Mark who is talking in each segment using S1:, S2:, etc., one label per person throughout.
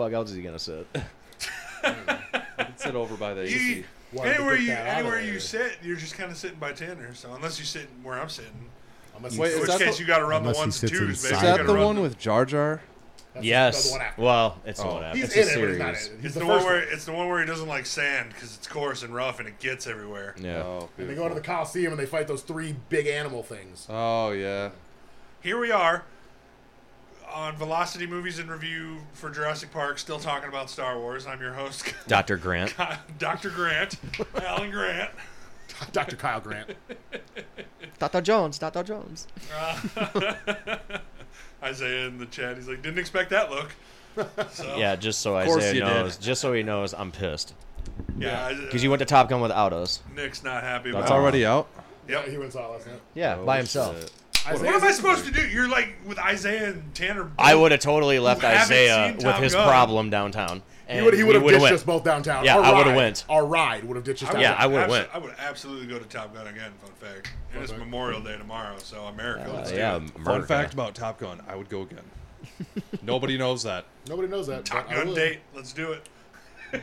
S1: fuck else is he gonna sit?
S2: I can sit over by the AC.
S3: You,
S4: Wanted to
S3: anywhere
S4: get
S3: you
S4: that out of
S3: anywhere
S4: there.
S3: you sit, you're just kind of sitting by Tanner. So unless you sit where I'm sitting,
S4: Unless
S1: Wait,
S4: you-
S3: in
S1: is
S3: which
S1: that
S3: case
S1: the-
S3: you got to run the
S5: Unless he
S3: ones and twos.
S5: sits
S3: Baby.
S5: inside.
S2: Is
S3: You
S2: that
S3: gotta
S2: the
S3: run
S2: one with Jar Jar?
S4: that's
S1: yes.
S4: the one after.
S1: Well, it's the
S2: Oh.
S1: one after. It's
S4: He's
S1: a
S4: in it, but he's
S1: series.
S4: not in it. He's
S3: It's
S4: the,
S3: the,
S4: first
S3: one where
S4: one.
S3: it's the one where he doesn't like sand because it's coarse and rough and it gets everywhere.
S1: Yeah.
S2: Oh,
S4: And they go into the Coliseum and they fight those three big animal things.
S2: Oh yeah.
S3: Here we are on Velocity Movies and Review for Jurassic Park, still talking about Star Wars. I'm your host,
S1: Dr. Grant.
S3: Dr. Grant, Alan Grant.
S4: Dr. Kyle Grant.
S1: Dr. Jones. Dr. Jones.
S3: Isaiah in the chat, he's like, didn't expect that look. So,
S1: Yeah, just so
S2: course
S1: Isaiah
S2: you did.
S1: knows. Just so he knows, I'm pissed
S3: yeah.
S1: because you went to Top Gun without us.
S3: Nick's not happy
S1: That's
S3: about
S2: It's
S1: Oh. all right.
S2: already out.
S4: Yeah,
S3: Yep.
S4: he went saw last night.
S1: Yeah,
S2: Ah. Oh,
S1: by himself.
S2: shit.
S3: What am I supposed to do? You're like with Isaiah and Tanner.
S1: I would have totally left
S3: You haven't
S1: Isaiah
S3: seen
S1: with
S3: Top
S1: his
S3: Gun.
S1: problem downtown.
S4: He
S1: And
S4: would, he would have
S1: we would've
S4: ditched
S1: went.
S4: us both downtown.
S1: Yeah,
S4: Our
S1: I would've
S4: ride-
S1: went.
S4: Our ride would have ditched us
S3: would-
S4: downtown.
S1: Yeah, I would've
S3: abso-
S1: went.
S3: I would absolutely go to Top Gun again. Fun fact. And it's
S4: fact.
S3: Memorial Day tomorrow, so America.
S1: Uh,
S3: let's do
S1: yeah,
S3: it.
S2: Fun
S1: America.
S2: fact about Top Gun: I would go again. Nobody knows that.
S4: Nobody knows that.
S3: Top
S4: but I
S3: Gun
S4: would.
S3: date. Let's do it.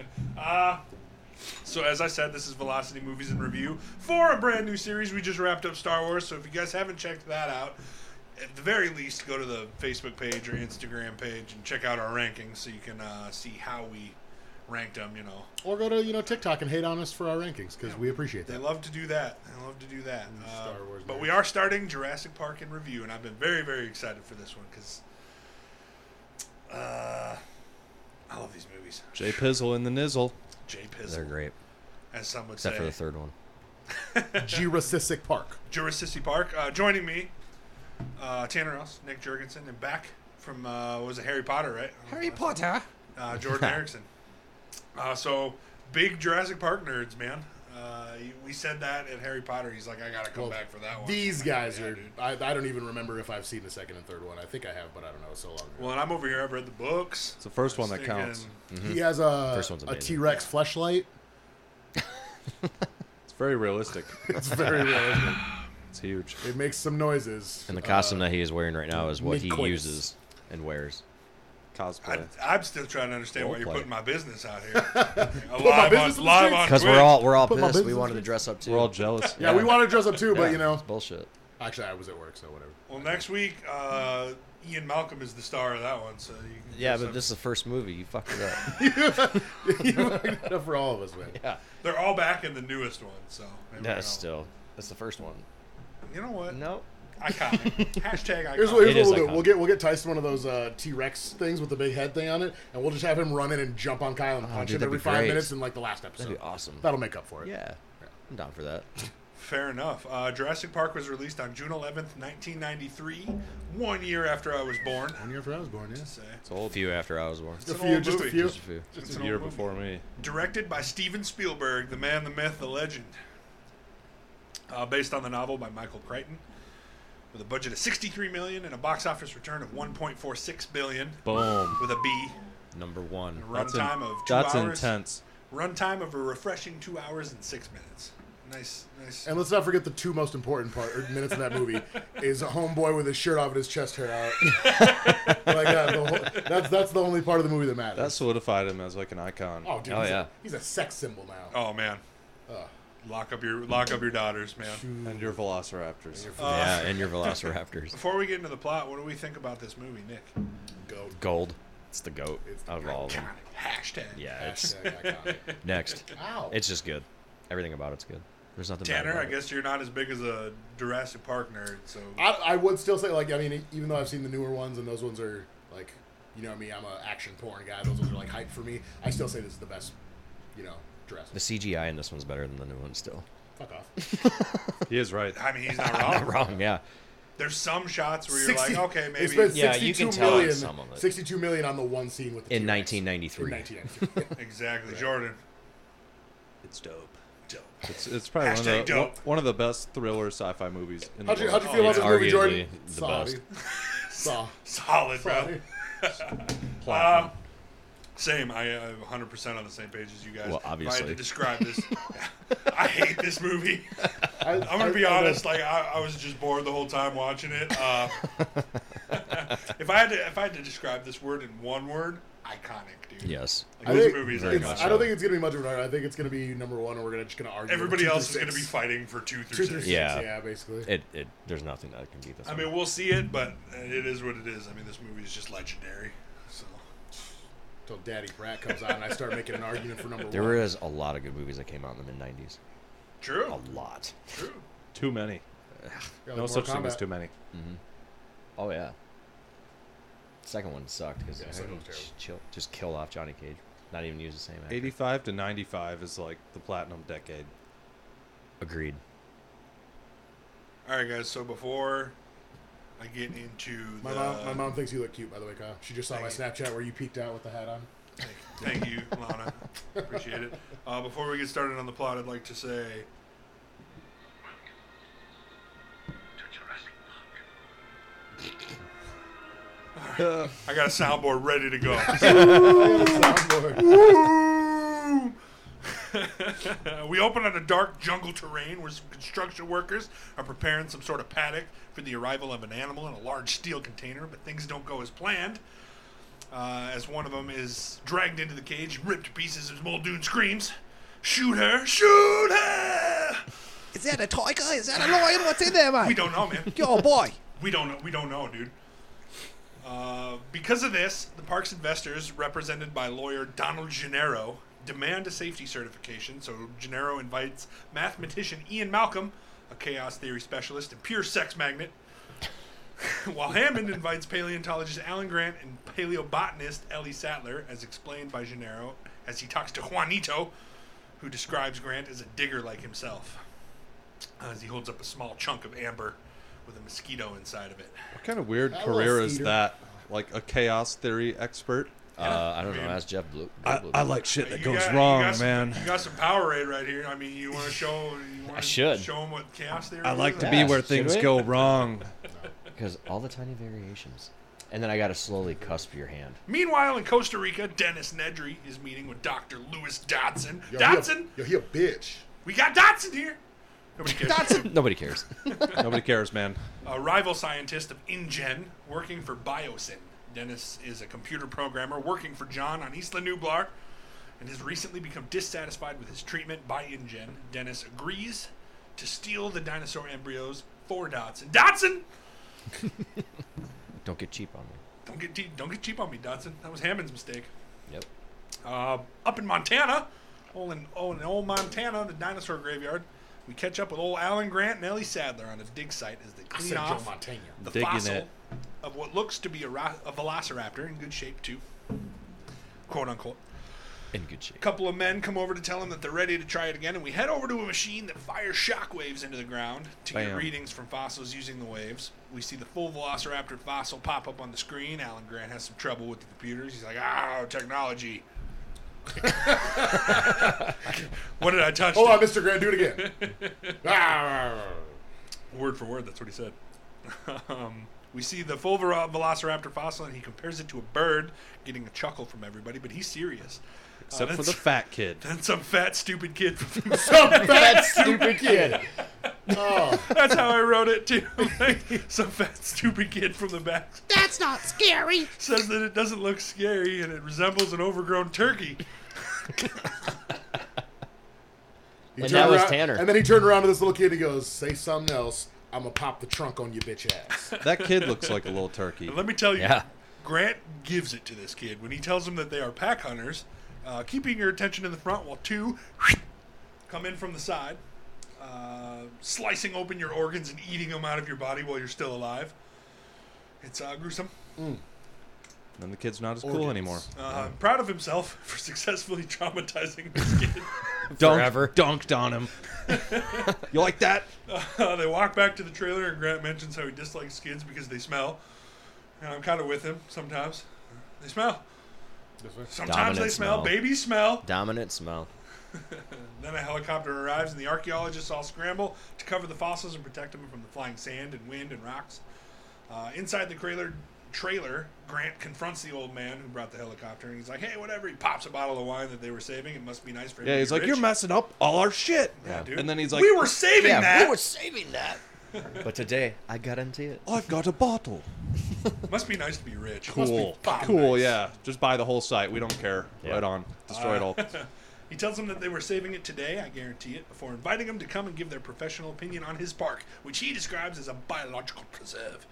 S3: uh, so as I said, this is Velocity Movies and Review for a brand new series. We just wrapped up Star Wars, so if you guys haven't checked that out, at the very least, go to the Facebook page or Instagram page and check out our rankings so you can uh, see how we ranked them. You know,
S4: Or go to you know TikTok and hate on us for our rankings because we appreciate
S3: They
S4: that.
S3: love to do that. They love to do that. Uh,
S4: Star Wars
S3: but
S4: nerds.
S3: we are starting Jurassic Park in review, and I've been very, very excited for this one because uh, I love these movies.
S2: Jay Pizzle in the nizzle.
S3: Jay
S1: They're
S3: Pizzle,
S1: great,
S3: as some would
S1: except
S3: say.
S1: for the third one.
S4: Jurassic Park.
S3: Jurassic Park. Uh, joining me, uh, Tanner Ross, Nick Jurgensen, and back from uh, what was it Harry Potter, right? Harry Potter. Uh, Jordan Erickson. Uh, so big Jurassic Park nerds, man. Uh, we said that at Harry Potter. He's like, I gotta come
S4: Well,
S3: back for that one.
S4: These
S3: I'm like,
S4: guys
S3: "Yeah,
S4: are.
S3: dude."
S4: I, I don't even remember if I've seen the second and third one. I think I have, but I don't know. It's so long. ago.
S3: Well, and I'm over here. I've read the books.
S2: It's the first one that
S3: Thinking-
S2: counts.
S4: He has a
S1: Mm-hmm. First one's
S4: a
S1: amazing.
S4: T Rex fleshlight.
S2: It's very realistic.
S4: It's very realistic.
S2: It's huge.
S4: It makes some noises. Uh,
S1: And the costume that he is wearing right now is what he
S4: mid-coitus.
S1: uses and wears.
S2: Cosplay.
S3: I, I'm still trying to understand why
S1: Role
S3: you're
S1: play.
S3: putting my business out here. A
S4: my
S3: live on,
S4: business in the
S3: live
S4: streets?
S3: on
S1: Because we're
S3: Twitch.
S1: all we're all
S4: Put my
S1: pissed. We
S4: business
S1: wanted to
S4: in-
S1: dress up too.
S2: We're all jealous.
S4: yeah, we wanted to dress up too, but
S1: Yeah,
S4: you know,
S1: it's bullshit.
S4: actually, I was at work, so whatever.
S3: Well, next week, uh, Ian Malcolm is the star of that one, so you can
S1: Yeah,
S3: do
S1: but this is the first movie. You fucked it up.
S4: Enough for all of us, man.
S3: something. they're all back in the newest one, so there we
S1: no,
S3: go.
S1: still, that's the first one.
S3: You know what?
S1: No,
S3: Iconic. Hashtag iconic.
S4: Here's what, here's
S1: It
S4: what
S1: is
S4: we'll do.
S1: iconic.
S4: We'll get we'll get Tyson one of those uh, T Rex things with the big head thing on it, and we'll just have him run in and jump on Kyle and punch
S1: Oh, dude,
S4: him
S1: that'd
S4: every
S1: be
S4: five
S1: great.
S4: minutes in like the last episode.
S1: that'd be awesome.
S4: That'll make up for it.
S1: Yeah, I'm down for that.
S3: Fair enough. Uh, Jurassic Park was released on June 11th, 1993, one year after I was born.
S4: One year after I was born, yeah.
S3: Say.
S1: It's a few after I was born.
S4: Just a
S3: an
S4: few,
S3: old
S4: just a
S3: movie.
S4: few.
S1: Just a few.
S3: It's
S2: It's
S3: an
S2: a year
S3: old movie.
S2: before me.
S3: Directed by Steven Spielberg, the man, the myth, the legend. Uh, based on the novel by Michael Crichton, with a budget of 63 million and a box office return of 1.46 billion,
S2: Boom.
S3: with a B.
S1: Number one.
S2: That's, in-
S3: Runtime of two
S2: that's
S3: hours.
S2: intense.
S3: Runtime of a refreshing two hours and six minutes. Nice, nice.
S4: And let's not forget the two most important part or minutes of that movie is a homeboy with his shirt off and his chest hair out. like that, the whole, that's that's the only part of the movie that matters.
S2: That solidified him as like an icon.
S4: oh, dude,
S1: Oh,
S4: he's,
S1: yeah.
S4: a, he's a sex symbol now.
S3: Oh man,
S4: Ah.
S3: lock up your lock up your daughters, man.
S2: And your Velociraptors.
S1: yeah, and your Velociraptors.
S3: Before we get into the plot, what do we think about this movie, Nick?
S4: Go.
S1: Gold. It's the goat
S4: It's the
S1: of all of them.
S3: Iconic. Hashtag.
S1: Yeah, it's
S4: Hashtag iconic.
S1: next.
S4: Ow.
S1: It's just good. Everything about it's good. There's nothing. bad
S3: Tanner,
S1: about
S3: I
S1: it.
S3: guess you're not as big as a Jurassic Park nerd, so
S4: I, I would still say like I mean even though I've seen the newer ones and those ones are like you know me I'm a action porn guy those ones are like hype for me I still say this is the best you know Jurassic
S1: the CGI in this one's better than the new one. Still,
S4: fuck off
S2: He is right.
S3: I mean, he's not wrong.
S1: not wrong. Yeah,
S3: There's some shots where you're like, okay,
S4: they
S3: maybe
S4: spent
S1: Yeah, you
S4: 62
S1: can tell on
S4: million-
S1: some of it.
S4: 62 million on the one scene with the
S1: in
S4: T-Rex.
S1: 1993.
S4: in 1993
S3: exactly Jordan.
S2: It's dope.
S3: Dope.
S2: It's, it's probably one of,
S3: Hashtag
S2: the, one,
S3: dope.
S2: one of the best thriller sci-fi movies in
S4: how'd
S2: the
S4: you,
S2: world.
S4: how'd you feel
S3: Oh,
S4: about this
S3: yeah.
S4: movie Jordan
S1: Arguably the
S4: Saw,
S1: best.
S4: dude. Saw
S3: Solid,
S4: Saw,
S3: bro. Um,
S4: dude. um,
S2: Platinum.
S3: Same. I, I'm 100% on the same page as you guys.
S1: Well,
S3: If I had
S1: obviously.
S3: to describe this, I hate this movie.
S4: I,
S3: I'm going to be honest. Like, I, I was just bored the whole time watching it. Uh, if I had to, if I had to describe this word in one word, iconic, dude.
S1: Yes.
S3: Like,
S4: I,
S3: those
S4: think
S3: movies are
S1: very
S4: it's-
S1: much
S3: iconic.
S4: I
S1: so.
S4: don't think it's gonna be much of an argument. I think it's gonna be number one. and We're gonna just gonna argue.
S3: Everybody
S4: two
S3: else is
S4: through
S3: going to be
S4: six.
S3: fighting for two through
S4: Two
S3: six.
S4: through six,
S1: Yeah.
S4: yeah. basically.
S1: It, it there's nothing that can beat this.
S3: I
S1: one.
S3: mean, we'll see it, but it is what it is. I mean, this movie is just legendary. So
S4: Until Daddy Brat comes out and I start making an argument for number
S1: there
S4: one.
S1: was a lot of good movies that came out in the mid '90s. A
S3: true,
S1: lot.
S3: true.
S2: Too many.
S4: Yeah,
S2: no
S4: Mortal
S2: such thing
S4: Kombat.
S2: as too many.
S1: Mm-hmm. Oh yeah. Second one sucked because
S4: Yeah, second one was terrible.
S1: just killed off Johnny Cage. Not even use the same actor.
S2: 85 to 95 is like the platinum decade.
S1: Agreed.
S3: All right, guys. So before I get into
S4: My
S3: the,
S4: mom, my mom thinks you look cute, by the way, Kyle. She just saw my
S3: Thank you.
S4: Snapchat where you peeked out with the hat on.
S3: Thank, thank you, Lana. Appreciate it. Uh, before we get started on the plot, I'd like to say I got a soundboard ready to go. Boom! we open on a dark jungle terrain where some construction workers are preparing some sort of paddock for the arrival of an animal in a large steel container, but things don't go as planned. Uh, as one of them is dragged into the cage, ripped to pieces as Muldoon screams, Shoot her! Shoot her!
S5: Is that a tiger? Is that a lion? What's in there,
S3: We
S5: mate?
S3: don't know, man.
S5: Oh boy.
S3: We don't know. We don't know, dude. Uh, because of this, the park's investors, represented by lawyer Donald Gennaro, demand a safety certification. So Gennaro invites mathematician Ian Malcolm, a chaos theory specialist and pure sex magnet, while Hammond invites paleontologist Alan Grant and paleobotanist Ellie Sattler, as explained by Gennaro, as he talks to Juanito, who describes Grant as a digger like himself, as he holds up a small chunk of amber with a mosquito inside of it.
S2: What kind of weird
S4: That
S2: career
S4: little
S2: is
S4: cedar.
S2: that? Like a chaos theory expert?
S1: Uh, I don't know.
S3: mean-
S1: Ask Jeff Blue. Blue-
S2: like shit that
S3: You got- you got some- You got some Powerade right here. I mean, you want to show? You wanna
S1: should.
S3: show them what chaos theory.
S2: I
S3: is?
S2: like to
S1: Yeah,
S2: be where
S1: should
S2: things
S1: we?
S2: go wrong.
S1: because all the tiny variations, and then I gotta slowly cusp your hand.
S3: Meanwhile, in Costa Rica, Dennis Nedry is meeting with Doctor Lewis Dotson.
S4: Yo, he a-
S3: Dotson,
S4: Yo, he a bitch.
S3: we got Dotson here. Nobody cares.
S1: Nobody cares.
S2: Nobody cares, man.
S3: a rival scientist of InGen working for Biosyn. Dennis is a computer programmer working for John on Isla Nublar and has recently become dissatisfied with his treatment by InGen. Dennis agrees to steal the dinosaur embryos for Dotson. Dotson!
S1: don't get cheap on me.
S3: Don't get, te- don't get cheap on me, Dotson. That was Hammond's mistake.
S1: Yep.
S3: Uh, up in Montana, oh, in, oh, in old Montana, the dinosaur graveyard, we catch up with old Alan Grant and Ellie Sadler on a dig site as they
S4: I
S3: clean
S4: said Joe
S3: off
S4: Montana.
S3: the
S2: Digging
S3: fossil
S2: it.
S3: of what looks to be a, ro- a velociraptor in good shape too quote unquote
S1: In good
S3: a
S1: shape.
S3: couple of men come over to tell him that they're ready to try it again and we head over to a machine that fires shockwaves into the ground to get
S2: Bam.
S3: readings from fossils using the waves we see the full velociraptor fossil pop up on the screen alan grant has some trouble with the computers he's like ah technology what did i touch
S4: Hold on, Mr. Grant, do it again. Ah,
S3: Word for word, that's what he said. um, we see the full velo- velociraptor fossil, and he compares it to a bird, getting a chuckle from everybody, but he's serious. Uh,
S2: Except for
S3: that's-
S2: the fat kid.
S3: That's some fat, stupid kid.
S4: Some fat, stupid kid. Oh,
S3: that's how I wrote it, too. Like, some fat, stupid kid from the back
S5: That's not scary.
S3: says that it doesn't look scary and it resembles an overgrown turkey.
S4: He
S1: And
S4: turned
S1: that was
S4: around-
S1: Tanner.
S4: And then he turned around to this little kid and he goes, "Say something else. I'm gonna pop the trunk on you, bitch ass."
S2: That kid looks like a little turkey.
S3: And let me tell you,
S1: Yeah.
S3: Grant gives it to this kid when he tells him that they are pack hunters, uh, keeping your attention in the front while two come in from the side, uh, slicing open your organs and eating them out of your body while you're still alive. It's uh, gruesome.
S2: And the kid's not as cool
S4: Organs.
S2: anymore.
S3: Uh, I'm proud of himself for successfully traumatizing this kid.
S2: Dunked-
S1: Forever.
S2: Dunked on him. you like that?
S3: Uh, they walk back to the trailer, and Grant mentions how he dislikes kids because they smell. And I'm kind of with him sometimes. They smell. Sometimes they
S1: Dominant
S3: smell.
S1: smell.
S3: Babies smell.
S1: Dominant smell.
S3: Then a helicopter arrives, and the archaeologists all scramble to cover the fossils and protect them from the flying sand and wind and rocks. Uh, inside the trailer, trailer, Grant confronts the old man who brought the helicopter, and he's like, "Hey, whatever." He pops a bottle of wine that they were saving. It must be nice for him.
S2: Yeah,
S3: to
S2: he's
S3: be
S2: like,
S3: rich."
S2: you're messing up all our shit.
S3: Yeah, dude.
S2: And then he's like,
S3: "We were saving that."
S1: saving that. but today I got into it.
S2: I've got a bottle.
S3: Must be nice to be rich. Must be
S2: Cool.
S3: fucking
S2: Cool,
S3: nice.
S2: yeah. Just buy the whole site. We don't care.
S1: Yeah.
S2: Right on. Destroy it all.
S3: He tells them that they were saving it today, I guarantee it, before inviting him to come and give their professional opinion on his park, which he describes as a biological preserve.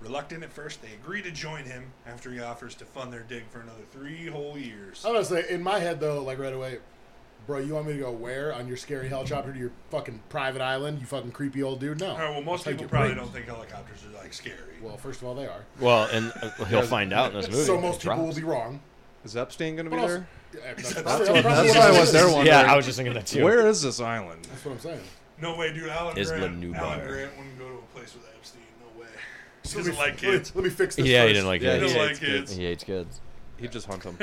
S3: Reluctant at first, they agree to join him after he offers to fund their dig for another three whole years.
S2: Oh.
S4: I'm gonna say in my head though, like right away, bro, you want me to go where on your scary helicopter to your fucking private island? You fucking creepy old dude. No.
S3: All right, well, most
S4: I'll take
S3: people
S4: your
S3: probably
S4: brains.
S3: don't think helicopters are like scary.
S4: Well, first of all, they are.
S1: Well, and uh, he'll find out in this movie.
S4: So
S1: if it
S4: most people will
S1: drops.
S4: be wrong.
S2: Is Epstein going to
S4: But
S2: be
S4: also,
S2: there?
S4: Yeah,
S3: That's
S4: probably-
S3: what-
S4: probably
S2: that's what I
S4: it
S2: was
S4: is.
S2: there wondering.
S1: Yeah, I was just thinking that too.
S2: Where is this island?
S4: That's what I'm saying.
S3: No way, dude. Alan
S1: Is
S3: Grant,
S1: Lanubar.
S3: Alan Grant wouldn't go to a place with Epstein. No way. He
S4: Let
S3: doesn't
S4: me-
S3: like kids.
S4: Let me, let me fix this.
S1: Yeah, he
S4: first.
S1: didn't like
S2: Yeah,
S1: kids.
S2: he
S3: don't
S2: hates
S3: like
S2: kids.
S1: He hates kids.
S2: He'd just hunt them.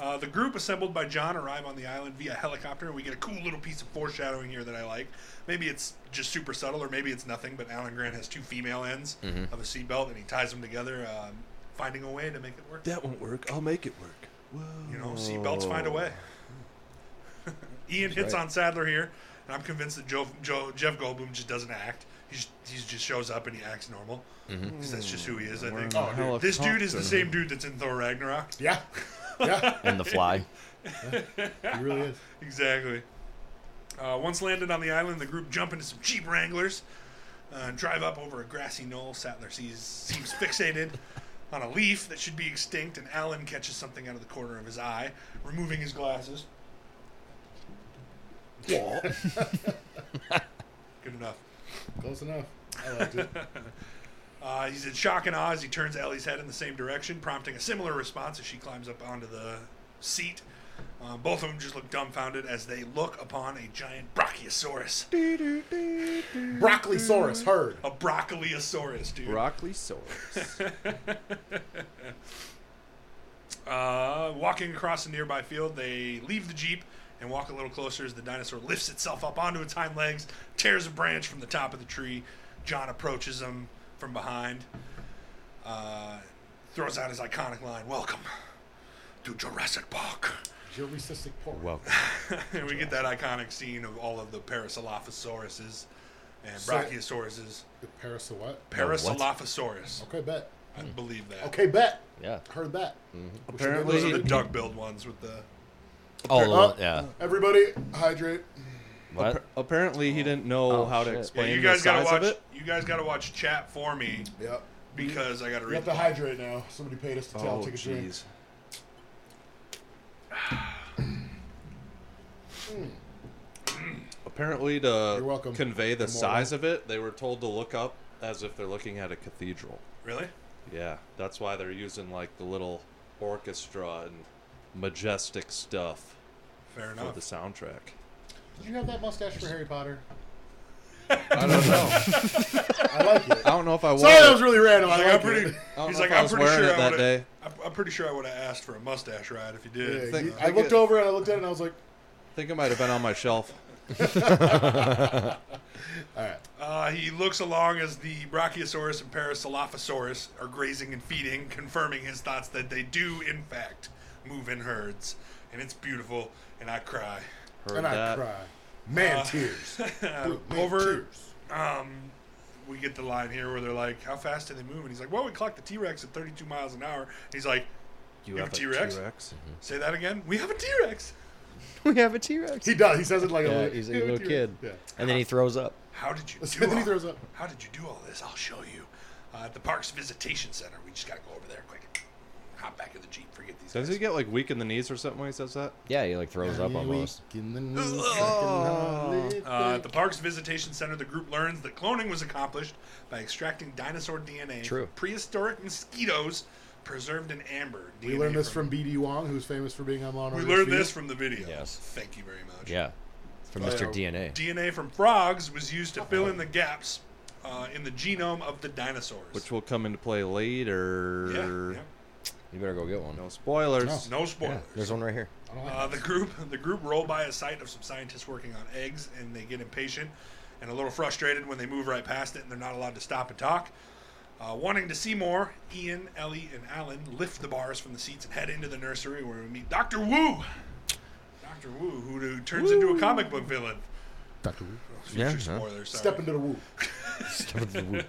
S3: Uh, the group assembled by John arrive on the island via helicopter, and we get a cool little piece of foreshadowing here that I like. Maybe it's just super subtle, or maybe it's nothing, but Alan Grant has two female ends of a seatbelt, and he ties them together, um, finding a way to make it work.
S2: that won't work. I'll make it work. Whoa.
S3: You know, seatbelts find a way. Ian hits on Sadler here, and I'm convinced that Joe, Joe, Jeff Goldblum just doesn't act. He just, he just shows up and he acts normal. 'Cause that's just who he is, I think.
S2: We're on a
S3: Mm-hmm. Oh, dude, This dude is
S2: helicopter.
S3: the same dude that's in Thor Ragnarok.
S4: Yeah. Yeah.
S1: And the fly.
S4: He really is.
S3: Exactly. Uh, once landed on the island, the group jump into some Jeep Wranglers uh, and drive up over a grassy knoll. Sattler sees, seems fixated on a leaf that should be extinct, and Alan catches something out of the corner of his eye, removing his glasses. Good enough.
S4: Close enough. I liked it.
S3: Uh, he's in shock and awe as he turns Ellie's head in the same direction, prompting a similar response as she climbs up onto the seat. Uh, both of them just look dumbfounded as they look upon a giant brachiosaurus.
S4: Broccoli Saurus heard.
S3: A broccoliosaurus, dude.
S2: Broccoli source.
S3: Uh, walking across a nearby field, they leave the jeep and walk a little closer as the dinosaur lifts itself up onto its hind legs, tears a branch from the top of the tree. John approaches him from behind, uh, throws out his iconic line, "Welcome to Jurassic Park."
S4: Your recystic pork.
S1: Welcome.
S3: and we get that iconic scene of all of the Parasaurolophosauruses and
S4: So-
S3: Brachiosauruses.
S4: The Paris of what?
S3: Parasaurolophosauruses,
S4: Okay, bet.
S3: I believe that.
S4: Okay, bet.
S1: Yeah.
S4: Heard that.
S3: Those are the
S2: Apparently,
S3: duck-billed ones with the.
S1: Oh,
S4: Oh.
S1: yeah.
S4: Everybody, hydrate.
S1: What?
S2: apparently he didn't know
S1: Oh, shit.
S2: how to
S1: Yeah,
S3: Yeah,
S2: explain
S3: you guys
S2: the size
S3: gotta watch.
S2: of it.
S3: You guys gotta watch chat for me
S4: Yep.
S3: because I gotta
S4: You
S3: read.
S4: have to hydrate now. Somebody paid us to tell.
S2: Oh,
S4: Take a drink.
S2: jeez. Apparently, to
S4: You're welcome,
S2: convey the
S4: immortal.
S2: size of it, they were told to look up as if they're looking at a cathedral.
S3: Really?
S2: Yeah, that's why they're using like the little orchestra and majestic stuff
S3: Fair
S2: for
S3: enough.
S2: the soundtrack.
S4: Did you have that mustache for Harry Potter?
S2: I don't know.
S4: I like it.
S2: I don't know if I was.
S4: Sorry, that was really random. I
S3: Like, I'm
S4: like
S3: pretty.
S4: it.
S2: don't
S3: He's
S2: know
S3: like,
S2: if I
S3: I'm
S2: was
S3: pretty
S2: wearing
S3: sure
S2: it
S3: I
S2: that
S3: would have.
S2: day."
S3: I'm, I'm pretty sure I would have asked for a mustache ride if you did.
S4: Yeah,
S2: think-
S4: I
S2: think
S4: looked
S2: it-
S4: over and I looked at it and I was like,
S2: I think it might have been on my shelf.
S4: all right.
S3: Uh, he looks along as the Brachiosaurus and Parasaurolophosaurus are grazing and feeding, confirming his thoughts that they do in fact move in herds, and it's beautiful. And I cry.
S2: Heard
S4: and I
S2: that.
S4: cry. Man tears. Blue man
S3: Uh, over-
S4: tears.
S3: Um, we get the line here where they're like, "How fast do they move?" And he's like, "Well, we clocked the T-Rex at 32 miles an hour." And he's like,
S2: You
S3: have
S2: have a
S3: a T-Rex? Mm-hmm.
S2: T-Rex?
S3: "Say that again? We have a T-Rex.
S1: We have a T Rex.
S4: He does. He says it like a
S1: Yeah,
S4: little,
S1: he's a little kid.
S4: Yeah.
S1: And then he throws up.
S3: How did you do?"
S4: then he
S3: all-
S4: throws up.
S3: How did you do all this? I'll show you. Uh, at the park's visitation center. We just gotta go over there quick. Hop back in the jeep. Forget these.
S2: Does
S3: guys.
S2: he get like weak in the knees or something when he says that?
S1: Yeah, he like throws up
S4: Any
S1: almost.
S4: week in the news,
S2: Oh.
S4: I can hardly
S3: Uh, at
S4: think.
S3: the park's visitation center, the group learns that cloning was accomplished by extracting dinosaur DNA
S1: True.
S3: from prehistoric mosquitoes preserved in amber.
S4: we
S3: DNA
S4: learned this from BD Wong, who's famous for being on Law and
S3: We
S4: Order.
S3: learned
S4: SVU.
S3: this from the video.
S1: Yes.
S3: Thank you very much.
S1: Yeah. From
S4: Oh,
S1: Mr.
S4: yeah.
S1: DNA.
S3: DNA from frogs was used to
S4: Uh-huh.
S3: fill in the gaps uh, in the genome of the dinosaurs.
S2: Which will come into play later.
S3: yeah, yeah.
S1: You better go get one.
S2: No spoilers.
S3: No spoilers.
S1: Yeah, there's one right here.
S4: I don't like
S3: Uh, the group the group roll by a site of some scientists working on eggs, and they get impatient and a little frustrated when they move right past it and they're not allowed to stop and talk. Uh, wanting to see more, Ian, Ellie, and Alan lift the bars from the seats and head into the nursery where we meet Doctor Wu. Doctor Wu, who, who turns into a comic book villain.
S4: Dr. Wu.
S3: Future
S1: Yeah, huh.
S3: spoilers. sorry.
S4: Step into the woo.
S1: Step into the woo.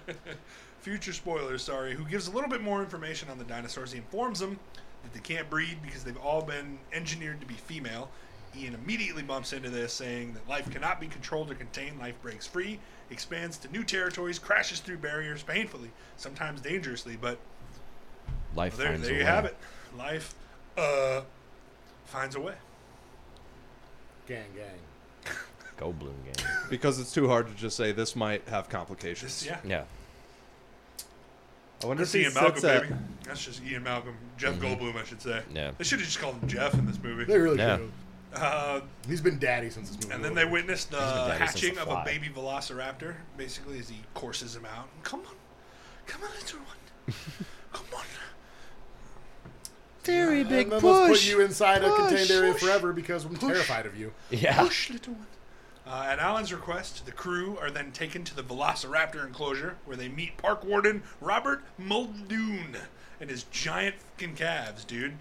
S3: future spoilers, sorry, who gives a little bit more information on the dinosaurs. He informs them that they can't breed because they've all been engineered to be female. Ian immediately bumps into this, saying that life cannot be controlled or contained. Life breaks free, expands to new territories, crashes through barriers painfully, sometimes dangerously, but
S1: Life
S3: there,
S1: finds
S3: there
S1: a
S3: you
S1: way.
S3: have it. Life uh, finds a way.
S4: Gang, gang.
S1: Go Bloom Gang.
S2: Because it's too hard to just say this might have complications.
S3: This, yeah.
S1: Yeah.
S2: I wonder
S3: That's
S2: if he
S3: Ian Malcolm,
S2: sets a-
S3: baby. That's just Ian Malcolm. Jeff Goldblum, I should say.
S1: Mm-hmm. Yeah.
S3: They should have just called him Jeff in this
S4: They
S3: movie.
S4: really
S1: Yeah.
S4: do.
S3: Uh,
S4: He's been daddy since this movie.
S3: and
S4: was
S3: then they
S4: over.
S3: witness the
S1: daddy since
S3: hatching
S1: the
S3: of a
S1: fly.
S3: baby velociraptor, basically, as he courses him out. Come on. Come on, little one. Come on.
S5: Very big
S4: And then
S5: push.
S4: let's put you inside a contained
S5: Push.
S4: area
S3: Push.
S4: forever because I'm terrified of you.
S1: Yeah.
S3: Push, little one. Uh, at Alan's request, the crew are then taken to the Velociraptor enclosure, where they meet Park Warden Robert Muldoon and his giant fucking calves, dude.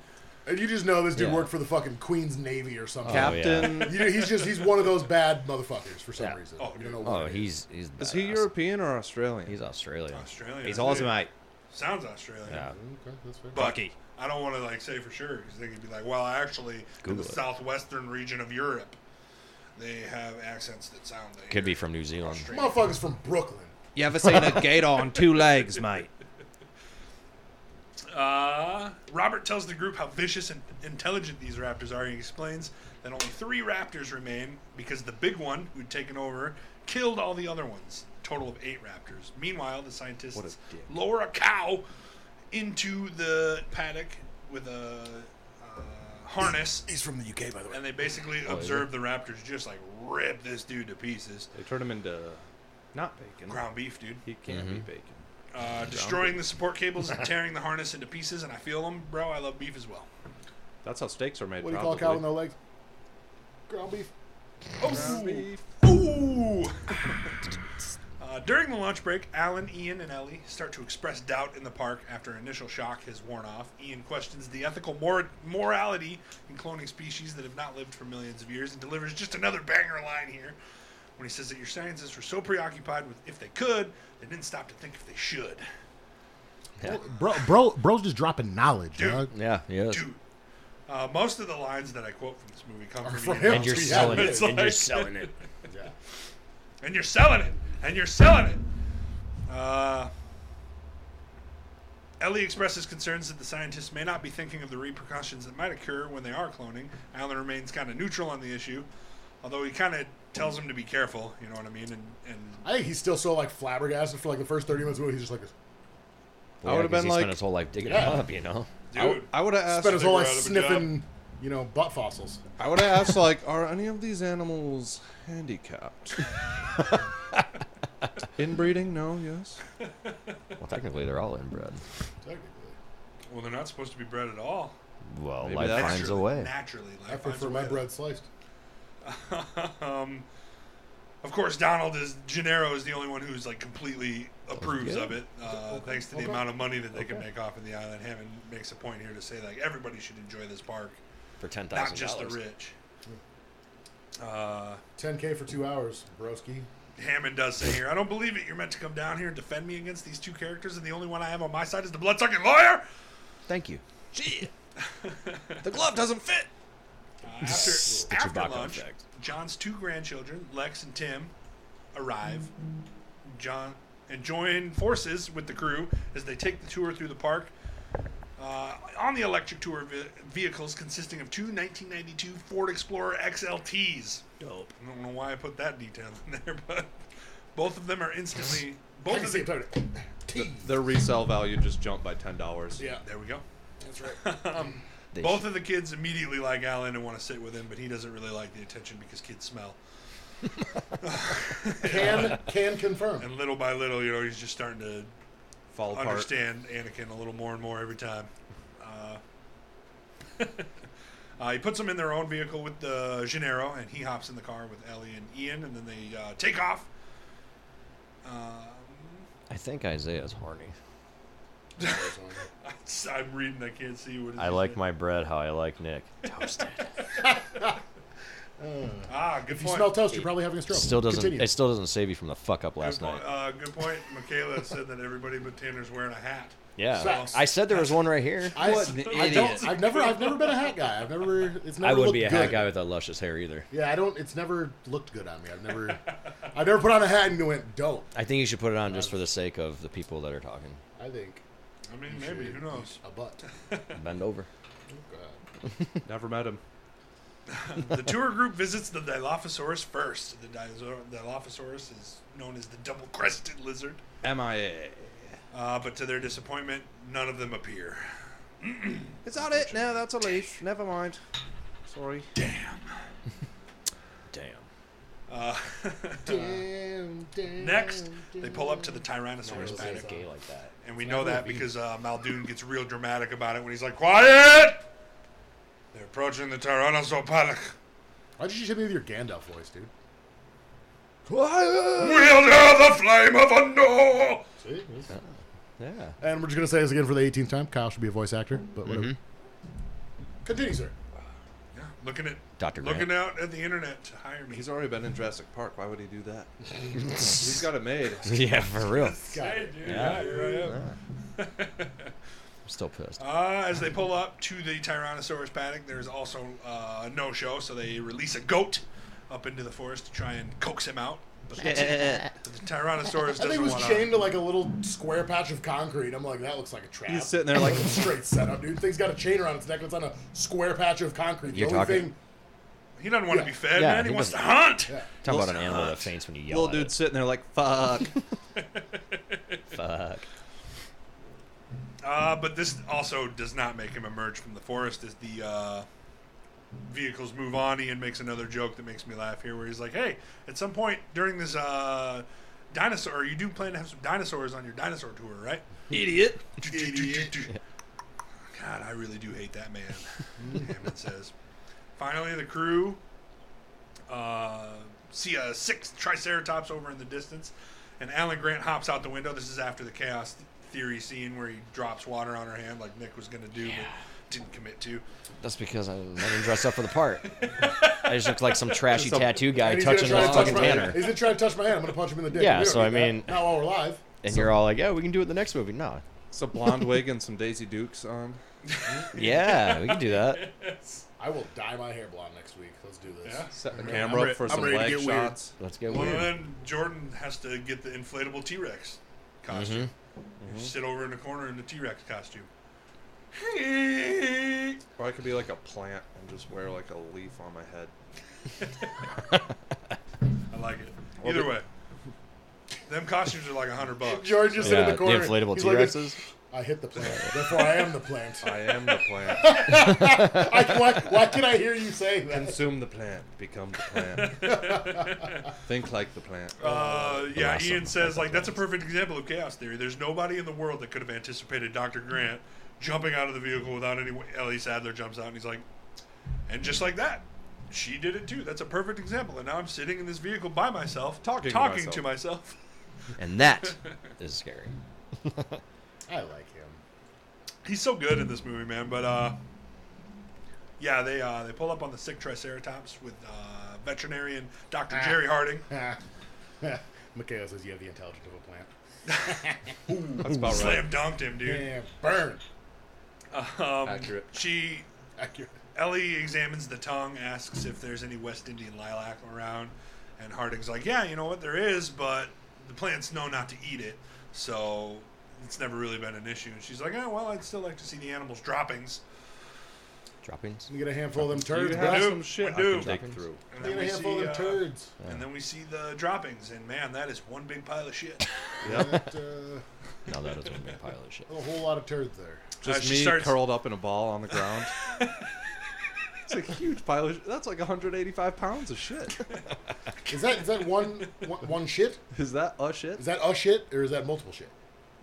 S4: And you just know this dude
S1: Yeah.
S4: worked for the fucking Queen's Navy or something.
S1: Cap- Oh,
S2: Captain.
S4: You know, he's just he's one of those bad motherfuckers for some
S1: Yeah.
S4: reason.
S3: Oh,
S4: you don't know
S1: Oh,
S4: why.
S1: he's he's.
S2: Is he
S1: badass.
S2: European or Australian?
S1: He's Australian.
S3: Australian.
S6: He's
S3: dude.
S6: awesome, mate.
S3: Sounds Australian.
S1: Yeah.
S4: Okay, that's fair.
S3: But
S6: Bucky.
S3: I don't want to like say for sure because they could be like, well, actually, in
S1: Google
S3: the
S1: it.
S3: southwestern region of Europe, they have accents that sound. Like
S1: Could be from New Zealand.
S3: Australian.
S4: Motherfucker's from Brooklyn.
S6: You ever seen a gator on two legs, mate?
S3: Uh, Robert tells the group how vicious and intelligent these raptors are. He explains that only three raptors remain because the big one, who'd taken over, killed all the other ones. Total of eight raptors. Meanwhile, the
S2: What
S3: scientists
S2: a dick.
S3: lower a cow into the paddock with a uh, harness,
S4: He's from the UK, by the way.
S3: and they basically observe the raptors just like rip this dude to pieces.
S2: They turn him into not bacon.
S3: Ground beef, dude.
S2: He can't be bacon.
S3: Uh, destroying the support cables and tearing the harness into pieces, and I feel them, bro. I love beef as well.
S2: That's how steaks are made.
S4: What do you call a
S2: probably.
S4: cow with no legs? Ground beef.
S3: Oh.
S2: Ground beef.
S3: Ooh! uh, during the lunch break, Alan, Ian, and Ellie start to express doubt in the park after initial shock has worn off. Ian questions the ethical mor- morality in cloning species that have not lived for millions of years and delivers just another banger line here when he says that your scientists were so preoccupied with if they could, they didn't stop to think if they should.
S7: Bro, bro, bro's just dropping knowledge,
S3: Dude.
S7: dog.
S1: Yeah. Yes.
S3: Dude. Uh, most of the lines that I quote from this movie come from,
S4: from
S3: Ian.
S4: him.
S1: And you're
S4: Yeah,
S1: selling
S3: it's
S1: it. And you're
S3: like-
S1: selling it.
S4: Yeah.
S3: and you're selling it, and you're selling it. Uh, Ellie expresses concerns that the scientists may not be thinking of the repercussions that might occur when they are cloning. Alan remains kind of neutral on the issue, although he kind of tells him to be careful. You know what I mean? And, and
S4: I think he's still so like flabbergasted for like the first thirty minutes of the movie. He's just like, this.
S1: Well,
S2: I
S1: yeah,
S2: would've
S1: 'cause
S2: been
S1: he
S2: like-
S1: spent his whole life digging
S4: Yeah.
S1: it up, you know.
S2: I,
S3: dude,
S2: would have asked.
S4: spent his whole life
S3: figure out a job.
S4: sniffing, you know, butt fossils.
S2: I would have asked like, are any of these animals handicapped? Inbreeding? No. Yes.
S1: Well, technically, they're all inbred.
S4: Technically,
S3: well, they're not supposed to be bred at all.
S1: Well,
S2: Maybe
S1: life
S2: that's
S1: finds a
S3: Naturally-
S1: way.
S3: Naturally,
S4: I
S3: life finds
S4: prefer
S3: a
S4: my
S3: way.
S4: bread sliced.
S3: um, of course, Donald is Gennaro is the only one who's like completely approves of it, uh, thanks to the amount of money that they can make off in the island. Hammond makes a point here to say like everybody should enjoy this park,
S1: For ten thousand dollars.
S3: not just the rich. Uh,
S4: Ten k for two hours, broski.
S3: Hammond does say here, I don't believe it. You're meant to come down here and defend me against these two characters, and the only one I have on my side is the bloodsucking lawyer.
S1: Thank you.
S6: The glove doesn't fit.
S3: after
S1: The
S3: after
S1: Chewbacca
S3: lunch,
S1: effect.
S3: John's two grandchildren, Lex and Tim, arrive. John and join forces with the crew as they take the tour through the park. Uh, on the electric tour ve- vehicles consisting of two 1992 Ford Explorer XLTs.
S6: Dope.
S3: I don't know why I put that detail in there, but both of them are instantly
S4: I
S3: both
S4: can
S3: of
S4: see
S3: them.
S4: it. Teeth.
S2: Their resale value just jumped by ten dollars.
S4: Yeah,
S3: There we go.
S4: that's right.
S1: They
S3: Both
S1: should-
S3: of the kids immediately like Alan and want to sit with him, but he doesn't really like the attention because kids smell.
S4: Can can confirm.
S3: And little by little, you know, he's just starting to
S2: Fall apart.
S3: understand Anakin a little more and more every time. Uh, uh, he puts them in their own vehicle with the Gennaro, and he hops in the car with Ellie and Ian, and then they uh, take off. Um,
S1: I think Isaiah's horny.
S3: I'm reading, I can't see what. it
S1: I
S3: is.
S1: like my bread how I like Nick. Toasted.
S3: Ah, good
S4: If you
S3: point.
S4: smell toast, you're probably having a stroke.
S1: Still doesn't.
S4: Continue.
S1: It still doesn't save you from the fuck up
S3: good
S1: last
S3: point.
S1: night.
S3: Uh, good point. Michaela said that everybody but Tanner's wearing a hat.
S4: uh,
S1: Yeah,
S4: Facts.
S1: I said there was one right here.
S4: I,
S1: what an
S4: I
S1: idiot!
S4: don't. I've never. I've never been a hat guy. I've never. It's never.
S1: I wouldn't
S4: looked
S1: be a
S4: good.
S1: hat guy with that luscious hair either.
S4: Yeah, I don't. It's never looked good on me. I've never. I've never put on a hat and went dope.
S1: I think you should put it on just for the sake of the people that are talking.
S4: I think
S3: I mean, maybe. Who knows?
S4: a butt.
S1: Bend over.
S2: Never met him.
S3: the tour group visits the Dilophosaurus first. The Dizo- Dilophosaurus is known as the double crested lizard.
S6: MIA.
S3: Uh, but to their disappointment, none of them appear.
S6: Is that it? No, that's a leaf. Never mind. Sorry.
S1: Damn.
S3: Uh,
S4: Damn, damn.
S3: next, they pull up to the Tyrannosaurus
S4: Those guys
S3: paddock.
S4: are-
S1: Gay like that.
S3: And we know that because uh, Muldoon gets real dramatic about it when he's like, Quiet! They're approaching the Tyrannosaurus paddock.
S4: Why did you hit me with your Gandalf voice, dude?
S3: Wielder the flame of Andor!
S1: Yeah.
S4: And we're just gonna say this again for the 18th time. Kyle should be a voice actor, but whatever.
S1: Mm-hmm.
S4: Continue, sir.
S3: Yeah, looking at
S1: Dr. Grant.
S3: looking out at the internet to hire me.
S2: He's already been in Jurassic Park. Why would he do that? He's got it made.
S1: Yeah, for real.
S4: Got
S3: Hey,
S4: it.
S3: dude,
S1: Yeah.
S3: yeah, here I am.
S1: I'm still pissed.
S3: Uh, as they pull up to the Tyrannosaurus paddock, there's also uh, no show, so they release a goat up into the forest to try and coax him out. But the, but the Tyrannosaurus
S4: I think
S3: doesn't
S4: it was
S3: want
S4: chained to like a little square patch of concrete. I'm like, that looks like a trap.
S2: He's sitting there like-
S4: straight setup, dude. Thing's got a chain around its neck. It's on a square patch of concrete. The
S1: You're
S4: only
S1: talking-
S4: thing-
S3: He doesn't want to be fed,
S1: Yeah,
S3: man. He,
S1: he
S3: wants to
S1: doesn't-
S3: hunt.
S1: Talk about
S2: Little
S1: an
S4: uh,
S1: animal that
S2: dude.
S1: faints when you yell at
S2: Little
S1: it.
S2: dude sitting there like, fuck.
S1: Fuck.
S3: Uh, but this also does not make him emerge from the forest as the uh, vehicles move on. Ian makes another joke that makes me laugh here, where he's like, "Hey, at some point during this uh, dinosaur, you do plan to have some dinosaurs on your dinosaur tour, right?"
S6: Idiot.
S3: God, I really do hate that man. Hammond says. Finally, the crew uh, see a sixth Triceratops over in the distance, and Alan Grant hops out the window. This is after the chaos theory scene where he drops water on her hand, like Nick was gonna do, but didn't commit to.
S1: That's because I let him dress up for the part. I just looked like some trashy tattoo guy
S4: and he's
S1: touching
S4: gonna
S1: this
S4: try to
S1: fucking
S4: touch my hand.
S1: tanner.
S4: He's gonna try to touch my hand. I'm gonna punch him in the dick.
S1: Yeah,
S4: We don't
S1: so I
S4: need that.
S1: mean-
S4: not while we're live.
S1: And you're all like, "Yeah, we can do it the next movie." No.
S2: It's a blonde wig and some Daisy Dukes on.
S1: Yeah, we can do that.
S4: I will dye my hair blonde next week. Let's do this.
S3: Yeah.
S2: Set the
S3: I'm
S2: camera
S3: re-
S2: up for
S3: I'm
S2: some
S3: ready to
S2: leg
S3: get weird.
S2: shots.
S1: Let's get
S3: Well,
S1: weird.
S3: then Jordan has to get the inflatable T Rex costume.
S2: Mm-hmm.
S3: You Sit over in the corner in the T Rex costume.
S2: Or I could be like a plant and just wear like a leaf on my head.
S3: I like it. Either way, them costumes are like a hundred bucks.
S4: George just
S1: Yeah,
S4: in the
S1: the
S4: corner.
S1: inflatable
S4: He's
S1: T
S4: like,
S1: Rexes.
S4: I hit the plant. Therefore, I am the plant.
S2: I am the plant.
S4: I, why, why can I hear you saying that?
S2: Consume the plant. Become the plant. Think like the plant.
S3: Uh, yeah,
S1: awesome.
S3: Ian says like that's a perfect example of chaos theory. There's nobody in the world that could have anticipated Dr. Grant jumping out of the vehicle without any. Ellie Sadler jumps out and he's like, and just like that, she did it too. That's a perfect example. And now I'm sitting in this vehicle by myself,
S2: Talking to
S3: talking
S2: myself.
S3: to myself.
S1: And that is scary.
S4: I like him.
S3: He's so good in this movie, man. But uh, yeah, they uh, they pull up on the sick Triceratops with uh, veterinarian Dr.
S2: Ah.
S3: Jerry Harding.
S4: Michaela says you have the intelligence of a plant.
S2: That's about right.
S3: Slam dunked him, dude.
S4: Damn, burn.
S3: Um,
S2: Accurate.
S3: She
S4: Accurate.
S3: Ellie examines the tongue, asks if there's any West Indian lilac around, and Harding's like, "Yeah, you know what, there is, but the plants know not to eat it, so it's never really been an issue." And she's like, "Oh, well, I'd still like to see the animals' droppings."
S1: Droppings.
S4: You get a handful of them
S2: You
S4: turds, bro.
S2: have
S3: do.
S2: some shit I
S3: We do.
S2: can dig through.
S3: And
S4: You get a handful of them
S3: uh,
S4: turds.
S3: and then we see the droppings, and man, that is one big pile of shit.
S4: Got, uh,
S1: Now that is one big pile of shit.
S4: a whole lot of turds there.
S2: Just
S3: she
S2: me
S3: starts-
S2: curled up in a ball on the ground. it's a huge pile of. That's like 185 pounds of shit.
S4: Is that is that one one, one shit?
S2: Is that a shit?
S4: Is that a shit or is that multiple shit?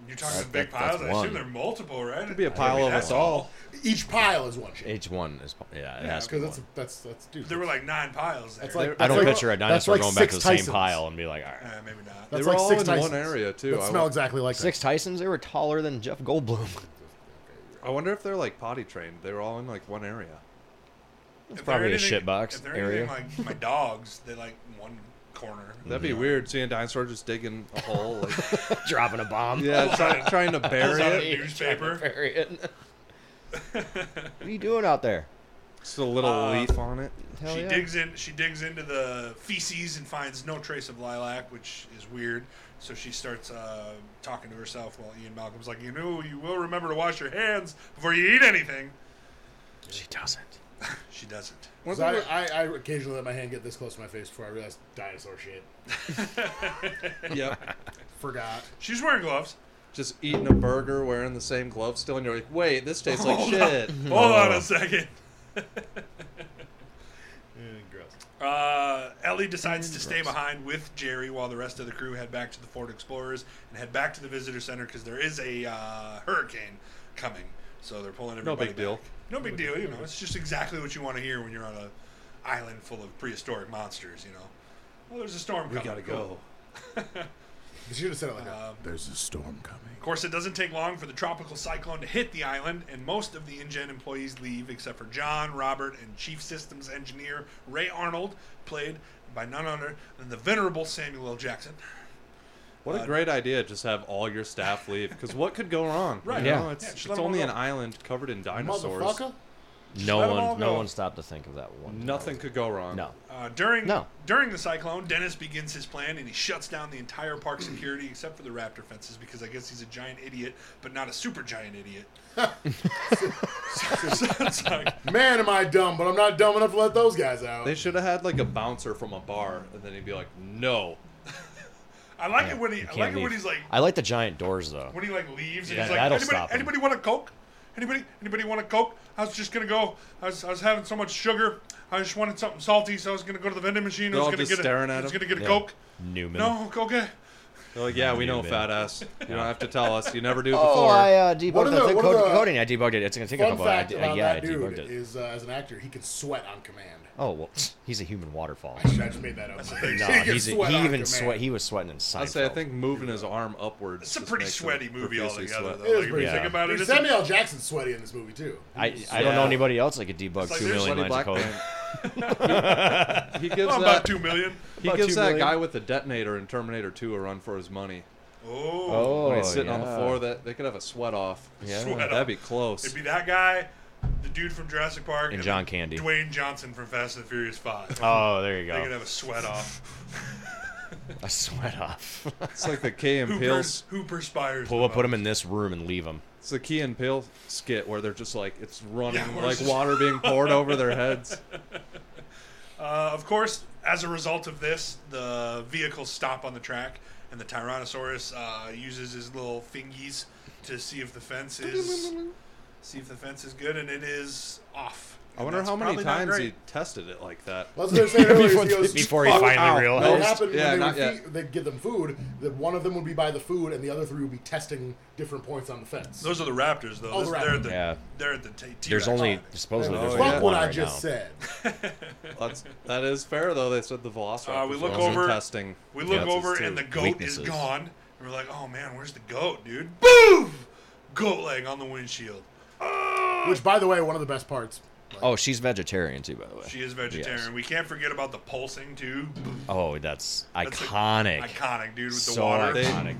S3: You're talking
S1: That-
S3: big
S1: that- that's
S3: piles. I assume
S1: one.
S3: they're multiple, right?
S2: Could be a pile of us
S3: that's
S2: all.
S4: Each pile is one shit.
S1: Each one is. Yeah, it has to
S4: Because
S1: be.
S4: that's
S1: one.
S4: that's that's dude.
S3: There were like nine piles there.
S4: that's like,
S1: I
S4: that's
S1: don't
S4: like-
S1: picture a
S4: that's
S1: dinosaur
S4: like
S1: going back
S4: six
S1: to the same
S4: Tysons.
S1: pile and be like, all right.
S3: Uh, maybe not.
S4: That's
S2: they were
S4: like
S2: all
S4: six
S2: in
S4: Tysons.
S2: one area too.
S4: That
S2: I,
S4: smell
S2: wo-
S4: exactly like
S1: Six Tysons, they were taller than Jeff Goldblum.
S2: I wonder if they're like potty trained. They were all in like one area.
S3: It's
S1: probably a shitbox
S3: if they're
S1: area.
S3: Anything, my, my dogs, they like one corner.
S2: That'd be weird seeing a dinosaur just digging a hole. Like,
S1: Dropping a bomb.
S2: yeah, try, trying to bury
S3: Pulls out
S2: it.
S3: a newspaper.
S1: Bury it. what are you doing out there?
S2: Just a little
S3: Uh,
S2: leaf on it.
S1: Hell
S3: she
S1: yeah.
S3: digs in. She digs into the feces and finds no trace of lilac, which is weird. So she starts uh, talking to herself while Ian Malcolm's like, "You know, you will remember to wash your hands before you eat anything."
S1: She doesn't.
S3: She doesn't.
S4: 'Cause I, I, I occasionally let my hand get this close to my face before I realized dinosaur shit.
S2: Yep.
S4: Forgot.
S3: She's wearing gloves.
S2: just eating a burger, wearing the same glove still, and you're like, wait, this tastes like shit.
S3: Hold on a second.
S4: gross.
S3: Uh, Ellie decides to stay behind with Jerry while the rest of the crew head back to the Ford Explorers and head back to the visitor center because there is a uh, hurricane coming. So they're pulling everybody.
S2: big
S3: back.
S2: deal.
S3: No big deal. You know, it's just exactly what you want to hear when you're on a island full of prehistoric monsters. You know, well, there's a storm coming. Cool.
S4: You should have said it like that.
S3: Um,
S7: There's a storm coming.
S3: Of course, it doesn't take long for the tropical cyclone to hit the island, and most of the InGen employees leave, except for John, Robert, and Chief Systems Engineer Ray Arnold, played by none other than the venerable Samuel L. Jackson.
S2: What a great idea! Just have all your staff leave because what could go wrong?
S3: Right.
S2: You know,
S1: Yeah.
S2: it's,
S3: Yeah, just let
S2: it's
S3: 'em all
S2: only
S3: go.
S2: an island covered in dinosaurs.
S4: Motherfucker.
S1: No
S3: let 'em all
S1: one, no
S3: go.
S1: one stopped to think of that one.
S2: Nothing could go wrong.
S1: No.
S3: Uh, during
S1: No.
S3: during the cyclone, Dennis begins his plan and he shuts down the entire park security except for the raptor fences because I guess he's a giant idiot, but not a super giant idiot. so, it's like,
S4: Man, am I dumb, but I'm not dumb enough to let those guys out.
S2: They should have had like a bouncer from a bar, and then he'd be like, "No,
S3: I like it when he
S1: You
S3: I
S1: can't
S3: like it when
S1: leave.
S3: he's like
S1: I like the giant doors though.
S3: when he like leaves and
S1: Yeah,
S3: he's like
S1: that'll
S3: anybody,
S1: stop him.
S3: anybody want a coke anybody anybody want a coke i was just gonna go I was, I was having so much sugar i just wanted something salty so i was gonna go to the vending machine
S2: They're
S3: i was
S2: all
S3: gonna
S2: just
S3: get a,
S2: staring at
S3: I was
S2: him.
S3: gonna get a
S1: Yeah.
S3: coke
S1: Newman.
S3: no coke okay.
S2: They're like, yeah, we know,
S1: man.
S2: fat ass. You don't have to tell us. You never
S1: Oh,
S2: do before."
S1: I uh, debugged
S4: What are
S1: the,
S4: the-
S1: thing-
S4: what are
S1: code-
S4: the-
S1: coding. I debugged it. It's gonna take a
S4: Fun
S1: couple. I
S4: fact
S1: de- I,
S4: about
S1: yeah, I
S4: that dude
S1: debugged it.
S4: is, uh, as an actor, he can sweat on command.
S1: Oh well, he's a human waterfall.
S4: I should I just made that up.
S1: No,
S4: He can
S1: he's a,
S4: sweat
S1: he
S4: on
S1: even
S4: command.
S1: sweat. He was sweating in Seinfeld.
S2: I say, I think moving his arm upwards.
S3: it's a
S2: just
S3: pretty
S2: makes him
S3: sweaty movie
S2: profusely
S3: altogether
S2: sweat.
S3: though
S4: It
S3: like,
S4: is
S3: when you
S1: pretty
S3: think
S1: sweet.
S3: about it
S4: Dude,
S3: it's a,
S4: Samuel L. Jackson's sweaty in this movie too.
S1: I, I don't know
S2: Yeah.
S1: anybody else that could debug
S3: like
S1: two
S3: there's
S1: million
S2: Sweaty
S1: lines of
S2: black
S1: code.
S2: man. He, he gives
S3: well,
S2: that.
S3: Oh, about two million.
S2: he
S1: about
S2: gives
S1: two
S2: that
S1: million.
S2: guy with the detonator in Terminator 2 a run for his money.
S3: Oh,
S1: Oh,
S2: when he's sitting on the
S1: yeah.
S2: floor, that they could have a sweat off.
S1: Yeah.
S3: Sweat off.
S2: that'd be close.
S3: it'd be that guy the dude from jurassic park
S1: And John Candy.
S3: dwayne johnson from fast and the furious five
S1: Oh, there you
S3: they could
S1: go.
S3: have a sweat off
S1: A sweat off.
S2: it's like the Key and
S3: who,
S2: Peele.
S3: pers- who perspires
S1: Pull
S3: the
S1: up, put him
S3: most?
S1: in this room, and leave him.
S2: It's the Key and Peele skit where they're just like it's running
S3: Yeah, where
S2: like
S3: it's just-
S2: water being poured over their heads.
S3: Uh, of course, as a result of this, the vehicles stop on the track, and the Tyrannosaurus uh, uses his little fingies to see if the fence is see if the fence is good, and it is off.
S2: I
S3: And
S2: wonder
S3: that's
S2: how many
S3: probably not
S2: times he
S3: great.
S2: tested it like that.
S4: Well, That's what I was saying earlier.
S1: Before,
S4: he goes,
S1: before he
S4: "Fuck
S1: finally
S4: out."
S1: realized.
S4: What
S2: No.
S4: happened
S2: Yeah,
S4: when they
S2: not
S4: would
S2: yet.
S4: feed, they'd give them food, that one of them would be by the food and the other three would be testing different points on the fence.
S3: Those are the Raptors, though.
S4: Oh, the
S3: This- They're
S4: Raptors.
S3: at the,
S1: Yeah.
S3: they're at the t- T-Rex.
S1: There's only supposedly
S4: Fuck
S1: there's
S2: Oh, yeah.
S1: only
S4: what
S1: one
S4: I
S1: right
S4: just
S1: now.
S4: said.
S2: That's that is fair though. They said the Velociraptor
S3: Uh, we look
S2: was in
S3: over-
S2: testing.
S3: We look
S2: fences,
S3: over,
S2: too.
S3: and the goat
S1: Weaknesses.
S3: is gone. And we're like, oh man, where's the goat, dude? Boom! Goat leg on the windshield.
S4: Which, by the way, one of the best parts.
S1: Oh, she's vegetarian too, by the way.
S3: She is vegetarian.
S1: Yes.
S3: We can't forget about the pulsing too.
S1: Oh, that's
S3: That's, like,
S1: iconic.
S3: Iconic, dude, with the
S1: so
S3: water.
S1: iconic.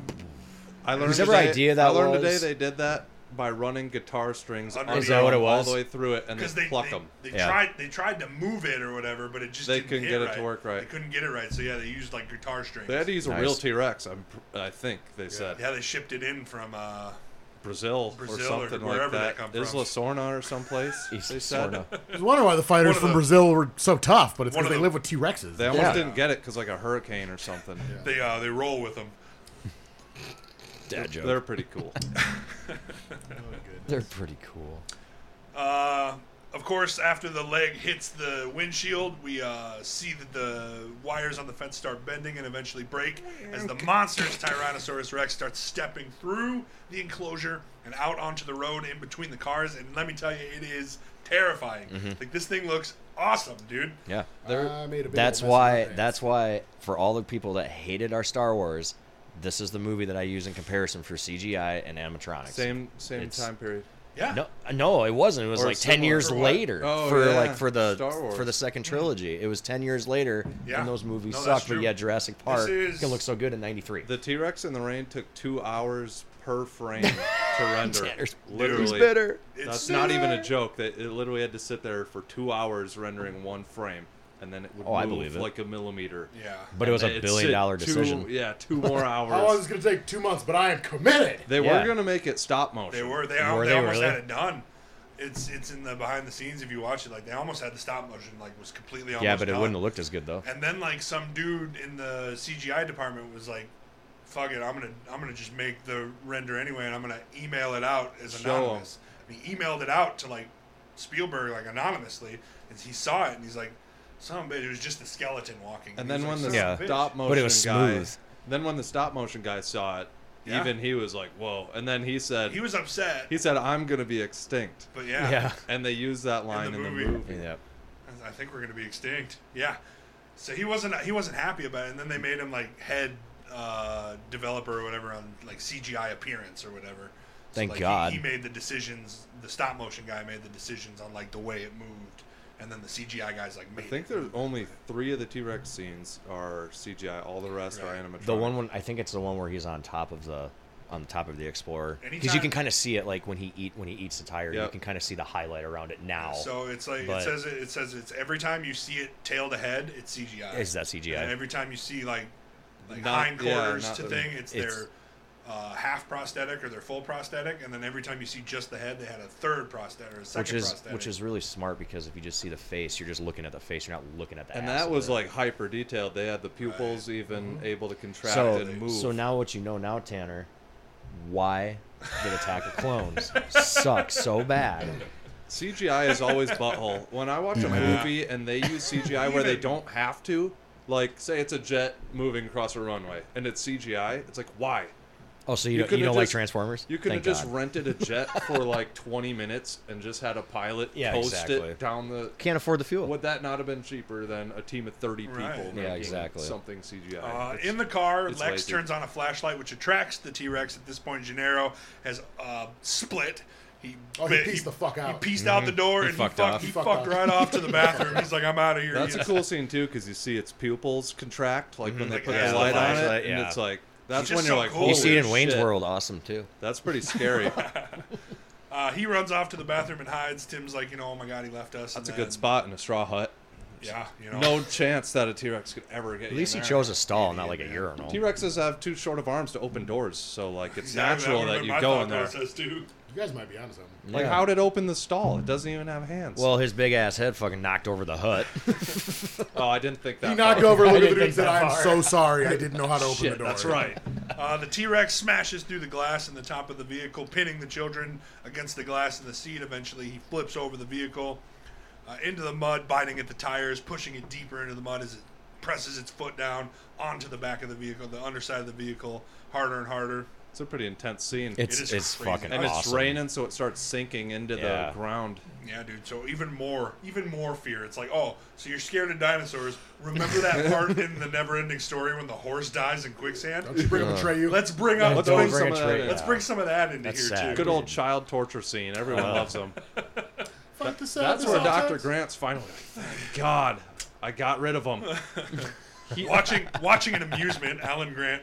S2: I learned
S1: Whose ever
S2: today,
S1: idea that
S2: I learned
S1: was?
S2: today they did that by running guitar strings
S3: Is
S2: under
S3: that what
S2: them
S1: it was?
S2: all the way through it and
S3: because
S2: they,
S3: they
S2: pluck
S3: they,
S2: them.
S3: they
S1: Yeah.
S3: tried they tried to move it or whatever, but it just
S2: They
S3: didn't
S2: couldn't
S3: hit
S2: get it
S3: right.
S2: to work right.
S3: They couldn't get it right, so yeah, they used like guitar strings.
S2: They had to use a real
S1: Nice.
S2: T Rex. I'm pr- I think they said
S3: yeah, they shipped it in from uh,
S2: Brazil, or
S3: Brazil or
S2: something like
S3: wherever
S2: that.
S3: that come from.
S2: Isla Sorna or someplace. they said
S4: I was wondering why the fighters
S3: One of
S4: from
S3: the-
S4: Brazil were so tough, but it's
S3: one of
S4: because they
S3: the-
S4: live with T Rexes.
S2: they almost
S1: Yeah.
S2: didn't get it because like a hurricane or something.
S3: they uh, they roll with them.
S1: Dad joke.
S2: They're
S1: They're,
S2: pretty cool.
S1: pretty cool.
S3: Uh, of course, after the leg hits the windshield, we uh, see that the wires on the fence start bending and eventually break as the monstrous Tyrannosaurus Rex starts stepping through the enclosure and out onto the road in between the cars. And let me tell you, it is terrifying.
S2: Mm-hmm.
S3: Like this thing looks awesome, dude.
S1: Yeah.
S4: I made a big
S1: That's
S4: old mess of my
S1: why.
S4: pants.
S1: That's why. For all the people that hated our Star Wars, this is the movie that I use in comparison for CGI and animatronics.
S2: Same same
S1: It's-
S2: time period.
S3: Yeah.
S1: No, no, it wasn't. It was
S2: Or
S1: like ten
S2: similar
S1: years
S3: for what?
S1: later
S2: Oh,
S1: for
S2: yeah.
S1: like for the
S2: Star Wars.
S1: for the second trilogy. It was ten years later,
S3: Yeah.
S1: and those movies
S3: No, that's
S1: sucked. But
S3: true.
S1: yeah, Jurassic Park
S3: is-
S1: can look so good in '93.
S2: The T Rex in the Rain took two hours per frame to render.
S1: Tanner's-
S2: literally,
S3: It's-
S2: that's not even a joke. That it literally had to sit there for two hours rendering one frame, and then it would
S1: Oh,
S2: move
S1: I believe it.
S2: like a millimeter.
S3: Yeah.
S1: But it was a
S2: It'd
S1: billion
S2: sit
S1: dollar
S2: two-
S1: decision.
S2: Yeah, two more
S4: How long is
S2: hours.
S4: this going to take? Two months, but I am committed.
S2: They
S1: Yeah.
S2: were gonna make it stop motion.
S3: They were. They,
S1: Were
S3: al they,
S1: they
S3: almost
S1: really?
S3: had it done. It's it's in the behind the scenes if you watch it. Like they almost had the stop motion. Like was completely. Almost
S1: yeah, but it
S3: done.
S1: wouldn't have looked as good though.
S3: And then like some dude in the CGI department was like, "Fuck it, I'm gonna I'm gonna just make the render anyway, and I'm gonna email it out as
S2: Show 'em.
S3: anonymous." And he emailed it out to like Spielberg like anonymously, and he saw it and he's like, "Some bitch, it was just the skeleton walking."
S2: And
S3: He
S2: then
S3: was
S2: when
S3: like,
S2: the
S1: Yeah.
S3: "Son of a
S2: stop
S3: bitch."
S2: motion
S1: But it was
S2: guy,
S1: smooth.
S2: then when the stop motion guy saw it,
S3: Yeah.
S2: even he was like, "Whoa!" And then he said,
S3: he was upset.
S2: "He said I'm gonna be extinct."
S3: but yeah,
S1: Yeah.
S2: And they used that line in the,
S3: movie.
S2: movie.
S1: Yeah.
S3: I think we're gonna be extinct. Yeah. So he wasn't he wasn't happy about it, and then they made him like head uh, developer or whatever on like CGI appearance or whatever. So,
S1: Thank
S3: like, he-
S1: God.
S3: He, made the decisions. The stop motion guy made the decisions on like the way it moved, and then the CGI guys like made.
S2: I think
S3: it
S2: there's
S3: move.
S2: only three of the T Rex scenes are CGI. All the rest
S3: Right.
S2: are animatronic.
S1: The one when I think it's the one where he's on top of the on top of the explorer because you
S3: Anytime-
S1: can kind of see it like when he eat when he eats the tire, you
S2: Yep.
S1: can kind of see the highlight around it now.
S3: So it's like it
S1: But-
S3: says it, it says it's every time you see it tail to head, it's
S2: uh,
S3: CGI.
S1: Is that CGI?
S3: And every time you see like like
S2: Not-
S3: hindquarters
S2: yeah, not
S3: to
S2: the-
S3: thing, it's,
S1: it's-
S3: their uh, half prosthetic or their full prosthetic, and then every time you see just the head, they had a third prosthetic or a second
S1: which is
S3: prosthetic.
S1: which is really smart because if you just see the face, you're just looking at the face. You're not looking at the.
S2: and
S1: ass
S2: that
S1: of
S2: was
S1: it.
S2: like hyper detailed. They had the pupils even
S3: Mm-hmm.
S2: able to contract
S1: so.
S2: and move.
S1: So now what you know now, Tanner, why did Attack of Clones suck so bad?
S2: CGI is always butthole. When I watch a movie and they use CGI where they don't have to, like say it's a jet moving across a runway and it's CGI, it's like why?
S1: Oh, so you,
S2: You
S1: don't, you
S2: could've
S1: don't like
S2: just-
S1: Transformers?
S2: You could have
S1: Thank
S2: just
S1: God.
S2: rented a jet for like 20 minutes and just had a pilot
S1: Yeah,
S2: post
S1: exactly.
S2: it down the.
S1: can't afford the fuel.
S2: Would that not have been cheaper than a team of 30 people
S3: Right. Yeah,
S2: making
S1: exactly.
S2: something CGI?
S3: Uh,
S2: It's-
S3: in the car,
S2: it's
S3: Lex
S2: lazy.
S3: turns on a flashlight, which attracts the T Rex. At this point, Gennaro has uh, split. He,
S4: Oh, he
S3: bit-
S4: pieced the fuck out.
S3: He pieced out
S2: Mm-hmm.
S3: the door and
S1: fucked
S3: he fucked,
S1: off.
S3: He
S4: He fucked
S3: fucked
S4: off.
S3: right off to the bathroom. He's like, I'm out of here.
S2: That's
S3: He
S2: a cool scene too because you see its pupils contract, like when they
S3: Like,
S2: put
S3: yeah,
S2: the
S3: the
S2: light on it,
S1: Mm-hmm. flashlight,
S2: and
S1: yeah.
S2: it's like that's
S3: just
S2: when you're
S3: so
S2: like,
S3: cool.
S2: Holy
S1: you see it in Wayne's
S2: shit,
S1: World, awesome too.
S2: That's pretty scary.
S3: Uh, he runs off to the bathroom and hides. Tim's like, you know, oh my god, he left us.
S2: That's a
S3: and
S2: good
S3: then-
S2: spot in a straw hut.
S3: Yeah, you know.
S2: No chance that a T Rex could ever get.
S1: At least he chose a stall, not like a urinal.
S2: T Rexes have too short of arms to open doors, so like it's
S3: Exactly,
S2: natural
S3: would've
S2: that
S3: been
S2: you
S3: my
S2: go
S3: thought
S2: in there.
S3: process, too.
S4: You guys might be onto something.
S2: Like
S1: Yeah.
S2: how'd it open the stall? It doesn't even have hands.
S1: Well, his big ass head fucking knocked over the hut.
S2: oh, I didn't think that.
S4: He knocked
S2: far.
S4: over, looked at the
S7: didn't
S4: dude,
S7: think
S4: and said,
S7: that
S4: "I'm
S7: far."
S4: so sorry. I didn't know how to open the
S2: Shit,
S4: door."
S2: that's right.
S3: Uh, the T Rex smashes through the glass in the top of the vehicle, pinning the children against the glass in the seat. Eventually, he flips over the vehicle uh, into the mud, biting at the tires, pushing it deeper into the mud as it presses its foot down onto the back of the vehicle, the underside of the vehicle, harder and harder.
S2: It's a pretty intense scene.
S1: It's
S3: It is
S1: it's,
S3: crazy.
S1: fucking
S2: and
S1: awesome.
S2: it's raining, so it starts sinking into
S1: Yeah.
S2: the ground.
S3: Yeah, dude. So even more, even more fear. It's like, oh, so you're scared of dinosaurs. Remember that part in the never-ending story when the horse dies in quicksand?
S4: Don't you bring up Atreyu?
S3: Let's bring up
S2: Let's
S3: those.
S2: bring
S1: Don't bring
S2: some
S1: a
S2: of that
S1: tray
S2: in.
S3: Let's
S1: out.
S3: bring some of that into
S1: That's
S3: here
S1: sad.
S3: too.
S2: Good old child torture scene. Everyone
S1: Uh.
S2: loves them.
S4: Fuck the
S2: That's
S4: sadness
S2: where
S4: sometimes.
S2: Dr. Grant's finally like, thank God, I got rid of him.
S3: watching watching an amusement, Alan Grant.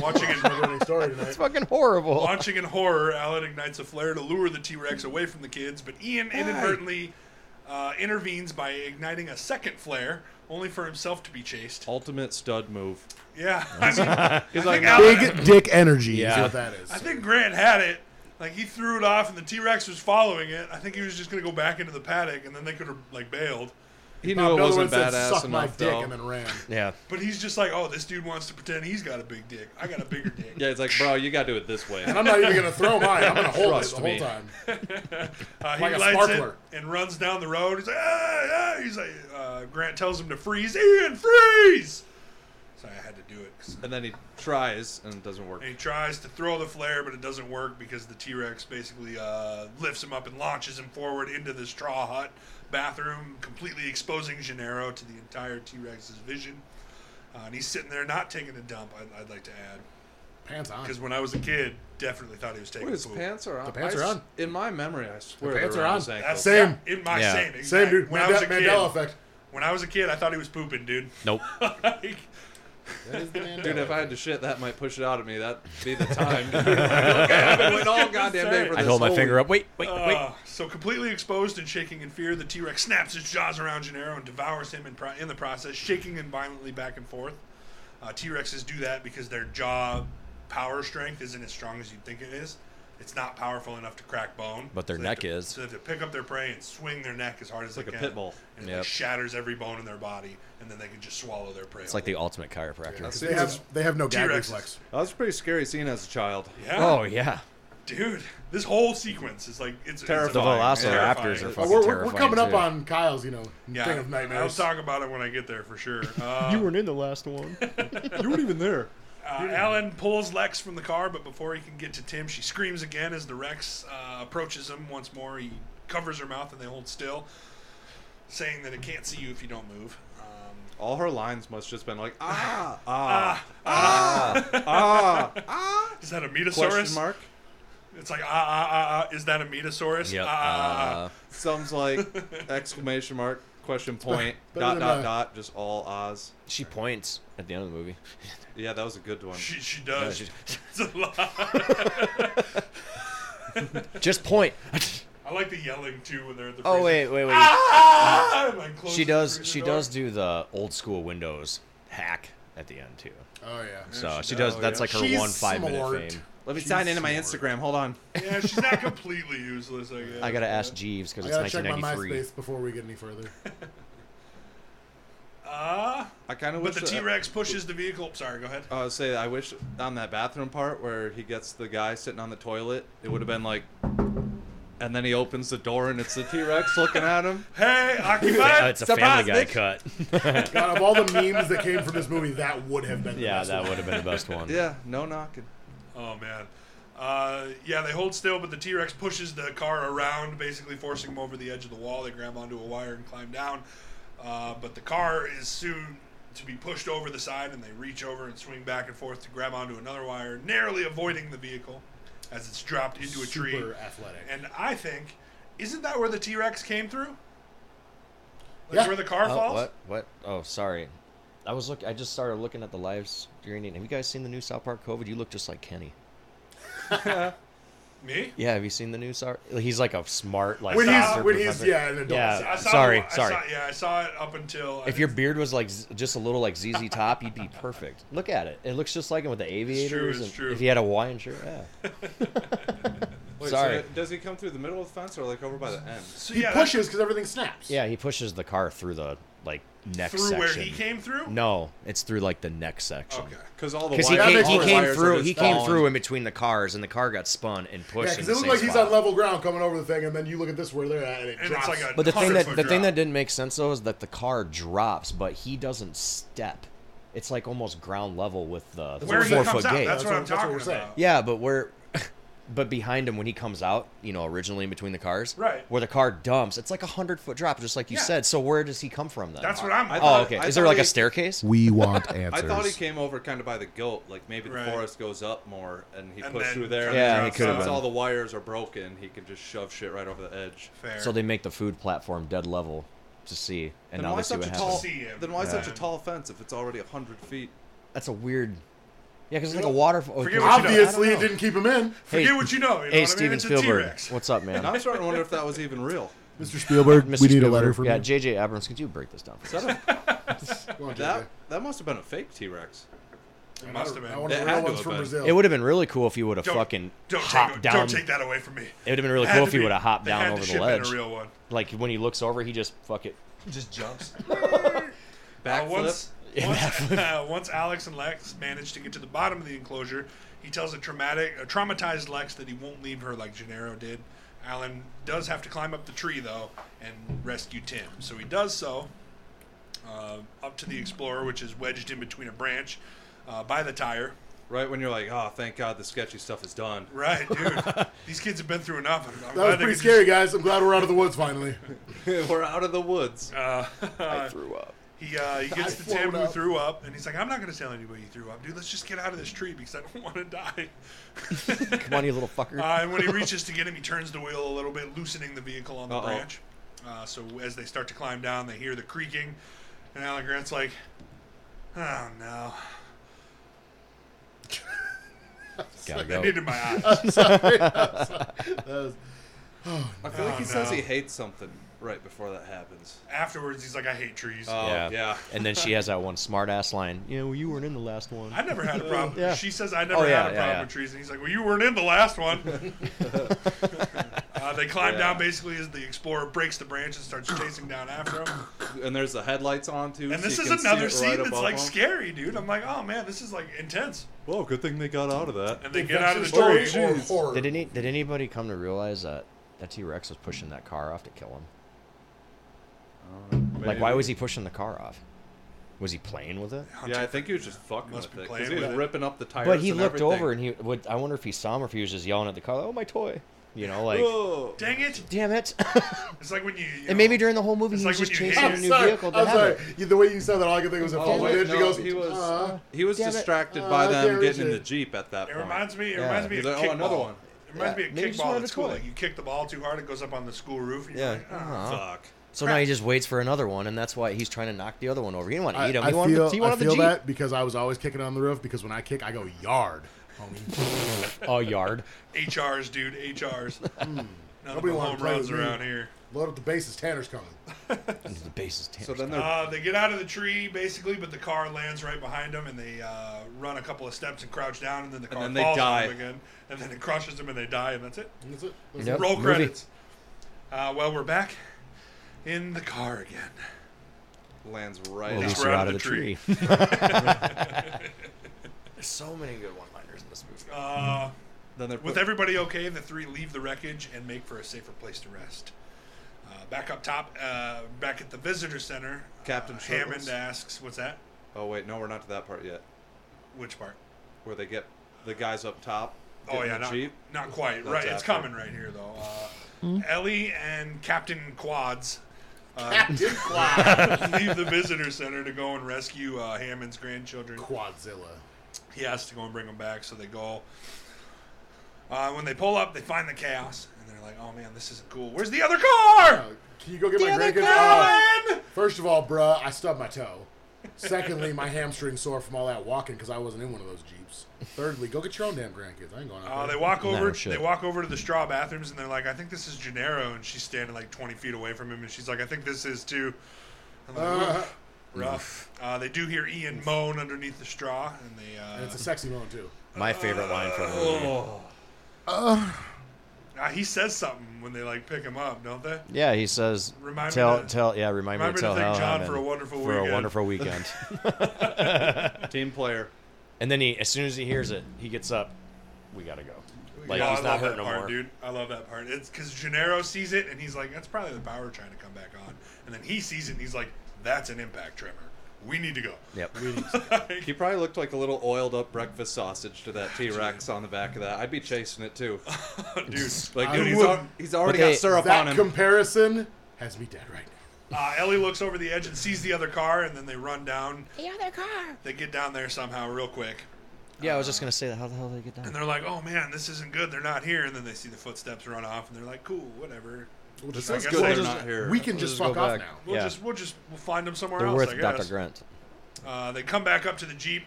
S3: Watching in,
S4: Running story tonight.
S1: fucking horrible.
S3: watching in horror, Alan ignites a flare to lure the T Rex away from the kids, but Ian inadvertently uh, intervenes by igniting a second flare, only for himself to be chased.
S2: Ultimate stud move.
S3: Yeah, I mean,
S2: He's like,
S3: Alan-
S4: Big dick energy is
S1: Yeah.
S4: what that is.
S3: I think Grant had it. Like he threw it off, and the T Rex was following it. I think he was just gonna go back into the paddock, and then they could have like bailed.
S2: he knew
S4: Bob
S2: it
S4: Dylan
S2: wasn't
S4: said,
S2: badass
S4: "Suck my
S2: enough,
S4: dick,"
S2: though.
S4: and then ran.
S1: Yeah.
S3: But he's just like, oh, this dude wants to pretend he's got a big dick. I got a bigger dick.
S2: Yeah, he's like, bro, you gotta do it this way.
S4: And I'm not even gonna throw mine. I'm gonna hold
S2: Trust
S4: it the
S2: me.
S4: whole time.
S3: Uh, he
S4: Like a
S3: lights
S4: sparkler.
S3: it and runs down the road. He's like, ah, ah. he's like, uh, Grant tells him to freeze. Ian, freeze! So I had to do it. 'cause-
S2: And then he tries, and it doesn't work.
S3: And he tries to throw the flare, but it doesn't work because the T Rex basically uh, lifts him up and launches him forward into the straw hut bathroom, completely exposing Gennaro to the entire T Rex's vision. Uh, and he's sitting there not taking a dump, I'd, I'd like to add.
S4: Pants on.
S3: Because when I was a kid, definitely thought he was taking
S2: Wait, his
S3: poop.
S2: pants are on.
S4: The pants
S2: I
S4: are
S2: s-
S4: on.
S2: In my memory, I swear
S4: pants
S2: they were
S4: are
S2: on
S4: on.
S2: his ankles.
S3: That's
S4: Same.
S3: in my
S1: Yeah.
S3: same. Exact.
S4: Same dude.
S3: When
S4: Manda-
S3: I was a kid,
S4: Mandela effect.
S3: when I was a kid, I thought he was pooping, dude.
S1: Nope.
S3: like,
S4: That is the Mandela
S2: Dude, if I had
S4: effect.
S2: to shit, that might push it out of me. That'd be the time. dude. I've been waiting all goddamn day for
S1: I
S2: this.
S1: hold my
S2: Holy-
S1: finger up. Wait, wait, wait.
S3: uh, so completely exposed and shaking in fear, the T-Rex snaps its jaws around Gennaro and devours him in, pro- in the process, shaking him violently back and forth. Uh, T-Rexes do that because their jaw power strength isn't as strong as you'd think it is. It's not powerful enough to crack bone.
S1: But their
S3: they have
S1: neck
S3: to-
S1: is.
S3: So they have to pick up their prey and swing their neck as hard as
S2: like
S3: they
S2: a
S3: can.
S2: pit bull.
S3: And it
S1: Yep.
S3: like, shatters every bone in their body, and then they can just swallow their prey.
S1: It's like the ultimate chiropractor.
S2: That's-
S4: They have, they have no gag
S3: T-Rexes.
S4: reflex.
S2: That was a pretty scary scene as a child.
S3: yeah.
S1: Oh yeah.
S3: Dude, this whole sequence is like it's
S1: The
S2: Terrifying.
S1: Velociraptors
S3: It's terrifying.
S1: are
S4: Uh,
S1: fucking
S4: we're, we're, we're
S1: terrifying
S4: coming up
S1: too.
S4: on Kyle's, you know, thing of
S3: I'll
S4: nightmares.
S3: talk about it when I get there for sure. Uh,
S6: weren't in the last one.
S2: You weren't even there.
S3: uh, Alan pulls Lex from the car, but before he can get to Tim, she screams again as the Rex uh, approaches him once more. He covers her mouth and they hold still, saying that it can't see you if you don't move. Um,
S2: All her lines must just been like ah ah
S3: ah,
S2: ah
S3: is that a
S2: question
S3: Metasaurus?
S2: mark.
S3: It's like ah ah ah ah. Is that a Metasaurus?
S1: Yep.
S3: Ah, ah, ah, ah.
S1: Uh,
S2: Some's like exclamation mark question point
S4: better
S2: dot
S4: than
S2: dot
S4: that.
S2: dot just all ahs.
S1: she points at the end of the movie.
S2: Yeah, that was a good one.
S3: She she does.
S1: she-
S3: It's a lot.
S1: Just point.
S3: I like the yelling too when they're at the.
S1: Oh
S3: freezer.
S1: wait, wait, wait.
S3: Ah! And I close
S1: She
S3: the
S1: does.
S3: freezer
S1: She
S3: door.
S1: does do the old school Windows hack at the end too.
S4: Oh, yeah.
S1: So she does. That's like her
S4: She's
S1: one five
S4: smart.
S1: minute fame.
S2: Let me
S4: She's
S2: sign into my
S4: smart.
S2: Instagram. Hold on.
S3: Yeah, she's not completely useless, I guess.
S1: I gotta ask Jeeves because
S4: I
S1: it's
S4: gotta check my
S1: 1993.
S4: MySpace before we get any further.
S3: Ah,
S2: I kind of
S3: but
S2: wish
S3: the
S2: that-
S1: uh,
S3: T Rex pushes the vehicle. Sorry, go ahead.
S1: Oh.
S2: I would say I wish on that bathroom part where he gets the guy sitting on the toilet, it would have been like, and then he opens the door and it's the T Rex looking at him.
S3: Hey,
S1: Oh,
S3: occupied.
S1: it's a
S2: Surprise,
S1: Family Guy
S2: Nick.
S1: cut.
S4: God, of all the memes that came from this movie, that would have been the
S1: yeah,
S4: best
S1: that
S4: one.
S1: would have been the best one.
S2: Yeah, no knocking.
S3: oh man. Uh, yeah, they hold still, but the T Rex pushes the car around, basically forcing them over the edge of the wall. They grab onto a wire and climb down. Uh, but the car is soon to be pushed over the side, and they reach over and swing back and forth to grab onto another wire, narrowly avoiding the vehicle as it's dropped into a tree.
S4: Super athletic.
S3: And I think, isn't that where the T Rex came through? Like
S4: Yeah.
S3: where the car
S1: Oh,
S3: falls?
S1: what? What? Oh, sorry. I was look. I just started looking at the live streaming. Have you guys seen the new South Park COVID? You look just like Kenny.
S3: Me?
S1: Yeah, have you seen the new South? He's like a smart like.
S4: when he's,
S1: super
S4: when he's,
S1: professor.
S4: yeah, an adult.
S1: Yeah.
S3: I saw
S1: Sorry,
S3: the- I
S1: sorry.
S3: Saw, yeah, I saw it up until. I
S1: If
S3: think
S1: your beard was like z- just a little like ZZ Top, you'd be perfect. Look at it; it looks just like him with the aviators.
S3: it's
S1: and
S3: true.
S1: If he had a Hawaiian shirt, yeah.
S2: Wait,
S1: Sorry.
S2: So does he come through the middle of the fence or like over by the end?
S3: So,
S4: He
S3: yeah, that's
S4: pushes because everything snaps.
S1: yeah, he pushes the car through the like neck
S3: through
S1: section.
S3: where he came through.
S1: No, it's through like the neck
S2: Oh,
S1: section.
S3: Okay.
S2: Because all the
S1: Because he
S2: wires,
S4: That
S1: came,
S4: makes
S1: he
S4: more
S1: came
S2: wires are
S1: through,
S2: just
S1: he came
S2: falling.
S1: through in between the cars, and the car got spun and pushed. in
S4: Yeah, because
S1: the
S4: it looks
S1: same
S4: like he's
S1: spot.
S4: on level ground coming over the thing, and then you look at this where they're at, and it
S3: And it's
S4: drops.
S3: like a.
S1: But the thing
S3: 100
S1: that
S3: foot
S1: the thing
S3: drop.
S1: that didn't make sense though is that the car drops, but he doesn't step. It's like almost ground level with the
S3: Where he
S1: four foot
S3: comes out,
S1: gate.
S3: that's what I'm
S4: That's what
S3: talking
S4: we're saying.
S3: about.
S1: Yeah, but where, but behind him when he comes out, you know, originally in between the cars,
S3: Right.
S1: Where the car dumps, it's like a hundred foot drop, just like you
S3: Yeah.
S1: said. So where does he come from then?
S3: That's what I'm.
S2: I
S1: oh,
S2: thought-
S1: okay.
S2: I
S1: Is there
S2: thought
S1: like a
S2: he-
S1: staircase?
S7: We want answers.
S2: I thought he came over kind of by the goat, like maybe the
S3: Right.
S2: forest goes up more, and he
S3: And
S2: pushed
S3: then
S2: through there.
S3: kinda
S1: Yeah,
S2: and
S1: he
S2: drops
S1: could've
S2: out.
S1: been.
S2: Since all the wires are broken, he could just shove shit right over the edge.
S3: Fair.
S1: So they make the food platform dead level to see, and
S2: Then
S1: now
S2: why
S1: they see
S2: such
S1: what
S2: a
S1: happens.
S2: tall?
S3: See him.
S2: Then why
S3: Yeah.
S2: such a tall fence if it's already hundred feet?
S1: That's a weird. Yeah, because it's like a waterfall.
S3: Forget
S1: oh, 'cause-
S3: what you know.
S4: Obviously,
S1: I
S4: it
S1: don't know.
S4: didn't keep him in.
S3: Forget
S1: Hey,
S3: what you know. You know
S1: Hey,
S3: what I mean?
S1: Steven
S3: It's a
S1: Spielberg,
S3: T-Rex.
S1: what's up,
S2: And
S1: man?
S2: I'm starting to wonder if that was even real.
S7: Mr. Spielberg,
S1: Mr.
S7: we need a
S1: Spielberg.
S7: letter from
S1: yeah,
S7: you.
S1: JJ Abrams, could you break this down? For us?
S2: Is that a,
S4: Come on,
S2: that
S4: JJ.
S2: that must have been a fake T Rex.
S3: Uh, It must have
S4: I want
S3: been.
S2: It
S4: the
S2: had
S4: real
S2: to
S4: ones
S2: have
S4: from
S2: been.
S4: Brazil.
S1: It would have been really cool if you would have
S3: Don't-
S1: fucking
S3: Don't
S1: hopped
S3: take,
S1: down.
S3: don't take that away from me.
S1: It would have been really
S3: It had
S1: cool
S3: to
S1: if he
S3: be-
S1: would have hopped
S3: they
S1: down
S3: had to
S1: over the
S3: ship in a
S1: ledge.
S3: real one.
S1: Like when he looks over, he just fuck it.
S3: Uh,
S2: Backflip.
S3: once, once, uh, once Alex and Lex manage to get to the bottom of the enclosure, he tells a traumatic, a traumatized Lex that he won't leave her like Gennaro did. Alan does have to climb up the tree though and rescue Tim, so he does so. Uh, up to the explorer, which is wedged in between a branch uh, by the tire.
S2: right when you're like, oh, thank God the sketchy stuff is done.
S3: Right, dude. These kids have been through enough. I'm glad
S4: That was
S3: they
S4: pretty
S3: could
S4: scary, guys. I'm glad we're out of the woods finally.
S2: We're out of the woods.
S3: just, uh,
S1: Threw up.
S3: He, uh, he gets
S4: I
S3: the tab
S4: float
S3: who
S4: up.
S3: threw up, and he's like, I'm not going to tell anybody you threw up, dude. Let's just get out of this tree because I don't want to die.
S1: Come on, you little fucker.
S3: Uh, and when he reaches to get him, he turns the wheel a little bit, loosening the vehicle on the
S2: Uh-oh.
S3: branch. Uh, so as they start to climb down, they hear the creaking, and Alan Grant's like, "Oh no,
S1: Gotta
S3: I
S1: go.
S3: needed my eyes."
S4: That was-
S2: I feel like
S3: Oh,
S2: he says
S3: no.
S2: he hates something right before that happens.
S3: Afterwards, he's like, "I hate trees."
S2: Oh,
S1: Yeah.
S2: yeah.
S1: And then she has that one smart ass line. You know, you weren't in the last one.
S3: I never had a problem.
S1: Yeah.
S3: She says, "I never
S1: Oh, yeah,
S3: had a problem
S1: yeah, yeah.
S3: with trees," and he's like, "Well, you weren't in the last one." uh, they climb
S2: Yeah.
S3: down basically as the explorer breaks the branch and starts chasing down after him.
S2: And there's the headlights on, too.
S3: And
S2: so
S3: this
S2: you
S3: is
S2: can see
S3: another
S2: it
S3: scene
S2: right
S3: that's
S2: above
S3: like
S2: them.
S3: scary, dude. I'm like, "Oh man, this is like intense."
S2: Well, good thing they got out of that.
S3: And they get out of the
S4: Adventure
S3: tree.
S4: story or
S2: jeez.
S4: horror.
S1: Did any did anybody come to realize that that T Rex was pushing that car off to kill him? Like, why
S2: Maybe.
S1: was he pushing the car off? Was he playing with it?
S2: Yeah, I think he was just fucking
S3: Must
S2: with
S3: be
S2: it
S3: playing
S2: because he was
S3: with it.
S2: ripping up the tires.
S1: But he
S2: and
S1: looked
S2: everything.
S1: over and he would. I wonder if he saw him or if he was just yelling at the car, like, "Oh my toy!" You know, like,
S2: Whoa.
S3: Dang it!
S1: damn it!
S3: It's like when you. you
S1: and maybe
S3: know-
S1: during the whole movie
S3: It's
S1: he was
S3: like
S1: just
S3: when you
S1: chasing
S3: hate-
S1: a
S4: I'm
S1: new
S4: sorry.
S1: vehicle to
S4: I'm
S1: have
S4: sorry.
S1: it.
S4: You- The way you said that, all I could think was a
S2: Oh,
S4: phone.
S2: wait,
S4: did. She
S2: no,
S4: goes,
S2: he was
S4: uh,
S2: he was
S1: Damn it. Ah,
S2: distracted
S4: Uh,
S2: by
S4: I
S2: them
S4: can't
S2: getting in
S4: reach
S2: the
S4: it.
S2: jeep at that
S3: It
S2: point.
S3: reminds me. It
S1: Yeah.
S3: reminds me
S2: He's
S3: of
S2: like,
S3: kickball.
S2: oh, another one.
S3: It reminds
S1: Yeah,
S3: me
S1: maybe
S3: of
S1: just wanted
S3: kickball
S1: a
S3: at school.
S1: toy.
S3: Like you kick the ball too hard, it goes up on the school roof. And you're
S1: Yeah.
S3: Like, oh.
S2: Fuck.
S1: So now he's just waits for another one, and that's why he's trying to knock the other one over. He didn't want to
S4: I,
S1: eat him.
S4: I
S1: He wanted,
S4: feel,
S1: the, he
S4: I
S1: wanted the
S4: feel
S1: jeep.
S4: that because I was always kicking on the roof because when I kick, I go yard, homie.
S1: Oh, yard.
S3: HRs, dude. HRs. None of
S4: Nobody
S3: the
S4: wanna
S3: home
S4: play
S3: runs
S4: with me.
S3: around here.
S4: Load up the bases. Tanner's coming.
S1: the base is terrible.
S2: So then they're
S3: Uh, they get out of the tree basically, but the car lands right behind them, and they uh, run a couple of steps and crouch down, and then the car
S2: then they
S3: falls
S2: die.
S3: on them again, and then it crushes them, and they die, and that's it.
S4: That's it. That's
S1: Yep.
S4: it.
S3: Roll
S1: Movie.
S3: credits. Uh, well, we're back in the car again.
S2: lands right
S1: At least
S2: out.
S1: we're
S3: we're
S1: out
S3: out
S1: of the
S3: of the
S1: tree. There's so many good one-liners in this movie.
S3: Uh,
S2: Then they're
S3: With
S2: put-
S3: everybody okay, the three leave the wreckage and make for a safer place to rest. Uh, back up top, uh, back at the visitor center,
S2: Captain
S3: uh, Hammond
S2: Shirtles.
S3: asks, "What's that?
S2: Oh wait, no, we're not to that part yet.
S3: Which part?
S2: Where they get the guys up top.
S3: Oh
S2: get in
S3: yeah,
S2: the
S3: not,
S2: jeep.
S3: not quite.
S2: That's
S3: right, it's
S2: after.
S3: coming right here though. Uh, Ellie and Captain Quads uh,
S4: Captain Quad.
S3: leave the visitor center to go and rescue uh, Hammond's grandchildren.
S4: Quadzilla.
S3: he has to go and bring them back. So they go. Uh, when they pull up, they find the chaos, and they're like, "Oh man, this isn't cool. Where's the other car?
S4: Uh, Can you go get my
S5: other
S4: grandkids?
S5: guy!
S4: Uh,
S3: Alan!"
S4: first of all, bruh, I stubbed my toe. Secondly, my hamstring's sore from all that walking because I wasn't in one of those jeeps. Thirdly, go get your own damn grandkids. I ain't going out
S3: Uh,
S4: there.
S3: they walk over.
S1: shit.
S3: they walk over to the straw bathrooms, and they're like, "I think this is Gennaro," and she's standing like 20 feet away from him, and she's like, "I think this is too." I'm like,
S4: Uh,
S3: "Oof, rough. Uh, they do hear Ian moan underneath the straw, and they.
S4: and
S3: Uh,
S4: it's a sexy moment too.
S1: My favorite line from the
S3: Oh.
S1: movie.
S3: uh, he says something when they like pick him up, don't they?
S1: Yeah, he says,
S3: Remind me
S1: tell,
S3: to-
S1: tell, yeah, remind,
S3: remind
S1: me
S3: me to
S1: to tell
S3: thank
S1: Helen
S3: John
S1: Hammond
S3: for a wonderful
S1: for a
S3: weekend.
S1: wonderful weekend.
S2: Team player.
S1: and then he, as soon as he hears it, he gets up. We gotta go. Like
S3: Yeah,
S1: he's
S3: I
S1: not
S3: love
S1: hurt
S3: that
S1: no
S3: part,
S1: more.
S3: dude. I love that part. It's because Gennaro sees it, and he's like, "That's probably the power trying to come back on," and then he sees it, and he's like, "That's an impact tremor. We need to go."
S1: Yep.
S2: He probably looked like a little oiled up breakfast sausage to that T Rex on the back of that. I'd be chasing it too.
S3: dude.
S2: Like,
S4: I
S2: dude, he's,
S4: would.
S2: al- he's already
S1: But they-
S2: got syrup on
S4: That
S2: him.
S4: comparison has me dead right now.
S3: Uh, Ellie looks over the edge and sees the other car, and then they run down.
S5: The other car.
S3: They get down there somehow, real quick,
S1: Yeah, I was just gonna say that. How the hell did they get
S3: and
S1: down?
S3: they're like, "Oh man, this isn't good. They're not here." And then they see the footsteps run off, and they're like, "Cool, whatever.
S4: Well,
S3: This
S4: just-
S3: is
S4: we'll
S3: good they're
S4: just-
S2: not here.
S4: We can
S1: We'll
S4: just
S1: just go
S4: fuck off
S1: back.
S4: now.
S3: We'll
S1: Yeah.
S3: just we'll just we'll find them somewhere
S1: They're
S3: else." I
S1: worth Dr.
S3: guess.
S1: Grunt.
S3: Uh, they come back up to the jeep,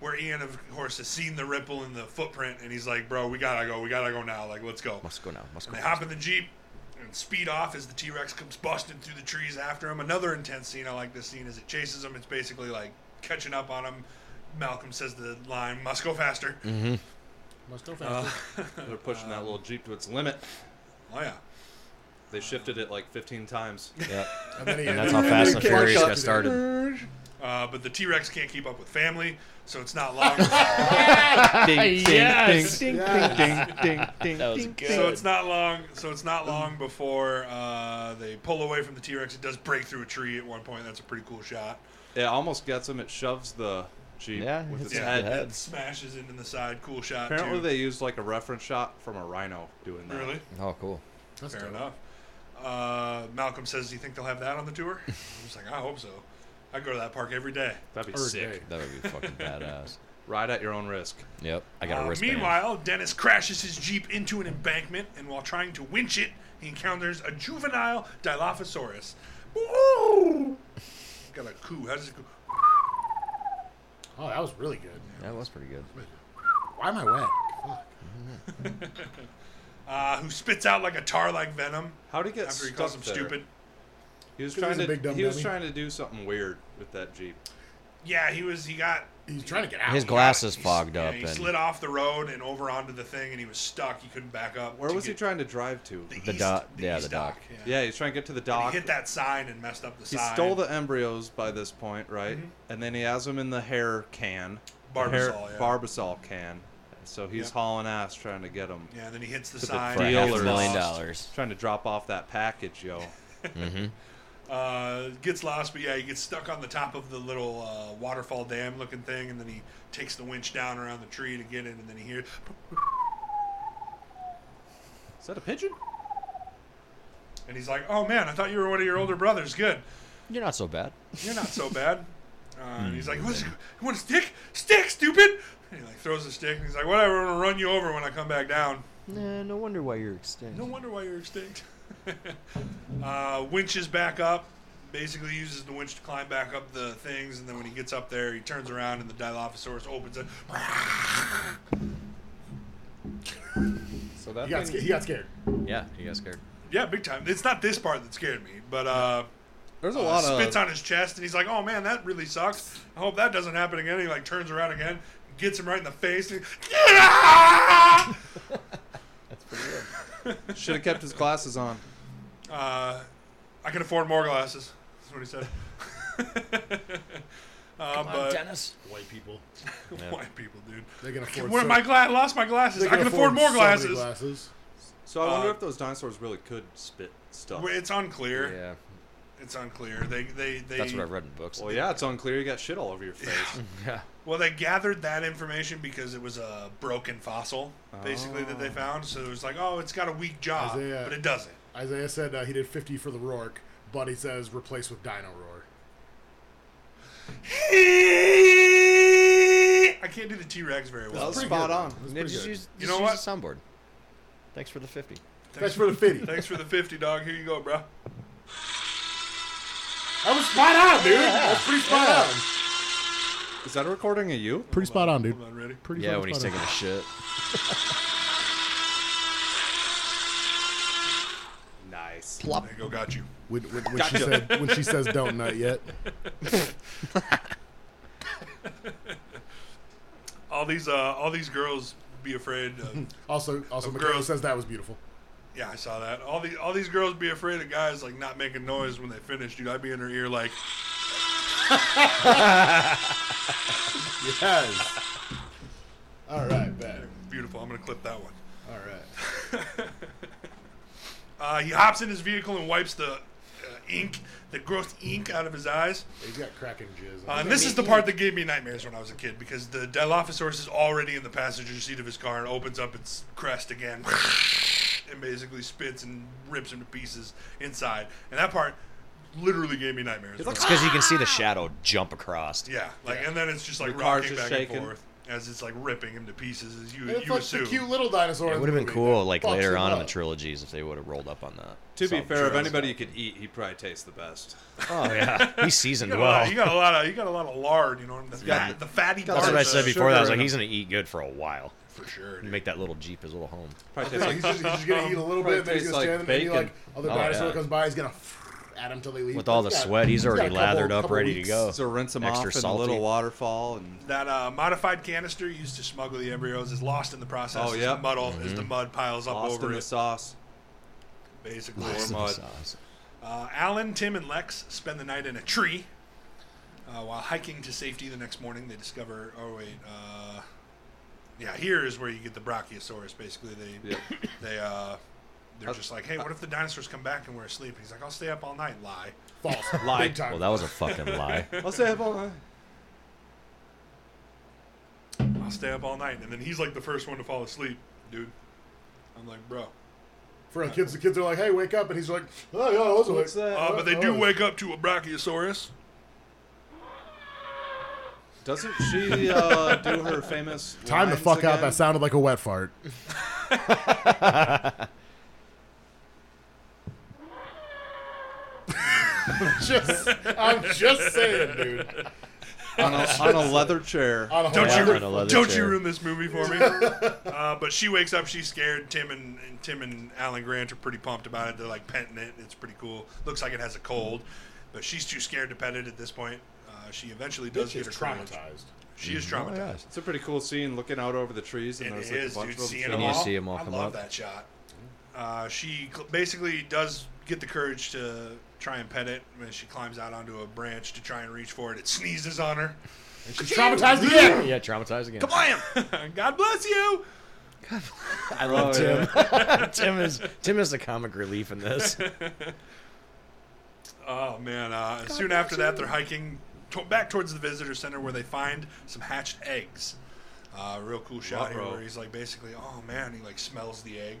S3: where Ian of course has seen the ripple in the footprint, and he's like, "Bro, we gotta go. We gotta go now. Like, let's go."
S1: Must go now. Must go.
S3: And they hop in the jeep and speed off as the T Rex comes busting through the trees after him. Another intense scene. I like this scene as it chases him. It's basically like catching up on him. Malcolm says the line, "Must go faster."
S1: Mm-hmm.
S4: Must go fast.
S2: They're pushing that little jeep to its limit.
S3: Oh yeah.
S2: They shifted it like 15 times.
S1: Yeah.
S4: and then he
S1: And that's how Fast and Furious got started.
S3: Uh, but the T Rex can't keep up with family, so it's not long.
S1: Ding, yes. Ding,
S4: Yes.
S1: ding, ding, ding. That was good.
S3: so it's not long. So it's not long before uh, they pull away from the T Rex. It does break through a tree at one point. That's a pretty cool shot.
S2: It almost gets him. It shoves the jeep
S1: Yeah,
S2: with
S1: hits
S2: its
S1: it with
S2: head.
S1: the head.
S3: It smashes into the side. Cool shot.
S2: Apparently,
S3: too.
S2: they used like a reference shot from a rhino doing that.
S3: really.
S1: Oh, cool.
S4: That's
S3: Fair
S4: dope.
S3: enough. Uh, Malcolm says, "Do you think they'll have that on the tour?" I was like, "I hope so." I go to that park every day.
S2: That'd be
S4: Third
S2: sick.
S4: day.
S1: That would be fucking badass.
S2: Ride at your own risk.
S1: Yep, I got a
S3: Uh,
S1: wristband.
S3: meanwhile, Dennis crashes his Jeep into an embankment, and while trying to winch it, he encounters a juvenile Dilophosaurus. Ooh! Got a coo. How does it go?
S4: Oh, that was really good.
S1: that was pretty good.
S4: Why am I wet? Fuck.
S3: Uh, who spits out like a tar like venom
S2: How'd he get
S3: after he
S2: stuck
S3: calls him
S2: there?
S3: stupid.
S2: He was
S4: 'Cause
S2: trying
S4: he's a
S2: to.
S4: big dumb
S2: he was
S4: dummy.
S2: trying to do something weird with that jeep.
S3: Yeah, he was. He got.
S4: He's trying to get out.
S1: His
S3: he got-
S1: glasses
S3: he s-
S1: fogged
S3: yeah,
S1: up.
S3: He
S1: and
S3: slid off the road and over onto the thing, and he was stuck. He couldn't back up.
S2: Where
S3: to
S2: was he
S3: get
S2: trying to drive to?
S3: The,
S1: The
S3: east,
S1: dock- yeah,
S3: east
S1: the dock.
S3: Yeah.
S2: Yeah, he's trying to get to the
S3: And
S2: dock.
S3: He hit that sign and messed up the
S2: He
S3: sign. Mm-hmm.
S2: stole the embryos by this point, right? And then he has them in the hair can, the hair-
S3: Barbasol, yeah.
S2: Barbasol can. So he's
S3: Yep.
S2: hauling ass trying to get them,
S3: Yeah, and then he hits the
S2: To the
S3: sign.
S1: for a
S3: and
S1: half a
S3: gets
S2: dealers.
S1: million
S3: lost.
S1: dollars.
S2: trying to drop off that package, yo.
S3: Uh, gets lost, but yeah, he gets stuck on the top of the little uh, waterfall dam looking thing, and then he takes the winch down around the tree to get it, and then he hears.
S2: Is that a pigeon?
S3: And he's like, oh man, I thought you were one of your older brothers. Good.
S1: You're not so bad.
S3: You're not so bad. Uh, and he's like, What's, you want a stick? Stick, stupid! And he like throws a stick, and he's like, whatever, I'm gonna run you over when I come back down.
S1: Nah, no wonder why you're extinct.
S3: No wonder why you're extinct. uh, winches back up. Basically, uses the winch to climb back up the things, and then when he gets up there, he turns around, and the Dilophosaurus opens it.
S2: So that
S4: He
S2: thing-
S4: got, sca- he got scared.
S1: Yeah, you got scared.
S3: Yeah, big time. It's not this part that scared me, but uh,
S2: there's a
S3: uh,
S2: lot of
S3: spits on his chest, and he's like, "Oh man, that really sucks. I hope that doesn't happen again." He like turns around again, gets him right in the face. And
S2: should have kept his glasses on.
S3: uh, I can afford more glasses. That's what he said. uh, but
S1: Dennis.
S4: White people.
S3: white people, dude.
S4: They can afford.
S3: Where
S4: so-
S3: my gla- lost my glasses.
S4: they
S3: I can afford, more
S4: so many
S3: glasses.
S4: glasses.
S2: So I wonder
S3: Uh,
S2: if those dinosaurs really could spit stuff.
S3: Well, It's unclear.
S1: Yeah,
S3: It's unclear. They they they.
S1: that's what I read in books.
S2: Well, Oh, yeah, it's unclear. You got shit all over your face.
S1: Yeah.
S3: Well, they gathered that information because it was a broken fossil, basically that they found. So it was like, oh, it's got a weak jaw,
S4: Isaiah-
S3: but it doesn't.
S4: Isaiah said uh, he did 50 for the Rourke, but he says replace with Dino Roar.
S3: I can't do the T Rex very
S2: that
S3: well.
S2: was spot
S4: good.
S2: on.
S4: That's
S1: Yeah,
S4: pretty
S1: just
S4: good.
S1: use,
S3: You
S1: you
S3: know
S1: know
S3: what?
S1: use the soundboard. Thanks for the fifty.
S4: That's for the fitty.
S3: Thanks for the fifty, dog. Here you go, bro.
S4: That was spot on, dude. That's pretty spot on.
S2: Is that a recording of you?
S7: Pretty spot on, dude.
S3: Hold on, ready?
S7: Pretty
S1: Yeah,
S7: fucking
S1: when he's
S7: spot
S1: taking a shit.
S2: Nice.
S3: There you go, got you.
S7: on. When, when, when she said, when she says don't nut yet.
S3: All these, uh, all these girls be afraid. Of,
S4: Also, also,
S3: Of
S4: McGregor
S3: girls.
S4: says that was beautiful.
S3: yeah, I saw that. All these, all these girls be afraid of guys like not making noise when they finish, dude. I'd be in her ear like,
S4: Yes. All right, bet.
S3: beautiful. I'm gonna clip that one.
S4: All right.
S3: Uh, he hops in his vehicle and wipes the uh, ink, the gross ink out of his eyes.
S4: He's got cracking jizz.
S3: Uh,
S4: on
S3: and this is the part that gave me nightmares when I was a kid because the Dilophosaurus is already in the passenger seat of his car and opens up its crest again and basically spits and rips him to pieces inside. And that part literally gave me nightmares.
S1: It's because you can see the shadow jump across.
S3: yeah, like and then it's just like
S2: The car's
S3: rocking
S2: just
S3: back
S2: shaking.
S3: and forth as it's like ripping him to pieces. As you
S4: And it's
S3: you
S4: like
S3: assume.
S4: the cute little dinosaur.
S1: It
S4: in
S1: would
S4: the
S1: have been
S4: movie
S1: cool,
S4: that
S1: like
S4: fucks
S1: later
S4: him
S1: on in
S4: up.
S1: the trilogies, if they would have rolled up on that.
S2: To be
S1: Some
S2: fair, if
S1: trilogy.
S2: anybody you could eat, he probably tastes the best.
S1: Oh yeah, he's seasoned
S3: You got, a
S1: well.
S3: lot, you got a lot of you got a lot of lard. You know, the, fat, the fatty.
S1: That's
S3: part
S1: what I
S3: of
S1: said
S3: the-
S1: before. That I was
S2: sugar
S1: like,
S2: in
S1: he's gonna eat good for a while.
S3: for sure. dude.
S1: Make that little jeep his little home.
S2: Probably
S4: He's
S2: tastes like
S4: just, he's just gonna eat a little
S2: Probably
S4: bit, and then he's
S2: tastes
S4: gonna
S2: like
S4: stand there and be like,
S2: bacon.
S4: other
S1: Oh,
S4: dinosaur
S1: yeah.
S4: comes by, he's gonna at him till they leave.
S1: With all the
S4: He's got-
S1: sweat, he's
S4: got a
S1: already
S4: couple-
S1: lathered up,
S4: couple
S1: ready
S4: weeks.
S1: to go.
S2: So rinse them
S1: Extra
S2: off in a
S1: salty.
S2: little waterfall, and
S3: That uh, modified canister used to smuggle the embryos is lost in the process.
S2: Oh,
S3: as
S2: yep.
S3: the mud all- as the mud piles up
S2: lost
S3: over
S2: in
S3: it.
S2: the sauce.
S3: basically.
S2: Lost in
S1: Some
S2: mud.
S1: sauce.
S3: Uh, Alan, Tim, and Lex spend the night in a tree. Uh, while hiking to safety the next morning, they discover. Oh wait, uh, yeah, here is where you get the Brachiosaurus. Basically, they
S2: Yeah.
S3: they uh, they're just like, hey, what if the dinosaurs come back and we're asleep? And he's like, I'll stay up all night. Lie.
S4: False.
S2: Lie.
S4: Big time.
S1: Well, that was a fucking lie.
S2: I'll say it all.
S3: I'll stay up all night. And then he's like the first one to fall asleep, dude. I'm like, bro.
S4: For the kids, the kids are like, "Hey, wake up!" and he's like, "Oh yeah, I was awake."
S2: What's that?
S3: Uh, but they do
S4: oh.
S3: wake up to a Brachiosaurus.
S2: Doesn't she uh, do her famous
S4: Time to
S2: lines
S4: fuck out.
S2: again?
S4: That sounded like a wet fart. just, I'm just saying, dude.
S2: on a, on a leather chair.
S4: On a
S3: Don't
S4: whole
S3: you
S1: on a leather
S3: don't
S1: chair.
S3: you ruin this movie for me? uh, but she wakes up, she's scared. Tim and, and Tim and Alan Grant are pretty pumped about it. They're like petting it. It's pretty cool. Looks like it has a cold, but she's too scared to pet it at this point. Uh, she eventually does
S4: Bitch
S3: get
S4: is
S3: her courage.
S4: traumatized.
S3: She is
S1: Mm-hmm.
S3: traumatized.
S2: It's a pretty cool scene looking out over the
S1: Oh,
S2: trees, and
S3: It
S2: there's like
S3: is,
S2: a bunch
S3: dude.
S2: of them.
S3: Seeing
S2: showing
S3: them
S1: you
S3: all.
S2: up.
S1: see 'em all come
S3: I love
S1: up.
S3: that shot. Uh, she cl- basically does get the courage to try and pet it when she climbs out onto a branch to try and reach for it. It sneezes on her.
S4: She's traumatized again.
S1: Yeah, traumatized again.
S3: Blam! God bless you.
S1: I love
S2: Oh,
S1: Tim. Tim is Tim is the comic relief in this.
S3: Oh man! Uh, soon after that, they're hiking to- back towards the visitor center where they find some hatched eggs. Uh, real cool shot here
S2: Ruh-roh.
S3: where he's like basically, oh man, he like smells the egg.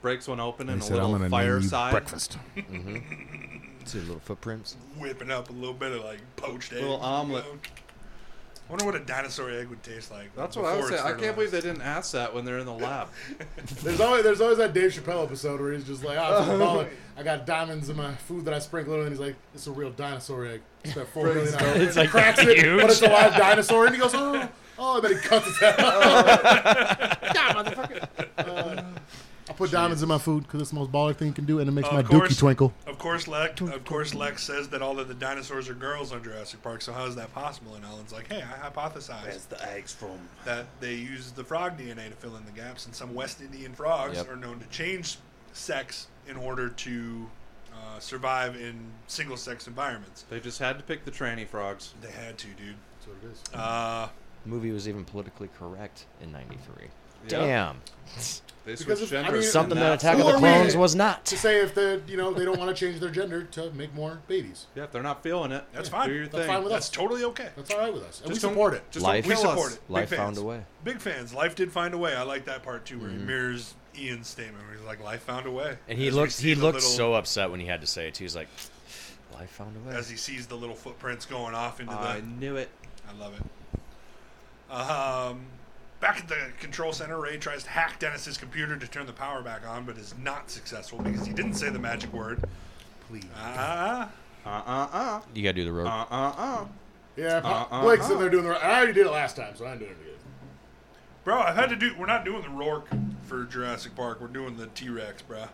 S2: Breaks one open
S4: He
S2: and a
S4: said, "I'm gonna
S2: little
S4: name you
S2: fireside,
S4: breakfast.
S1: See little footprints.
S3: whipping up a little bit of like poached egg.
S2: little omelet.
S3: I wonder what a dinosaur egg would taste like.
S2: That's what I was
S3: before it's
S2: saying. I can't believe they
S3: fertilized.
S2: didn't ask that when they're in the lab.
S4: There's always there's always that Dave Chappelle episode where he's just like, "Ah, I'm alcoholic. I got diamonds in my food that I sprinkle, and he's like, it's a real dinosaur egg. Spent four million hours. It's like cracks it, but it's a live dinosaur, and he goes, oh, oh, and then he cuts his head off. God, motherfucker. Uh, I put diamonds in my food because it's the most baller thing you can do, and it makes
S3: Of
S4: my
S3: course.
S4: dookie twinkle.
S3: Of course, Lex. Of course, Lex says that all of the dinosaurs are girls on Jurassic Park. So how is that possible? And Alan's like, "Hey, I hypothesized
S6: the eggs from?
S3: that they use the frog DNA to fill in the gaps, and some West Indian frogs
S1: Yep.
S3: are known to change sex in order to uh, survive in single-sex environments."
S2: They just had to pick the tranny frogs.
S3: They had to, dude.
S4: That's what it is.
S3: Uh,
S1: Movie was even politically correct in '93.
S2: Yeah.
S1: Damn,
S2: They switched
S4: Because if- I
S2: genders.
S4: mean,
S2: and
S1: something that
S2: that's-
S1: Attack of
S4: Who
S1: the
S4: are we-
S1: Clones was not.
S4: to say if the you know they don't want to change their gender to make more babies,
S2: Yeah, if they're not feeling it,
S3: that's
S2: yeah,
S3: fine.
S2: Do your
S4: That's
S2: thing.
S4: fine with
S3: that's
S4: us.
S3: totally okay.
S4: That's all right with us, and
S2: Just
S4: we
S2: don't-
S4: support it.
S2: Just
S1: Life-
S2: don't
S3: We
S2: kill
S3: support
S2: us.
S3: it. Big
S1: Life
S3: fans.
S1: found a way. Mm-hmm.
S3: Big fans. Life did find a way. I like that part too, where he mirrors Ian's statement, where he's like, "Life found a way."
S1: And he
S3: As we
S1: looked
S3: see
S1: he
S3: the
S1: looked
S3: little-
S1: so upset when he had to say it too. He's like, life found a way.
S3: as he sees the little footprints going off into
S2: I
S3: the.
S2: knew it.
S3: I love it. Um, back at the control center, Ray tries to hack Dennis's computer to turn the power back on, but is not successful because he didn't say the magic word.
S4: Please.
S3: Ah,
S2: Uh uh
S1: you gotta do the rope.
S2: uh. Uh uh uh.
S4: Yeah,
S2: Uh, uh,
S4: Blake's
S2: uh.
S4: in there doing the. right- I already did it last time, so I didn't do it again.
S3: bro, I've had to do. We're not doing the Rourke for Jurassic Park. We're doing the T Rex, bro.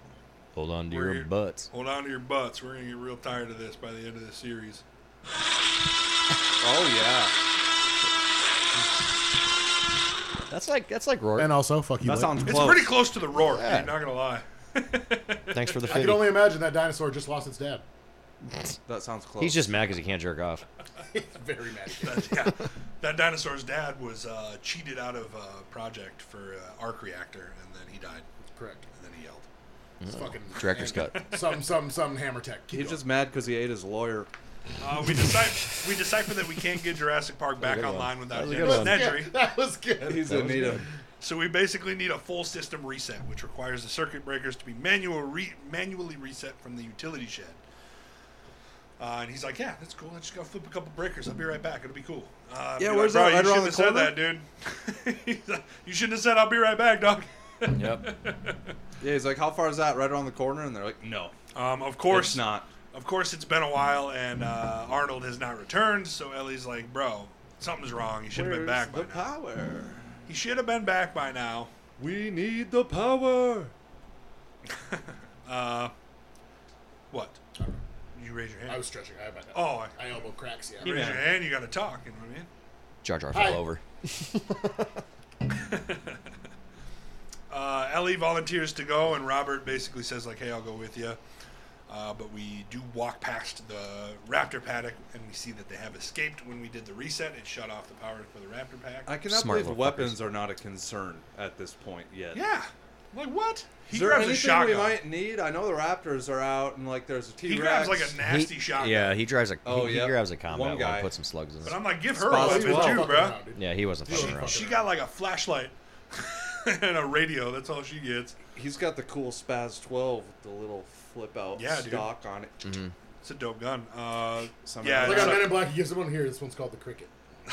S1: Hold on to
S3: Where
S1: your
S3: you-
S1: butts.
S3: Hold on to your butts. We're gonna get real tired of this by the end of the series.
S2: Oh yeah.
S1: That's like that's like Rourke.
S4: And uh, also, fuck you.
S2: That
S4: Blake.
S2: sounds
S3: It's
S2: close.
S3: pretty close to the Rourke.
S1: Yeah.
S3: Dude, not gonna lie.
S1: Thanks for the
S4: I
S1: fifty.
S4: can only imagine that dinosaur just lost its dad.
S2: That sounds close.
S1: He's just mad because he can't jerk off.
S4: Very mad.
S3: That, yeah, that dinosaur's dad was uh, cheated out of a project for uh, arc reactor, and then he died,
S4: Correct.
S3: and then he yelled.
S4: It's fucking
S1: Oh, Director's
S4: and-
S1: cut.
S4: Some some some hammer tech. Keep
S2: He's just mad because he ate his lawyer.
S3: Uh, we decipher we decipher that we can't get Jurassic Park back
S1: good one.
S3: online without
S1: That was a
S3: Dennis
S1: good one.
S3: Nedry,
S4: that was good.
S2: He's in need of.
S3: so we basically need a full system reset, which requires the circuit breakers to be manual re- manually reset from the utility shed. Uh, and he's like, "Yeah, that's cool. I just gotta flip a couple breakers. I'll be right back. It'll be cool."
S2: Yeah,
S3: Uh, be like,
S2: where's
S3: "Bro,
S2: that? Right
S3: You
S2: around
S3: shouldn't have said that, dude. He's like, you shouldn't have said I'll be right back, dog.
S1: Yep.
S2: Yeah, he's like, how far is that? Right around the corner, and they're like, no,
S3: Um, of
S2: of
S3: course
S2: course not.
S3: Of course, it's been a while, and uh, Arnold has not returned. So Ellie's like, "Bro, something's wrong. He should have been back by
S2: the
S3: now.
S2: power.
S3: He should have been back by now."
S2: We need the power.
S3: Uh, what? You raise your hand.
S4: I was stretching. I, had my-
S3: oh, I,
S4: I elbow cracks. Yeah.
S3: raise
S2: Yeah.
S3: your hand. You got to talk. You know what I mean?
S1: Jar Jar
S4: Hi.
S1: fell over.
S3: Uh, Ellie volunteers to go, and Robert basically says like, "Hey, I'll go with you." Uh, but we do walk past the raptor paddock, and we see that they have escaped. When we did the reset, it shut off the power for the raptor pack.
S2: I cannot
S1: Smart
S2: believe
S1: little
S2: weapons are not a concern at this point yet.
S3: yeah, like what? He
S2: Is there
S3: grabs a
S2: anything we
S3: shotgun.
S2: might need? I know the Raptors are out, and like there's a T Rex.
S3: he grabs like a nasty
S1: He-
S3: shotgun.
S1: Yeah, he drives a
S2: Oh,
S1: he, he
S2: yeah.
S1: grabs a combat
S2: One
S1: one,
S2: guy.
S1: put some slugs in
S3: But
S1: it.
S3: I'm like, give her a
S2: Spots
S3: weapon
S2: well.
S3: too,
S4: Fucking
S3: bro.
S4: around, dude.
S1: Yeah, he wasn't fucking around.
S3: She got like a flashlight and a radio. That's all she gets.
S2: He's got the cool Spaz 12 with the little flip out
S3: Yeah, dude.
S2: stock on it.
S3: It's a dope gun. Uh,
S2: Somehow.
S3: yeah,
S4: Like
S3: it's
S4: on
S3: a-
S4: Men in Black, he gives someone here. This one's called the Cricket.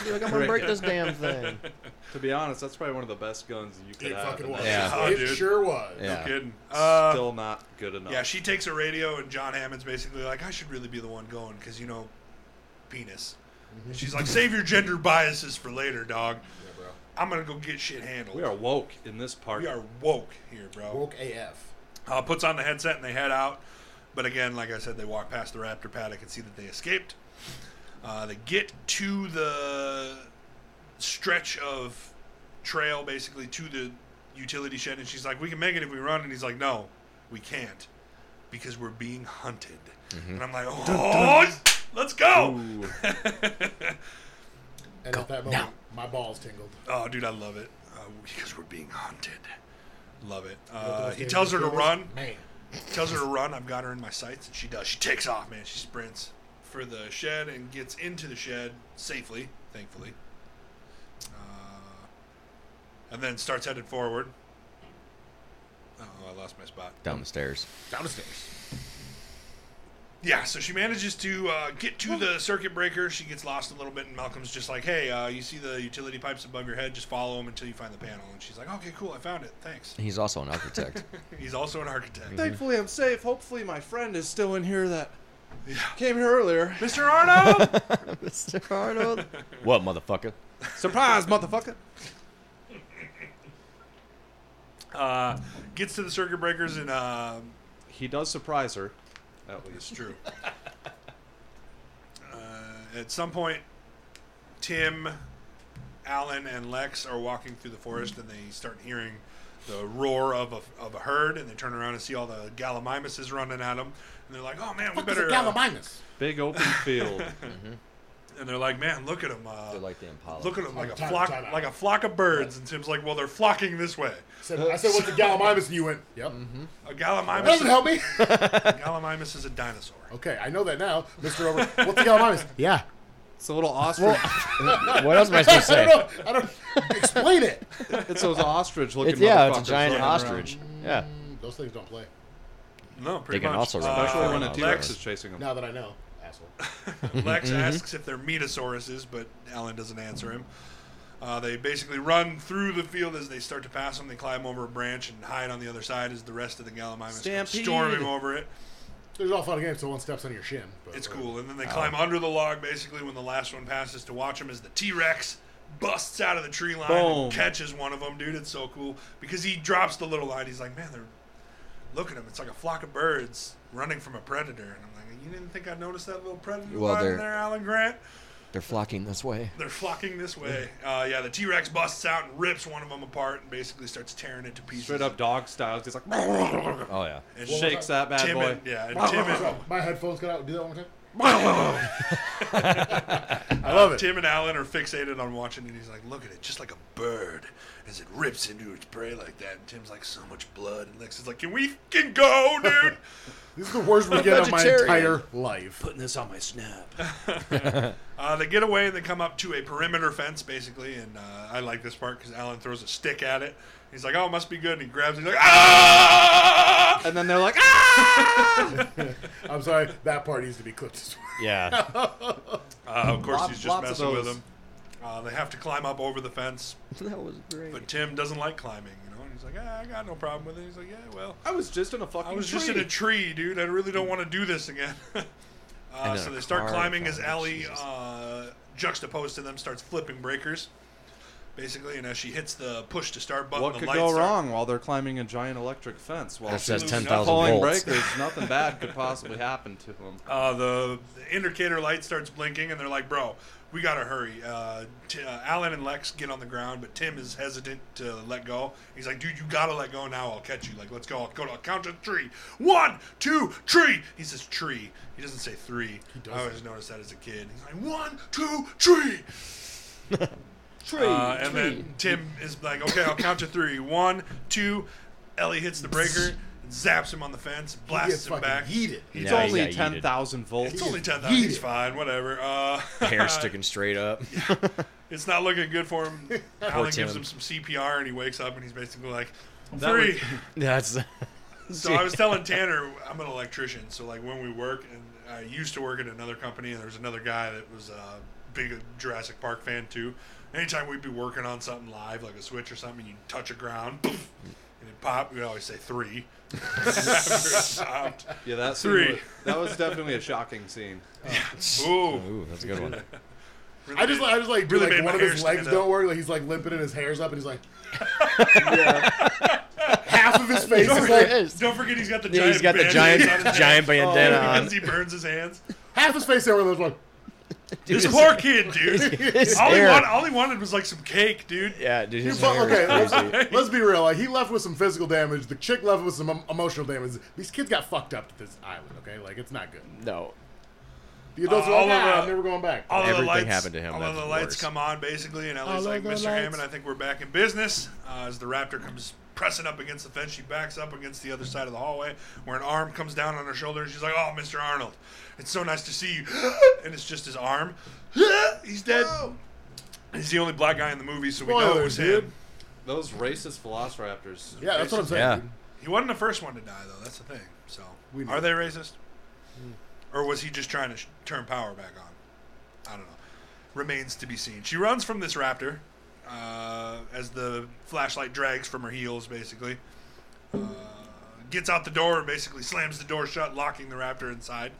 S1: You're like, I'm gonna break this damn thing.
S2: To be honest, that's probably one of the best guns you could
S4: It
S2: have.
S4: fucking
S2: and
S4: was.
S1: Yeah.
S3: Oh,
S4: it
S3: dude.
S4: sure was.
S1: Yeah.
S3: no kidding.
S2: that's
S3: Uh,
S2: Still not good enough.
S3: yeah, she takes a radio, and John Hammond's basically like, I should really be the one going because you know, penis. And she's like, save your gender biases for later, dog. I'm gonna go get shit handled.
S2: we are woke in this party.
S3: we are woke here, bro.
S4: Woke AF.
S3: Uh, puts on the headset and they head out. But again, like I said, they walk past the raptor paddock and see that they escaped. Uh, they get to the stretch of trail, basically, to the utility shed. And she's like, We can make it if we run. And he's like, No, we can't because we're being hunted. And I'm like, Oh, let's go.
S2: Ooh.
S4: And at that moment, my balls tingled.
S3: Oh, dude, I love it. Uh, because we're being hunted. Love it.
S4: What the
S3: Uh,
S4: most
S3: he tells her to
S4: dangerous
S3: run.
S4: thing is? Man.
S3: tells her to run. I've got her in my sights, and she does. She takes off, man. She sprints for the shed and gets into the shed safely, thankfully. Uh, and then starts headed forward. Oh, I lost my spot.
S1: Down the stairs.
S7: Down the stairs.
S3: Yeah, so she manages to uh, get to the circuit breaker. She gets lost a little bit, and Malcolm's just like, "Hey, uh, you see the utility pipes above your head? Just follow them until you find the panel." And she's like, "Okay, cool. I found it. Thanks."
S1: He's also an architect.
S3: He's also an architect.
S6: Thankfully, I'm safe. Hopefully, my friend is still in here that
S3: Yeah.
S6: came here earlier.
S3: Mr. Arnold.
S1: Mr. Arnold. What, motherfucker?
S6: Surprise, motherfucker!
S3: uh, gets to the circuit breakers and um,
S2: He does surprise her, at
S3: It's
S2: least.
S3: true. uh, at some point, Tim, Alan, and Lex are walking through the forest, and they start hearing the roar of a, of a herd, and they turn around and see all the gallimimuses running at them, and they're like, "Oh man, we
S4: Fuck is a
S3: better!" uh,"
S4: Gallimimus?
S2: Big open field.
S3: and they're like, "Man, look at them! Uh,
S1: They're like the Impala.
S3: look at them like a
S4: Time-
S3: flock,
S4: time out.
S3: like a flock of birds." And Tim's like, "Well, they're flocking this way."
S4: Said- I said, what's a Gallimimus? And you went, yep.
S1: Mm-hmm.
S3: A
S4: That
S3: gallimimus,
S4: doesn't help me.
S3: a gallimimus is a dinosaur.
S4: okay, I know that now. Mr. Over, what's a Gallimimus? Yeah.
S6: It's a little ostrich.
S1: What else am I supposed to say?
S4: I don't know. I don't Explain it.
S2: it's those ostrich-looking.
S1: It's yeah, it's a
S2: motherfuckers
S1: giant
S2: running
S1: ostrich. Yeah.
S4: Mm, Those things don't play.
S3: No, pretty
S1: can
S3: much.
S1: also run
S2: around.
S1: like
S2: Especially when
S1: Uh,
S2: a T-Rex is chasing them.
S4: Now that I know. Asshole.
S3: Lex asks if they're metasauruses, but Alan doesn't answer him. Uh, they basically run through the field as they start to pass them. They climb over a branch and hide on the other side as the rest of the Gallimimus come
S6: Stampede.
S3: storming over it.
S4: There's all fun games, so one steps on your shin. But
S3: It's cool. And then they climb under the log basically when the last one passes to watch them as the T Rex busts out of the tree line
S2: Boom.
S3: and catches one of them. Dude, it's so cool because he drops the little line. He's like, man, they're look at them. It's like a flock of birds running from a predator. And I'm like, you didn't think I noticed that little predator
S1: Well,
S3: line in
S1: they're-
S3: there, Alan Grant?
S1: They're flocking this way.
S3: They're flocking this way. Uh, yeah, the T Rex busts out and rips one of them apart and basically starts tearing it to pieces.
S2: Straight up dog style. He's like
S1: Oh yeah.
S3: And
S2: shakes that bad
S3: Tim
S2: boy.
S3: and- yeah, and Tim and,
S4: Oh, My headphones cut out. Do that one more time.
S3: I love it. Tim and Alan are fixated on watching, and he's like, "Look at it, just like a bird, as it rips into its prey like that." And Tim's like, "So much blood." And Lex is like, "Can we fucking go, dude?"
S4: This is the worst we get of my entire life.
S6: Putting this on my snap.
S3: Uh, they get away and they come up to a perimeter fence, basically. And uh, I like this part because Alan throws a stick at it. He's like, "Oh, it must be good," and he grabs. it. He's like, "Ah!"
S6: And then they're like, ah!
S4: I'm sorry, that part needs to be clipped as well.
S1: Yeah.
S3: Uh, of course,
S6: Lots-
S3: he's just
S6: lots of
S3: messing with
S6: those.
S3: him. Uh, they have to climb up over the fence,
S1: that was great.
S3: but Tim doesn't like climbing, you know. And he's like, ah, "I got no problem with it." He's like, "Yeah, well,
S6: I was just in a fucking
S3: I was
S6: tree.
S3: just in a tree, dude. I really don't want to do this again." uh,
S1: And
S3: so
S1: a
S3: they start
S1: car
S3: climbing as
S1: found-
S3: Ellie
S1: Jesus.
S3: uh, juxtaposed to them starts flipping breakers, basically. And as she hits the push to start button,
S2: What
S3: the
S2: could
S3: lights
S2: go
S3: start-
S2: wrong while they're climbing a giant electric fence? While
S1: That says
S2: she's
S1: 10,000
S2: pulling
S1: volts.
S2: breakers, nothing bad could possibly happen to him.
S3: Uh, the, the indicator light starts blinking, and they're like, "Bro, we gotta hurry." Uh, T- uh, Alan and Lex get on the ground, but Tim is hesitant to let go. He's like, "Dude, you gotta let go now. I'll catch you. Like, let's go. I'll go to I'll count to three. One, two, three." He says tree. He doesn't say three. I always noticed that as a kid. He's like, "One, two, three."
S6: tree.
S3: Uh, and then Tim is like, "Okay, I'll count to three. One, two. Ellie hits the breaker, zaps him on the fence, blasts
S4: Get
S3: him
S4: fucking
S3: back.
S4: heated.
S2: It's
S1: Yeah,
S2: only
S1: yeah, he did.
S2: 10,000 volts.
S3: It's only ten thousand. He's fine. Whatever. Uh,
S1: Hair sticking straight up.
S3: It's not looking good for him. Alan gives
S1: Tim.
S3: him some CPR, and he wakes up, and he's basically like,
S2: That
S3: three.
S1: That's
S3: So I was telling Tanner, I'm an electrician, so like when we work and I used to work at another company, and there was another guy that was a big Jurassic Park fan too. Anytime we'd be working on something live, like a switch or something, you'd touch a ground, poof, and it popped. We'd always say three. After it stopped.
S2: Yeah, that scene
S3: Three.
S2: Was, that was definitely a shocking scene.
S3: Ooh,
S1: Ooh, that's a good one.
S4: I just, like- I just like, dude,
S3: Really made
S4: like one
S3: my
S4: of
S3: hair
S4: his
S3: stand
S4: legs
S3: up.
S4: don't work. Like he's like limping and his hair's up, and he's like, half of his face is like,
S3: don't forget he's got the
S1: Yeah,
S3: giant.
S1: he's got the
S3: bandana
S1: giant-
S3: on his
S2: Oh,
S1: giant
S3: hands.
S1: bandana on.
S3: Because he burns his hands.
S4: half his face everywhere. Like,
S3: This poor kid, dude.
S1: His
S3: All he,
S1: hair.
S3: wanted, all he wanted was like some cake, dude.
S1: Yeah, dude. His
S4: but
S1: hair
S4: okay,
S1: is crazy.
S4: let's, let's be real. Like he left with some physical damage. The chick left with some em- emotional damage. These kids got fucked up at this island. Okay, like it's not good.
S1: No.
S4: The adults
S3: Uh,
S4: were like,
S3: all of
S4: ah,
S3: the-
S4: I'm never going back.
S3: All of the
S1: Everything
S3: lights,
S1: happened to him,
S3: All
S1: that's
S3: of the
S1: the
S3: lights
S1: worst.
S3: come on basically, and Ellie's
S7: All
S3: like,
S7: of the
S3: "Mr. Hammond,
S7: lights."
S3: I think we're back in business." Uh, as the raptor comes pressing up against the fence, she backs up against the other side of the hallway, where an arm comes down on her shoulder, and she's like, "Oh, Mr. Arnold, it's so nice to see you." and it's just his arm. He's dead. He's the only black guy in the movie, so we know it
S4: Spoilers,
S3: was
S4: dude.
S3: him.
S2: Those racist velociraptors.
S4: Yeah, that's what I'm saying.
S1: Yeah.
S4: dude.
S3: He wasn't the first one to die, though. That's the thing. So,
S4: We know. Hmm.
S3: are they racist, or was he just trying to sh- turn power back on? I don't know. Remains to be seen. She runs from this raptor uh, as the flashlight drags from her heels, basically. Uh, gets out the door and basically slams the door shut, locking the raptor inside.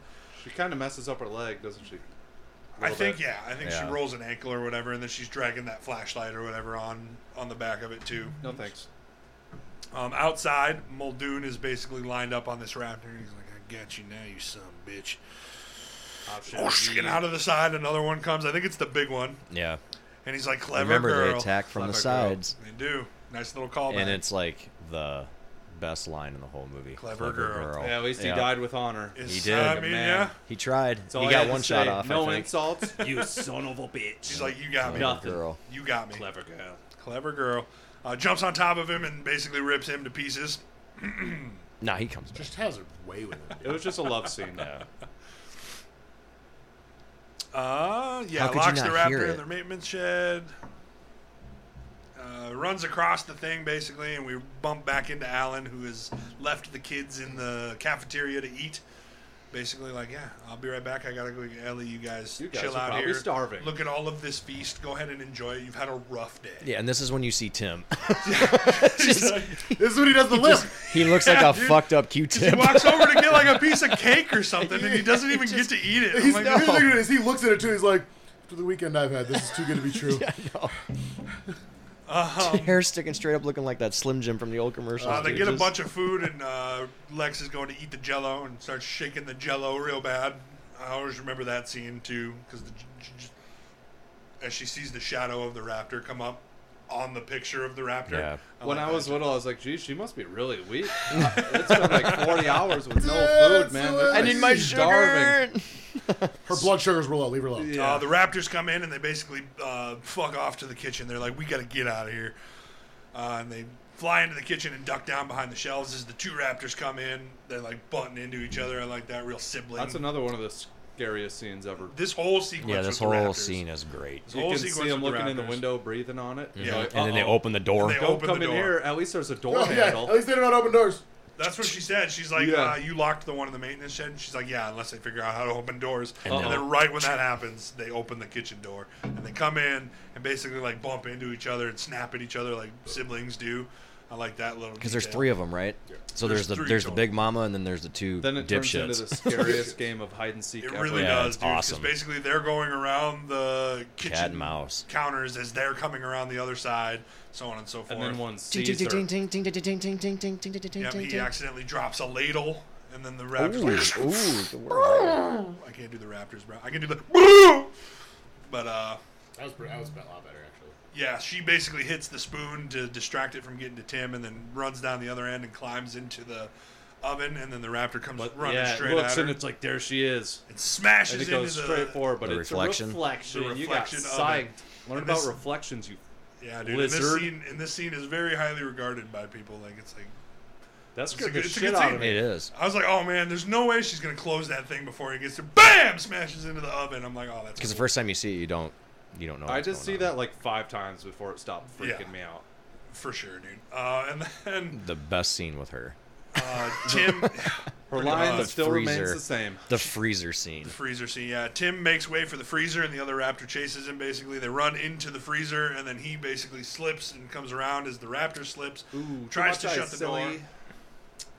S2: She kind of messes up her leg, doesn't she?
S3: I
S2: little
S3: think
S2: bit.
S3: yeah. I think
S1: Yeah.
S3: she rolls an ankle or whatever, and then she's dragging that flashlight or whatever on on the back of it too.
S2: No thanks.
S3: Um, outside, Muldoon is basically lined up on this raptor. and He's like, I got you now, you son of a bitch.
S2: Option B.
S3: And out of the side, another one comes. I think it's the big one.
S1: Yeah.
S3: And he's like, clever
S1: Remember
S3: girl.
S1: they attack from the
S2: Clever girl. Oh,
S1: sides,
S3: They do. Nice little callback.
S1: and it's like the best line in the whole movie.
S3: Clever girl.
S2: Yeah, at least he
S1: Yeah.
S2: died with honor.
S3: Is-
S1: he did.
S3: I
S1: Good
S3: mean,
S2: man.
S3: yeah.
S1: He tried.
S2: That's all
S1: he
S2: I had
S1: got
S2: to
S1: one shot
S2: say.
S1: off.
S2: No
S1: I think.
S2: insults.
S6: You son of a bitch.
S3: She's like, you got me.
S1: Clever
S2: Nothing.
S1: girl.
S3: You got me.
S6: Clever girl.
S3: Clever girl. Uh, jumps on top of him and basically rips him to pieces.
S1: Nah, he comes back.
S4: Just has her way with it.
S2: It was just a love scene.
S3: Uh, yeah,
S1: How could you
S3: locks the
S1: not
S3: raptor
S1: hear
S3: in
S1: it?
S3: their maintenance shed. Uh, runs across the thing basically, and we bump back into Alan, who has left the kids in the cafeteria to eat. Basically, like, yeah, I'll be right back. I gotta go get Ellie. You guys,
S2: You guys
S3: chill
S2: are
S3: out
S2: probably
S3: here.
S2: starving.
S3: Look at all of this feast. Go ahead and enjoy it. You've had a rough day.
S1: Yeah, and this is when you see Tim.
S3: Just-
S4: This is what he does the lip.
S1: he looks like a
S3: dude.
S1: fucked up
S3: he
S1: Q-tip.
S3: walks over to get like a piece of cake or something, and he doesn't even get to eat it. I'm
S4: He's,
S3: like,
S4: the other thing is he looks at it too. He's like, after the weekend I've had, this is too good to be true.
S3: Uh-huh.
S1: Hair sticking straight up, looking like that Slim Jim from the old commercials.
S3: Uh, they
S1: dude.
S3: get a
S1: Just-
S3: bunch of food, and uh, Lex is going to eat the Jello and starts shaking the Jello real bad. I always remember that scene too, because as she sees the shadow of the raptor come up on the picture of the raptor.
S1: Yeah.
S3: I'm
S2: When
S3: like,
S2: I was little, I was like, "Geez, she must be really weak. it's been like 40 hours with no
S4: Dude,
S2: food, man.
S4: so
S2: Like,
S1: I need my
S2: she's
S1: sugar.
S4: Her blood sugars were low. Leave her alone.
S2: Yeah.
S3: Uh, the Raptors come in and they basically uh, fuck off to the kitchen. They're like, we got to get out of here. Uh, and they fly into the kitchen and duck down behind the shelves as the two Raptors come in. They're like butting into each other. I like that real sibling.
S2: That's another one of the scariest scenes ever.
S3: this whole sequence.
S1: Yeah, this
S3: with the
S1: whole
S3: Raptors.
S1: scene is great.
S3: This
S2: You
S3: whole
S2: can
S3: sequence
S2: see him
S3: with
S2: looking in the
S3: Raptors.
S2: window, breathing on it.
S3: Yeah.
S2: Like,
S1: And then they
S2: "Uh-oh,
S1: open the door.
S3: They
S2: Don't
S3: open
S2: come
S3: the
S2: in
S3: door.
S2: here. At least there's a door
S4: Oh, yeah,
S2: handle.
S4: At least they don't open doors.
S3: That's what she said. She's like,
S2: Yeah.
S3: uh, "You locked the one in the maintenance shed." And she's like, "Yeah, unless they figure out how to open doors." And,
S2: then-
S3: then right when that happens, they open the kitchen door and they come in and basically like bump into each other and snap at each other like siblings do. I like that little
S1: Because there's
S3: detail.
S1: three of them, right? So
S3: There's
S1: there's, the
S3: three
S1: there's
S3: total.
S1: the big mama, and then there's the two
S2: Then it turns
S1: dipshits.
S2: into the scariest game of hide and seek
S3: It
S2: ever.
S3: really
S1: Yeah,
S3: does,
S1: it's
S3: dude. 'cause
S1: awesome.
S3: basically they're going around the kitchen
S1: and mouse.
S3: counters as they're coming around the other side, so on and so forth.
S2: And then one sees her.
S3: Yeah, but he
S8: Ding
S3: accidentally drops a ladle, and then the raptors. like,
S1: Ooh, ooh, the word.
S3: I can't do the raptors, bro. I can do the. But uh,
S4: That was that was a lot better actually.
S3: Yeah, she basically hits the spoon to distract it from getting to Tim, and then runs down the other end and climbs into the oven, and then the raptor comes
S2: But
S3: running
S2: yeah,
S3: straight
S2: it looks
S3: at her
S2: and it's like there she is,
S3: and
S2: and
S3: smashes
S2: it goes
S3: into
S2: straight
S3: the
S2: forward. But
S1: The
S2: it's
S1: reflection.
S2: a reflection.
S3: The
S2: you got
S3: reflection of
S2: psyched.
S3: it.
S2: Learn
S3: And
S2: about
S3: this-
S2: reflections, you.
S3: yeah, dude. And this
S2: Lizard.
S3: scene, and this scene is very highly regarded by people. Like it's like
S2: That scared
S3: a
S2: the
S3: good- it's a
S2: shit
S3: good
S2: out
S3: scene.
S2: of
S1: It
S2: me.
S1: is.
S3: I was like, oh man, there's no way she's gonna close that thing before he gets there. Bam! Smashes into the oven. I'm like, oh, that's
S1: Because the
S3: cool.
S1: first time you see it, you don't you don't know.
S2: I
S1: what's
S2: just see
S1: going on.
S2: that like five times before it stopped freaking
S3: Yeah.
S2: me out.
S3: for sure, dude. Uh, and then
S1: the best scene with her.
S3: Uh, Tim,
S2: Her line
S3: The
S2: still remains
S1: freezer.
S2: the same.
S1: The freezer scene.
S3: freezer scene. Yeah, Tim makes way for the freezer, and the other raptor chases him. Basically, they run into the freezer, and then he basically slips and comes around as the raptor slips.
S2: Ooh,
S3: tries
S2: too
S3: to
S2: much
S3: shut
S2: ice,
S3: the door.
S2: silly.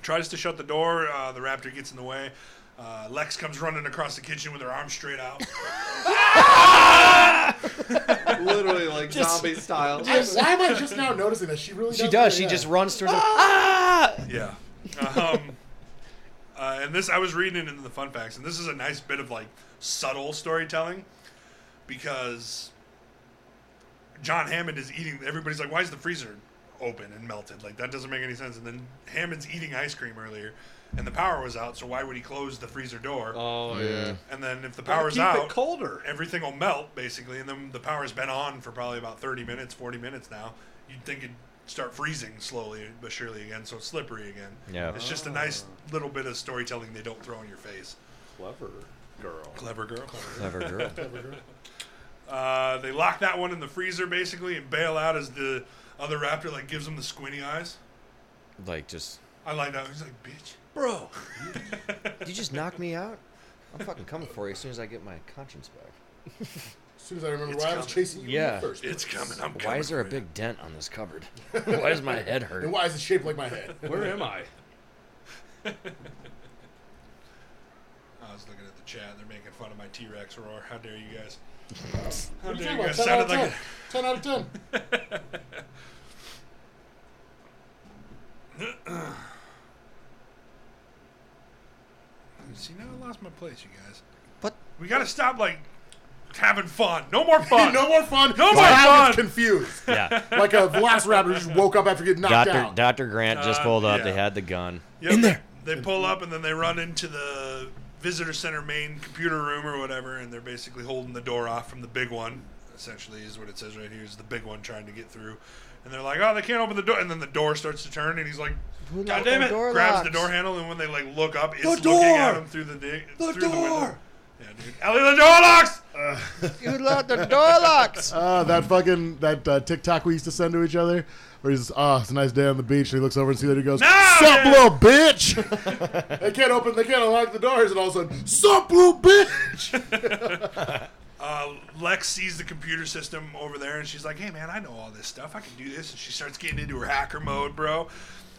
S3: Tries to shut the door. Uh, the raptor gets in the way. Uh, Lex comes running across the kitchen with her arms straight out.
S2: Literally like zombie style.
S4: I, why am I just now noticing that she really?
S1: She
S4: does
S1: does.
S4: that?
S1: She
S4: Yeah.
S1: just runs towards. Ah!
S3: Yeah. Um, uh, and this, I was reading it into the fun facts, and this is a nice bit of like subtle storytelling because John Hammond is eating. Everybody's like, "Why is the freezer open and melted? Like that doesn't make any sense." And then Hammond's eating ice cream earlier, and the power was out, so why would he close the freezer door?
S2: Oh yeah.
S3: and then if the
S2: Gotta
S3: power's
S2: keep
S3: out,
S2: it colder.
S3: everything will melt basically, and then the power's been on for probably about 30 minutes, 40 minutes now. You'd think it'd start freezing slowly but surely again, so it's slippery again.
S1: Yeah.
S3: It's just a nice little bit of storytelling they don't throw in your face.
S2: Clever girl.
S3: Clever girl.
S1: Clever girl.
S3: Uh, they lock that one in the freezer basically and bail out as the other raptor like gives him the squinty eyes.
S1: Like just.
S3: I like that. He's like, bitch.
S2: Bro.
S1: Did you just knock me out? I'm fucking coming for you as soon as I get my conscience back.
S4: As soon as I remember
S3: It's
S4: why I was
S3: coming.
S4: chasing you
S1: Yeah.
S4: yeah. first.
S3: It's coming. I'm coming.
S1: Why is there a
S3: for you."
S1: big dent on this cupboard? Why does my head
S4: And
S1: hurt?
S4: why is it shaped like my head?
S2: Where am I?
S3: I was looking at the chat. They're making fun of my T Rex roar. How dare you guys? How
S4: What are you
S3: dare you
S4: talking about?
S3: guys?
S4: Ten
S3: Sounded
S4: out of
S3: like
S4: ten.
S3: a,
S4: Ten out of ten.
S3: See, now I lost my place, you guys.
S1: What?
S3: We gotta stop, like, having fun. No more fun.
S4: no more fun.
S3: No
S4: My
S3: more
S4: dad was
S3: fun.
S4: Confused,
S1: Yeah.
S4: like a Velociraptor just woke up after getting knocked
S1: Doctor
S4: out.
S1: Doctor Grant just
S3: Uh,
S1: pulled up. They
S3: yeah.
S1: had the gun.
S3: in there. They pull up and then they run into the visitor center main computer room or whatever, and they're basically holding the door off from the big one. Essentially, is what it says right here is the big one trying to get through. And they're like, oh, they can't open the door. And then the door starts to turn, and he's like,
S1: Who
S3: God
S1: locked
S3: damn
S1: the
S3: it!
S1: door
S3: Grabs the
S1: locks?
S3: door handle, and when they like look up, it's looking at
S1: door!
S3: him through the di-
S1: The
S3: through the window.
S1: door!
S3: Yeah, dude. Ellie, the door locks.
S1: You locked the door locks.
S4: Uh, that fucking that uh, TikTok we used to send to each other, where he's ah, it's a nice day on the beach. And he looks over and sees that he goes,
S3: No,
S4: "Sup,
S3: man!"
S4: little bitch." they can't open, they can't unlock the doors, and all of a sudden, "Sup, little bitch."
S3: Uh, Lex sees the computer system over there, and she's like, "Hey, man, I know all this stuff. I can do this." And she starts getting into her hacker mode, bro.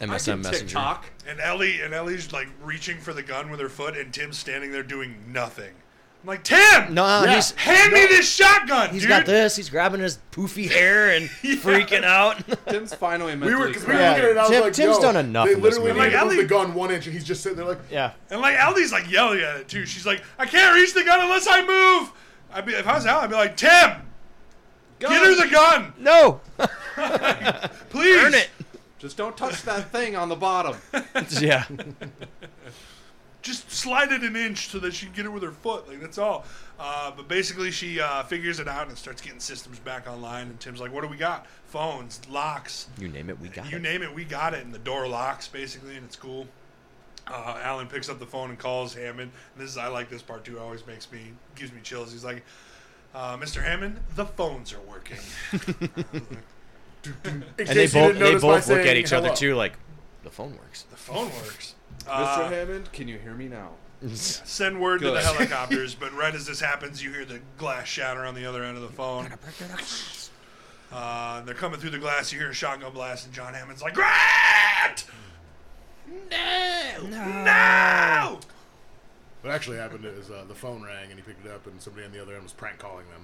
S1: MSM Messenger.
S2: TikTok.
S3: And Ellie and Ellie's like reaching for the gun with her foot, and Tim's standing there doing nothing. I'm like, Tim,
S1: No, he's
S3: hand me this shotgun,
S1: he's
S3: dude.
S1: got this. He's grabbing his poofy hair and freaking out.
S2: Tim's finally
S4: we
S2: mentally
S4: were, cause we were
S1: Yeah.
S4: looking at it. and I was
S1: Tim-
S4: like,
S1: Tim's
S4: Yo,
S1: done enough
S4: They
S1: in this movie.
S4: literally like,
S3: Like,
S4: moved the
S3: Ellie-
S4: gun one inch, and he's just sitting there like,
S1: Yeah.
S3: And like Ellie's like yelling at it too. She's like, "I can't reach the gun unless I move." I'd be if I was Al, I'd be like, Tim, get her the gun,
S1: No.
S3: please.
S1: Burn it.
S2: Just don't touch that thing on the bottom.
S3: Uh,
S1: yeah.
S3: just slide it an inch so that she can get it with her foot. Like that's all. Uh, but basically, she uh, figures it out and starts getting systems back online. And Tim's like, "What do we got? Phones, locks,
S1: You name it, we got
S3: you
S1: it.
S3: name it, we got it." And the door locks basically, and it's cool. Uh, Alan picks up the phone and calls Hammond. And this is I like this part too. It always makes me gives me chills. He's like, uh, "Mr. Hammond, the phones are working."
S4: in
S1: and they
S4: case you
S1: both
S4: didn't
S1: they
S4: notice by
S1: both look at
S4: saying
S1: each
S4: hello.
S1: other too, like the phone works.
S3: the phone works.
S2: Mr.
S3: Uh,
S2: Hammond, can you hear me now?
S3: send word to the
S2: Good.
S3: helicopters, but right as this happens, you hear the glass shatter on the other end of the phone. Uh, and they're coming through the glass. You hear a shotgun blast, and John Hammond's like, "Grant, no, no,
S4: What actually happened is uh, the phone rang, and he picked it up, and somebody on the other end was prank calling them.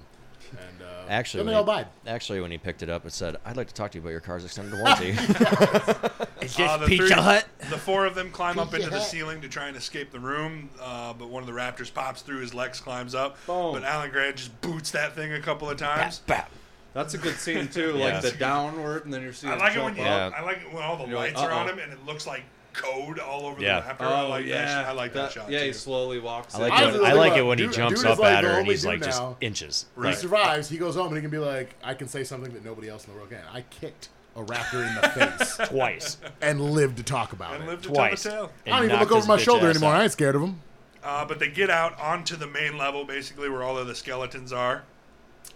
S4: And uh,
S1: Actually,
S4: then
S1: when
S4: they all
S1: he-
S4: died.
S1: Actually, when he picked it up, it said, "I'd like to talk to you about your car's extended warranty."
S5: Is
S3: Uh,
S5: this
S3: the
S5: Pizza
S3: three-
S5: Hut?
S3: The four of them climb up into the
S4: Hut.
S3: ceiling to try and escape the room, uh, but one of the raptors pops through. His Lex climbs up,
S2: Boom.
S3: but Alan Grant just boots that thing a couple of times.
S5: Bap.
S2: That's a good scene too,
S1: Yeah.
S2: like the downward, and then you're seeing.
S3: I like it
S2: jump
S3: when you,
S2: up.
S1: Yeah.
S3: I like it when all the
S2: You're like,
S3: lights are on
S2: uh-oh.
S3: him and it looks like code all over
S1: Yeah.
S3: the raptor.
S2: Oh
S3: I like
S2: yeah,
S3: that. Sh- I like that, shot.
S2: Yeah, he
S3: too.
S2: slowly walks.
S1: I
S2: in.
S1: like,
S4: I
S1: it,
S4: was
S1: I
S4: really
S1: like
S4: like,
S1: it when he
S4: dude-
S1: jumps
S4: dude is
S1: up
S4: like
S1: at
S4: the
S1: her and
S4: only
S1: he's like
S4: dude
S1: just
S4: now.
S1: inches.
S4: He survives. He goes home, and he can be like, "I can say something that nobody else in the world can. I kicked a raptor in the face
S1: Twice.
S4: and lived to talk about
S3: and
S4: it.
S3: lived to tell the
S1: Twice.
S3: tale.
S4: I don't even look over my shoulder anymore. I ain't scared of him.
S3: Uh, but they get out onto the main level, basically where all of the skeletons are.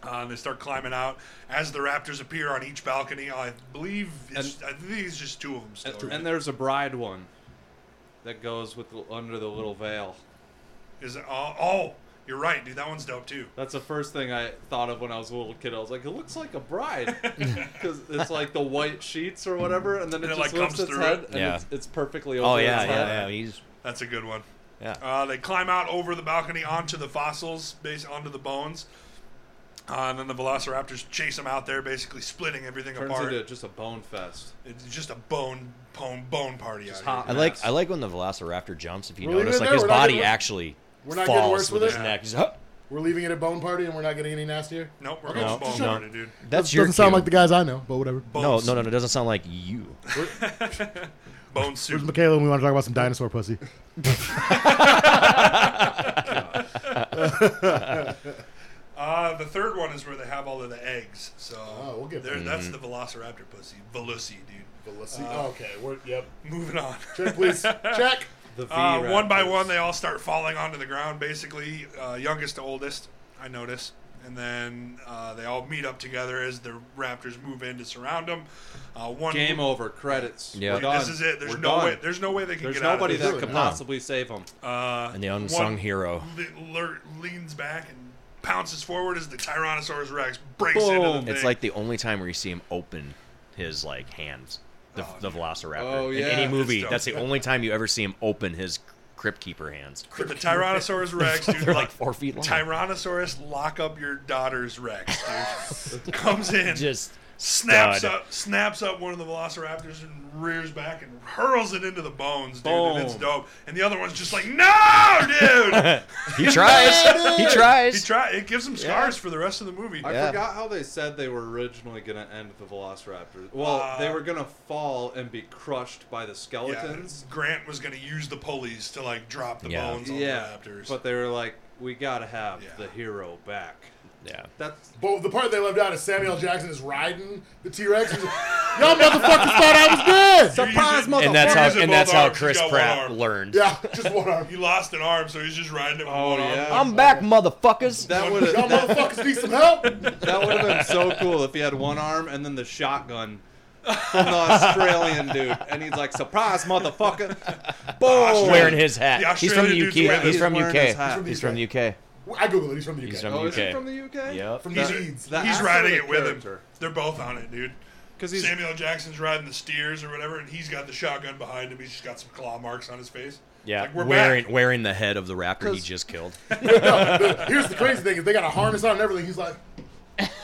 S3: Uh, and they start climbing out as the raptors appear on each balcony. I believe it's, I think it's just two of them still.
S2: And-
S3: right?
S2: and there's a bride one. that goes with the, under the little veil.
S3: Is it? Oh, oh, you're right, dude. That one's dope too.
S2: That's the first thing I thought of when I was a little kid. I was like, it looks like a bride because it's like the white sheets or whatever, and then it,
S3: And it,
S2: just
S3: like,
S2: lifts
S3: comes
S2: its
S3: through
S2: head
S3: it.
S2: and
S1: Yeah.
S2: it's, it's perfectly over
S1: Oh
S2: its
S1: yeah,
S2: head.
S1: yeah, yeah. He's
S3: That's a good one.
S1: yeah.
S3: Uh, they climb out over the balcony onto the fossils, based onto the bones, uh, and then the velociraptors chase them out there, basically splitting everything
S2: Turns
S3: apart.
S2: into just a bone fest.
S3: it's just a bone, bone, bone party out
S2: hot
S1: I
S3: here.
S2: mess.
S1: like I like when the Velociraptor jumps. If you
S4: We're leaving
S1: notice,
S4: it
S1: like
S4: there,
S1: his
S4: we're not
S1: body
S4: getting wor-
S1: actually
S4: we're not getting
S1: falls
S4: worse
S1: with
S4: with
S1: his
S3: it?
S1: neck. He's, huh.
S4: We're leaving it a bone party, and we're not getting any nastier.
S3: Nope, we're
S4: Okay,
S3: going
S1: No,
S3: bone
S1: no.
S3: party, dude.
S1: That's your
S4: Doesn't sound
S1: cue.
S4: like the guys I know, but whatever.
S1: No,
S3: Bones.
S1: no, no, no. It doesn't sound like you.
S3: Bone
S4: Where's
S3: soup.
S4: Michaela when we want to talk about some dinosaur pussy?
S3: Uh, the third one is where they have all of the eggs. So
S4: Oh, we'll get
S3: there-
S4: there.
S1: Mm-hmm.
S3: that's the Velociraptor pussy, Velusi, dude.
S4: okay, we're, yep.
S3: Moving on.
S4: Check, please. Check.
S2: the v
S3: Uh, one by
S2: Raptors.
S3: one, they all start falling onto the ground, basically, uh, youngest to oldest, I notice. And then uh, they all meet up together as the Raptors move in to surround them. Uh, one
S2: Game over. Credits.
S1: Yeah.
S2: We're
S1: Dude,
S3: This
S2: done.
S3: is it. There's
S2: We're
S3: no
S2: done.
S3: way. There's no way they can
S2: There's
S3: get
S2: nobody
S3: out of
S2: that
S3: this.
S2: could
S1: No.
S2: possibly save them.
S3: Uh,
S1: And the unsung
S3: one
S1: hero.
S3: le- le- leans back and pounces forward as the Tyrannosaurus Rex breaks into the
S2: Boom.
S3: thing.
S1: It's like the only time where you see him open his like hands. The,
S3: Oh,
S1: the Velociraptor.
S2: Oh, yeah.
S1: In any
S2: That's
S1: movie,
S3: dope.
S1: that's the only time you ever see him open his Crypt Keeper hands.
S3: the Tyrannosaurus Rex, dude.
S1: They're like
S3: like
S1: four feet long.
S3: Tyrannosaurus, lock up your daughter's Rex, dude. Comes in,
S1: Just
S3: snaps
S1: stud.
S3: up, snaps up one of the Velociraptors and rears back and hurls it into the bones, dude. And it's
S2: Boom.
S3: dope. And the other one's just like, no, dude.
S1: He tries. he
S3: he
S1: tries.
S3: try. It gives him scars for the rest of the movie.
S2: I
S1: Yeah.
S2: forgot how they said they were originally going to end the Velociraptors. Well,
S3: Uh,
S2: they were going to fall and be crushed by the
S3: Yeah,
S2: skeletons.
S3: Grant was gonna use the pulleys to like drop the
S1: Yeah.
S3: bones on
S2: Yeah,
S3: the Raptors.
S2: but they were like, we got to have
S3: Yeah.
S2: the hero back.
S1: yeah.
S2: That's
S4: But the part they left out is Samuel Jackson is riding the T Rex. Y'all motherfuckers thought I was dead.
S2: surprise, motherfucker!
S1: And that's how
S3: using
S1: and
S3: both
S1: that's how
S3: arms, he's
S1: Chris
S3: got one
S1: Pratt
S3: arm.
S1: learned.
S4: yeah, just one arm.
S3: he lost an arm, so he's just riding it with
S2: Oh,
S3: one
S2: yeah.
S3: arm.
S1: I'm back, motherfuckers.
S2: that would
S4: Y'all
S2: have that,
S4: motherfuckers need some help.
S2: that would have been so cool if he had one arm and then the shotgun from the Australian dude, and he's like, "Surprise, motherfucker!" Boom!
S1: wearing his hat.
S3: The
S1: He's from
S3: Australian
S1: the
S3: dude's with
S1: UK. He's
S2: us.
S1: from
S2: Wearing his hat.
S1: UK. He's from the UK.
S4: I googled it. He's from the UK.
S1: He's from
S2: Oh, is he
S1: UK.
S2: from the UK?
S1: Yep.
S4: From
S3: He's-
S4: the Leeds.
S2: that-
S3: he's
S2: That's
S3: riding
S2: the
S3: it with him.
S2: character.
S3: They're both on it, dude.
S2: Because he's
S3: Samuel Jackson's riding the steers or whatever, and he's got the shotgun behind him. He's just got some claw marks on his face.
S1: Yeah,
S3: Like, we're
S1: wearing
S3: back.
S1: wearing the head of the raptor he
S2: 'Cause-
S1: just killed.
S4: Here's the crazy thing: is they got a harness on and everything. He's like,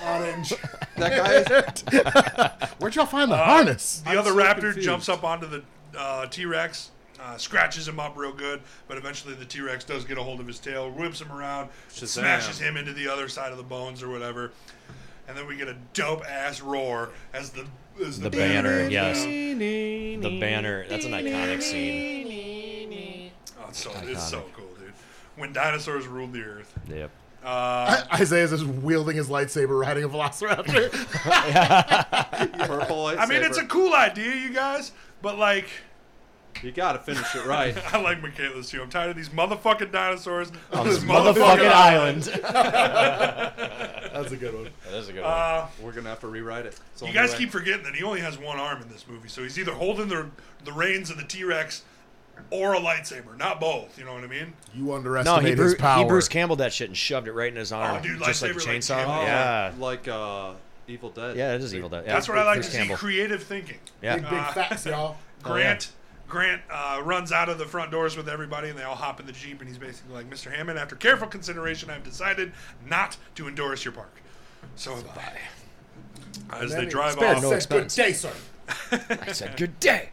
S4: orange.
S2: that guy. Is,
S4: Where'd y'all find the
S3: Uh,
S4: harness?
S3: The other
S2: so
S3: raptor
S2: confused.
S3: jumps up onto the uh, T Rex, uh, scratches him up real good, but eventually the T Rex does get a hold of his tail, whips him around, smashes him into the other side of the bones or whatever. And then we get a dope ass roar as the as the,
S1: The banner, yes, the banner. That's an iconic scene.
S3: Oh, it's so, it's so cool, dude. When dinosaurs ruled the earth.
S1: Yep.
S4: Isaiah's just wielding his lightsaber, riding a velociraptor.
S2: purple lightsaber.
S3: I mean, it's a cool idea, you guys, but like,
S2: You gotta finish it right.
S3: I like Michaela's too. I'm tired of these motherfucking dinosaurs on
S1: This motherfucking island.
S4: That's a good one.
S1: That is a good one.
S3: Uh,
S2: We're gonna have to rewrite it. It's the
S3: you
S2: only
S3: guys
S2: way.
S3: keep forgetting that he only has one arm in this movie, so he's either holding the the reins of the T Rex or a lightsaber, not both. You know what I mean?
S4: You
S1: No,
S4: underestimate
S1: he,
S4: his
S1: Bru-
S4: power.
S1: he Bruce Campbell that shit and shoved it right in his arm,
S3: Oh, dude,
S1: just like a
S3: lightsaber like
S1: chainsaw.
S3: Campbell.
S2: Oh,
S1: yeah,
S2: like uh, Evil Dead.
S1: yeah, it is evil. Dead. Yeah,
S3: That's what I like
S1: Bruce
S3: to
S1: Campbell.
S3: see: creative thinking.
S1: Yeah. Oh,
S4: Big, big facts, y'all.
S3: Uh, Grant Grant uh, runs out of the front doors with everybody, and they all hop in the jeep, and he's basically like, "Mr. Hammond, after careful consideration, I've decided not to endorse your park." So bye. As they
S4: Many-
S3: drive
S1: Spare
S3: off,
S1: no
S4: Said,
S1: expense.
S4: Good day, sir.
S1: I said good day.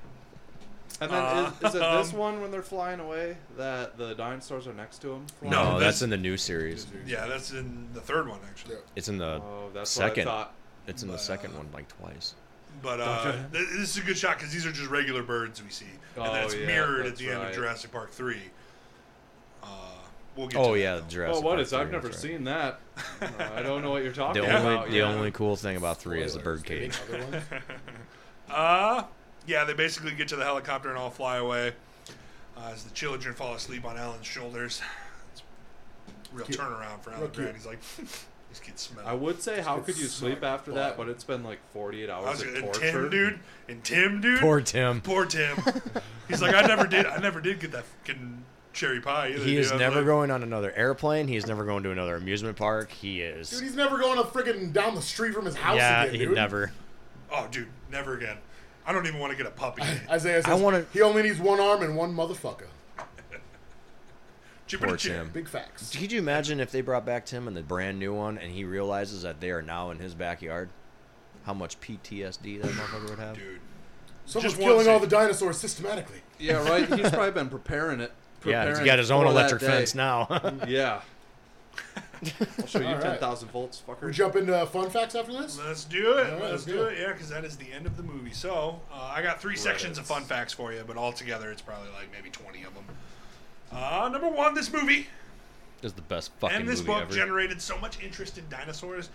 S2: And then is, is it this one when they're flying away that the dinosaurs are next to them?
S3: No,
S1: No,
S3: that's-
S1: that's in the new series.
S3: yeah, that's in the third one actually.
S1: It's in the
S2: Oh, that's
S1: second.
S2: what I thought.
S1: It's in the second one like twice.
S3: But uh, th- this is a good shot because these are just regular birds we see, and then
S2: Oh,
S3: it's
S2: yeah,
S3: mirrored at
S2: that's
S3: the end of
S2: right.
S3: Jurassic Park three. Uh, we'll get.
S1: Oh
S3: to
S1: yeah,
S3: that, though.
S1: Jurassic.
S2: Oh, what
S1: Park
S2: is? I've
S1: three,
S2: never
S1: that's right.
S2: seen that. Uh, I don't know what you're talking
S1: The
S2: about.
S1: only the
S2: yeah.
S1: only cool thing about three is the bird cage.
S4: Another one.
S3: Uh, yeah, they basically get to the helicopter and all fly away uh, as the children fall asleep on Alan's shoulders. It's a real turnaround for Alan
S4: Real cute.
S3: Grant. He's like, These kids smell.
S2: I would say, how could you sleep after that?
S4: blood.
S2: But it's been like 48
S3: I was
S2: hours of
S3: gonna- and
S2: torture.
S3: Tim, dude, and Tim, dude,
S1: Poor Tim.
S3: Poor Tim. He's like, I never did. I never did get that fucking cherry pie. Either,
S1: He
S3: dude.
S1: is
S3: I'm
S1: never
S3: like,
S1: going on another airplane. He is never going to another amusement park. He is.
S4: Dude, he's never going up freaking down the street from his house
S1: yeah,
S4: again,
S1: he
S4: dude.
S1: never.
S3: Oh, dude, never again. I don't even want to get a puppy.
S4: Isaiah says
S1: I wanna-
S4: he only needs one arm and one motherfucker.
S3: Chipping
S1: Poor
S3: a chip.
S1: Tim.
S4: Big facts.
S1: Could you imagine if they brought back Tim and the brand new one, and he realizes that they are now in his backyard? How much PTSD that motherfucker would have?
S3: dude.
S4: Someone's
S3: Just one
S4: killing all the
S3: scene.
S4: dinosaurs systematically.
S2: Yeah, right. He's probably been preparing it.
S1: yeah, he's
S2: preparing
S1: got his own
S2: for that
S1: electric
S2: day.
S1: fence now.
S2: Yeah. I'll show you
S4: All right.
S2: 10,000 volts,
S4: We
S2: fucker.
S4: jump into fun facts after this.
S3: Let's do it.
S4: right,
S3: let's,
S4: let's
S3: do,
S4: do
S3: it. Yeah, because that is the end of the movie. So uh, I got three sections of fun facts for you, but altogether it's probably like maybe twenty of them. Uh, number one, this movie
S1: This is the best fucking
S3: and this
S1: movie
S3: book
S1: ever.
S3: generated so much interest in dinosaurs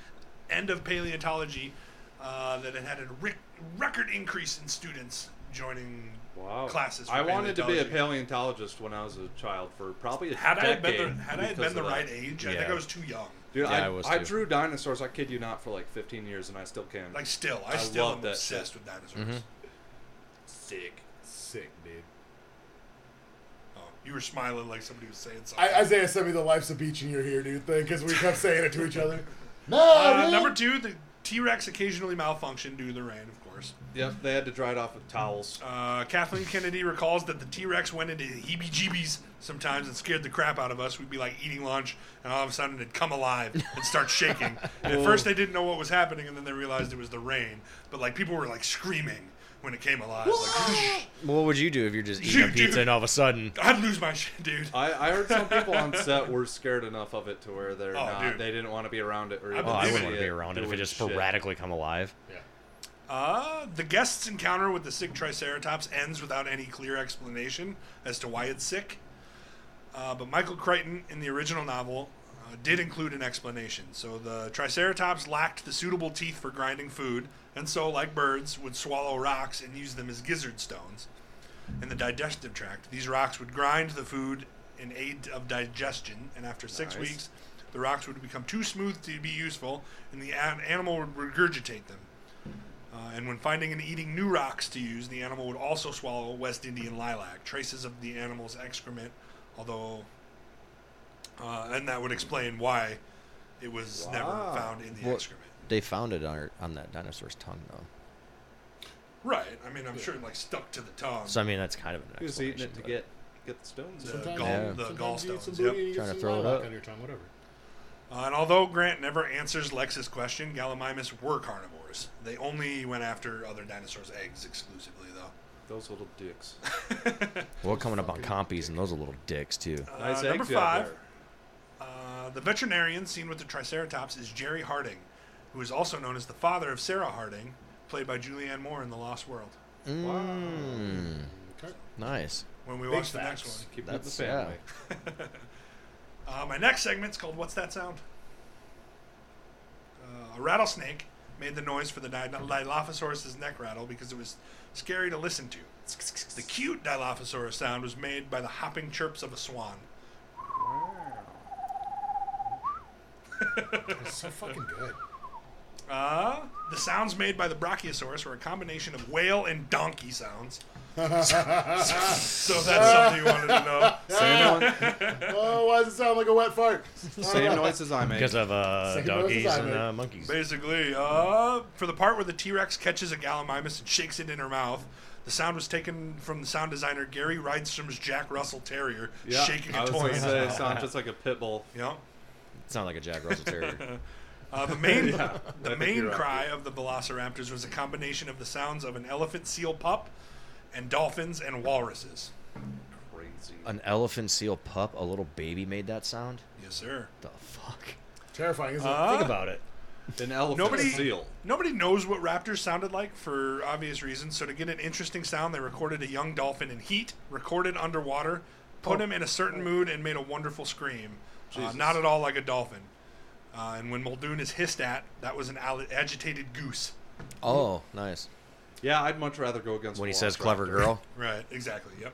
S3: and of paleontology uh, that it had a ric- record increase in students joining
S2: Wow.
S3: classes. for
S2: I wanted to be a
S3: paleontology.
S2: paleontologist when I was a child for probably a
S3: Had I had
S2: decade.
S3: been the, had I had
S2: because
S3: been
S2: of
S3: the
S2: that.
S3: right age, I think
S1: Yeah.
S3: I was too young.
S2: Dude,
S1: Yeah,
S2: I,
S1: I was
S2: I
S1: too.
S2: drew dinosaurs. I kid you not, for like 15 years, and I still can.
S3: Like still, I,
S2: I
S3: still
S2: love
S3: am
S2: that
S3: obsessed
S2: shit.
S3: with dinosaurs.
S2: sick.
S4: Sick, dude.
S3: Oh, you were smiling like somebody was saying something.
S4: I, Isaiah sent me the "Life's a Beach in Your Hair, Dude" thing because we kept saying it to each other. No,
S3: uh,
S4: man.
S3: number two, the T Rex occasionally malfunctioned due to the rain, of course.
S2: Yep, they had to dry it off with towels.
S3: Uh, Kathleen Kennedy recalls that the T Rex went into heebie jeebies sometimes and scared the crap out of us. We'd be like eating lunch, and all of a sudden it'd come alive and start shaking. and at first they didn't know what was happening, and then they realized it was the rain. But like people were like screaming when it came alive. Like,
S1: What would you do if you're just eating a
S3: Dude.
S1: pizza and all of a sudden?
S3: I'd lose my shit, dude.
S2: I, I heard some people on set were scared enough of it to where they're
S3: Oh,
S2: not.
S3: dude.
S2: They didn't want to be around it. Or
S3: I
S2: even
S1: Oh, I
S2: see
S1: wouldn't want to be around it if it
S2: doing
S1: just
S2: shit.
S1: sporadically come alive.
S3: Uh, the guest's encounter with the sick Triceratops ends without any clear explanation as to why it's sick. Uh, but Michael Crichton, in the original novel, uh, did include an explanation. So the Triceratops lacked the suitable teeth for grinding food, and so, like birds, would swallow rocks and use them as gizzard stones. In the digestive tract, these rocks would grind the food in aid of digestion, and after six
S2: Nice.
S3: weeks, the rocks would become too smooth to be useful, and the an- animal would regurgitate them. Uh, and when finding and eating new rocks to use, the animal would also swallow West Indian lilac, traces of the animal's excrement, although, uh, and that would explain why it was
S2: Wow.
S3: never found in the
S1: Well-
S3: excrement.
S1: They found it on, her- on that dinosaur's tongue, though.
S3: Right. I mean, I'm sure it like stuck to the tongue.
S1: So I mean, that's kind of an
S2: He was
S1: explanation.
S2: eating it to
S1: but-
S2: get get the stones.
S3: The
S2: out.
S3: gall,
S1: Yeah.
S3: the
S4: Sometimes you eat some
S3: gallstones.
S4: booty
S3: Yep.
S4: and
S1: Trying
S4: you get
S1: to
S4: some
S1: throw it
S4: lilac
S1: up.
S4: on your tongue, whatever.
S3: Uh, and although Grant never answers Lex's question, Gallimimus were carnivores. They only went after other dinosaurs' eggs exclusively, though.
S2: Those little dicks.
S3: Uh,
S1: Well, coming up on compies and those are little dicks too.
S2: Nice
S3: uh, number
S2: egg job
S3: five.
S2: there.
S3: Uh, the veterinarian seen with the Triceratops is Jerry Harding, who is also known as the father of Sarah Harding, played by Julianne Moore in The Lost World.
S1: Mm.
S4: Okay.
S1: Nice.
S3: When we
S4: Big
S3: watch the next
S4: facts.
S3: one.
S2: Keep it in the
S1: That's- yeah.
S2: family.
S3: Uh, my next segment's called "What's That Sound?" Uh, a rattlesnake made the noise for the di- Dilophosaurus's neck rattle because it was scary to listen to. The cute Dilophosaurus sound was made by the hopping chirps of a swan.
S4: It's so fucking good.
S3: Uh, the sounds made by the Brachiosaurus were a combination of whale and donkey sounds. so if that's something you wanted to know.
S2: Same, one,
S4: Oh, why does it sound like a wet fart?
S2: same noises I make.
S1: Because of uh,
S4: Same
S1: doggies
S4: as I
S1: and
S4: make.
S1: uh, monkeys.
S3: Basically, uh, for the part where the T Rex catches a Gallimimus and shakes it in her mouth, the sound was taken from the sound designer Gary Rydstrom's Jack Russell Terrier
S2: Yeah,
S3: shaking
S2: I
S3: a
S2: was
S3: toy.
S2: gonna say, it sounds just like a pit bull.
S3: Yeah.
S1: Sound like a Jack Russell Terrier.
S3: Uh, the main,
S2: I
S3: the
S2: think
S3: main
S2: you're right.
S3: cry of the velociraptors was a combination of the sounds of an elephant seal pup and dolphins and walruses.
S2: Crazy.
S1: An elephant seal pup, a little baby made that sound.
S3: Yes, sir.
S1: The fuck.
S4: Terrifying, isn't
S3: Uh,
S1: Think about it.
S2: An elephant
S3: Nobody-
S2: seal.
S3: Nobody knows what raptors sounded like for obvious reasons, so to get an interesting sound, they recorded a young dolphin in heat, recorded underwater, put him in a certain mood, and made a wonderful scream. Uh,
S2: Oh. Jesus.
S3: not at all like a dolphin. Uh, and when Muldoon is hissed at, that was an al- agitated goose.
S1: Oh, nice.
S2: Yeah, I'd much rather go against.
S1: When he
S2: a
S1: says
S2: velociraptor.
S1: clever girl.
S3: Right, exactly, yep.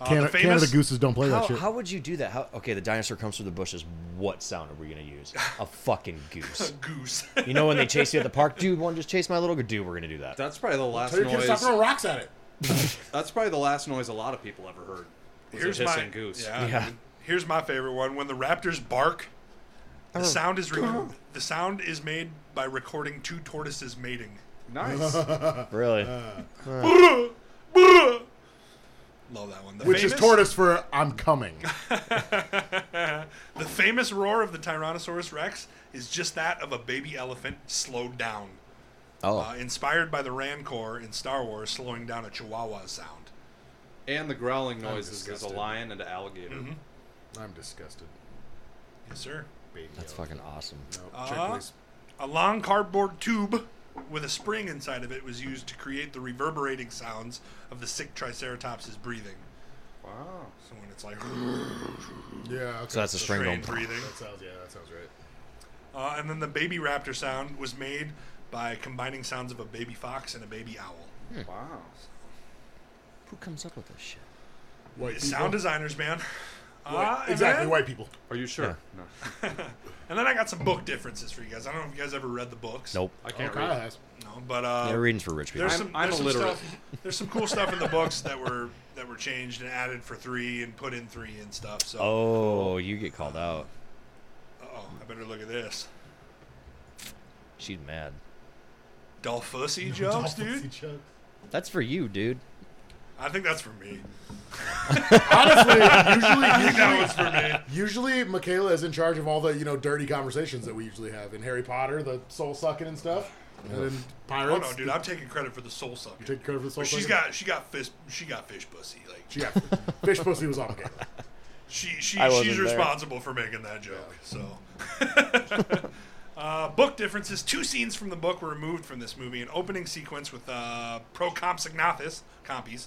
S3: Uh,
S7: Canada,
S3: the famous-
S7: Canada gooses don't play that
S1: How,
S7: shit.
S1: how would you do that? How, okay, the dinosaur comes through the bushes. What sound are we gonna use? A fucking goose.
S3: Goose.
S1: You know when they chase you at the park, dude? One just chased my little girl. Dude, we're gonna do that.
S2: That's probably the last
S4: Tell your kids to stop
S2: noise.
S4: throwing rocks at it.
S2: That's probably the last noise a lot of people ever heard. Was
S3: Here's
S2: a
S3: my
S2: hissing goose.
S3: Yeah,
S1: Yeah.
S3: dude. Here's my favorite one. When the Raptors bark,
S2: Oh,
S3: the sound is re- the sound is made by recording two tortoises mating.
S2: Nice.
S1: Really?
S3: Love that one. The
S7: Which
S3: famous,
S7: is tortoise for I'm coming.
S3: The famous roar of the Tyrannosaurus Rex is just that of a baby elephant slowed down,
S1: oh,
S3: uh, inspired by the Rancor in Star Wars slowing down a Chihuahua sound.
S2: and the growling noises is a
S4: disgusted.
S2: lion and an alligator.
S3: Mm-hmm.
S4: I'm disgusted.
S3: Yes, sir.
S4: Baby.
S1: that's fucking awesome.
S4: No, check,
S3: Uh,
S4: please.
S3: A long cardboard tube with a spring inside of it was used to create the reverberating sounds of the sick Triceratops' breathing.
S2: Wow.
S3: So when it's like
S4: Yeah, okay.
S1: So that's a string
S3: train
S1: going.
S3: breathing.
S4: that sounds yeah, that sounds right.
S3: Uh, and then the baby raptor sound was made by combining sounds of a baby fox and a baby owl.
S1: Hmm.
S2: Wow.
S1: Who comes up with this shit?
S4: White people.
S3: Sound designers, man. Uh, and
S4: exactly,
S3: then-
S4: white people.
S2: Are you sure? No.
S3: And then I got some book differences for you guys. I don't know if you guys ever read the books.
S1: Nope.
S2: I can't
S4: Oh, Kyle
S2: read.
S4: has.
S3: No, but uh,
S1: Yeah, reading's for rich people.
S3: there's
S2: I'm-
S3: some,
S2: I'm
S3: there's some
S2: illiterate.
S3: stuff. There's some cool stuff in the books that were that were changed and added for three and put in three and stuff. So
S1: Oh, you get called out.
S3: Uh-oh, I better look at this.
S1: She's mad.
S3: Dolphussy jokes, dude.
S1: That's for you, dude.
S3: I think that's for me.
S4: Honestly, usually,
S3: That
S4: usually,
S3: was for me.
S4: usually Michaela is in charge of all the you know dirty conversations that we usually have in Harry Potter, the soul sucking and stuff, and then
S3: Oh
S4: pirates.
S3: no, dude, I'm taking credit for the soul sucking.
S4: Take credit for the soul.
S3: But she's
S4: sucking?
S3: got she got fish she got fish pussy. Like
S4: She got fish pussy was on Michaela.
S3: she, she
S1: I wasn't
S3: she's
S1: there.
S3: responsible for making that joke. So uh, book differences. Two scenes from the book were removed from this movie. An opening sequence with uh, Procompsognathus compies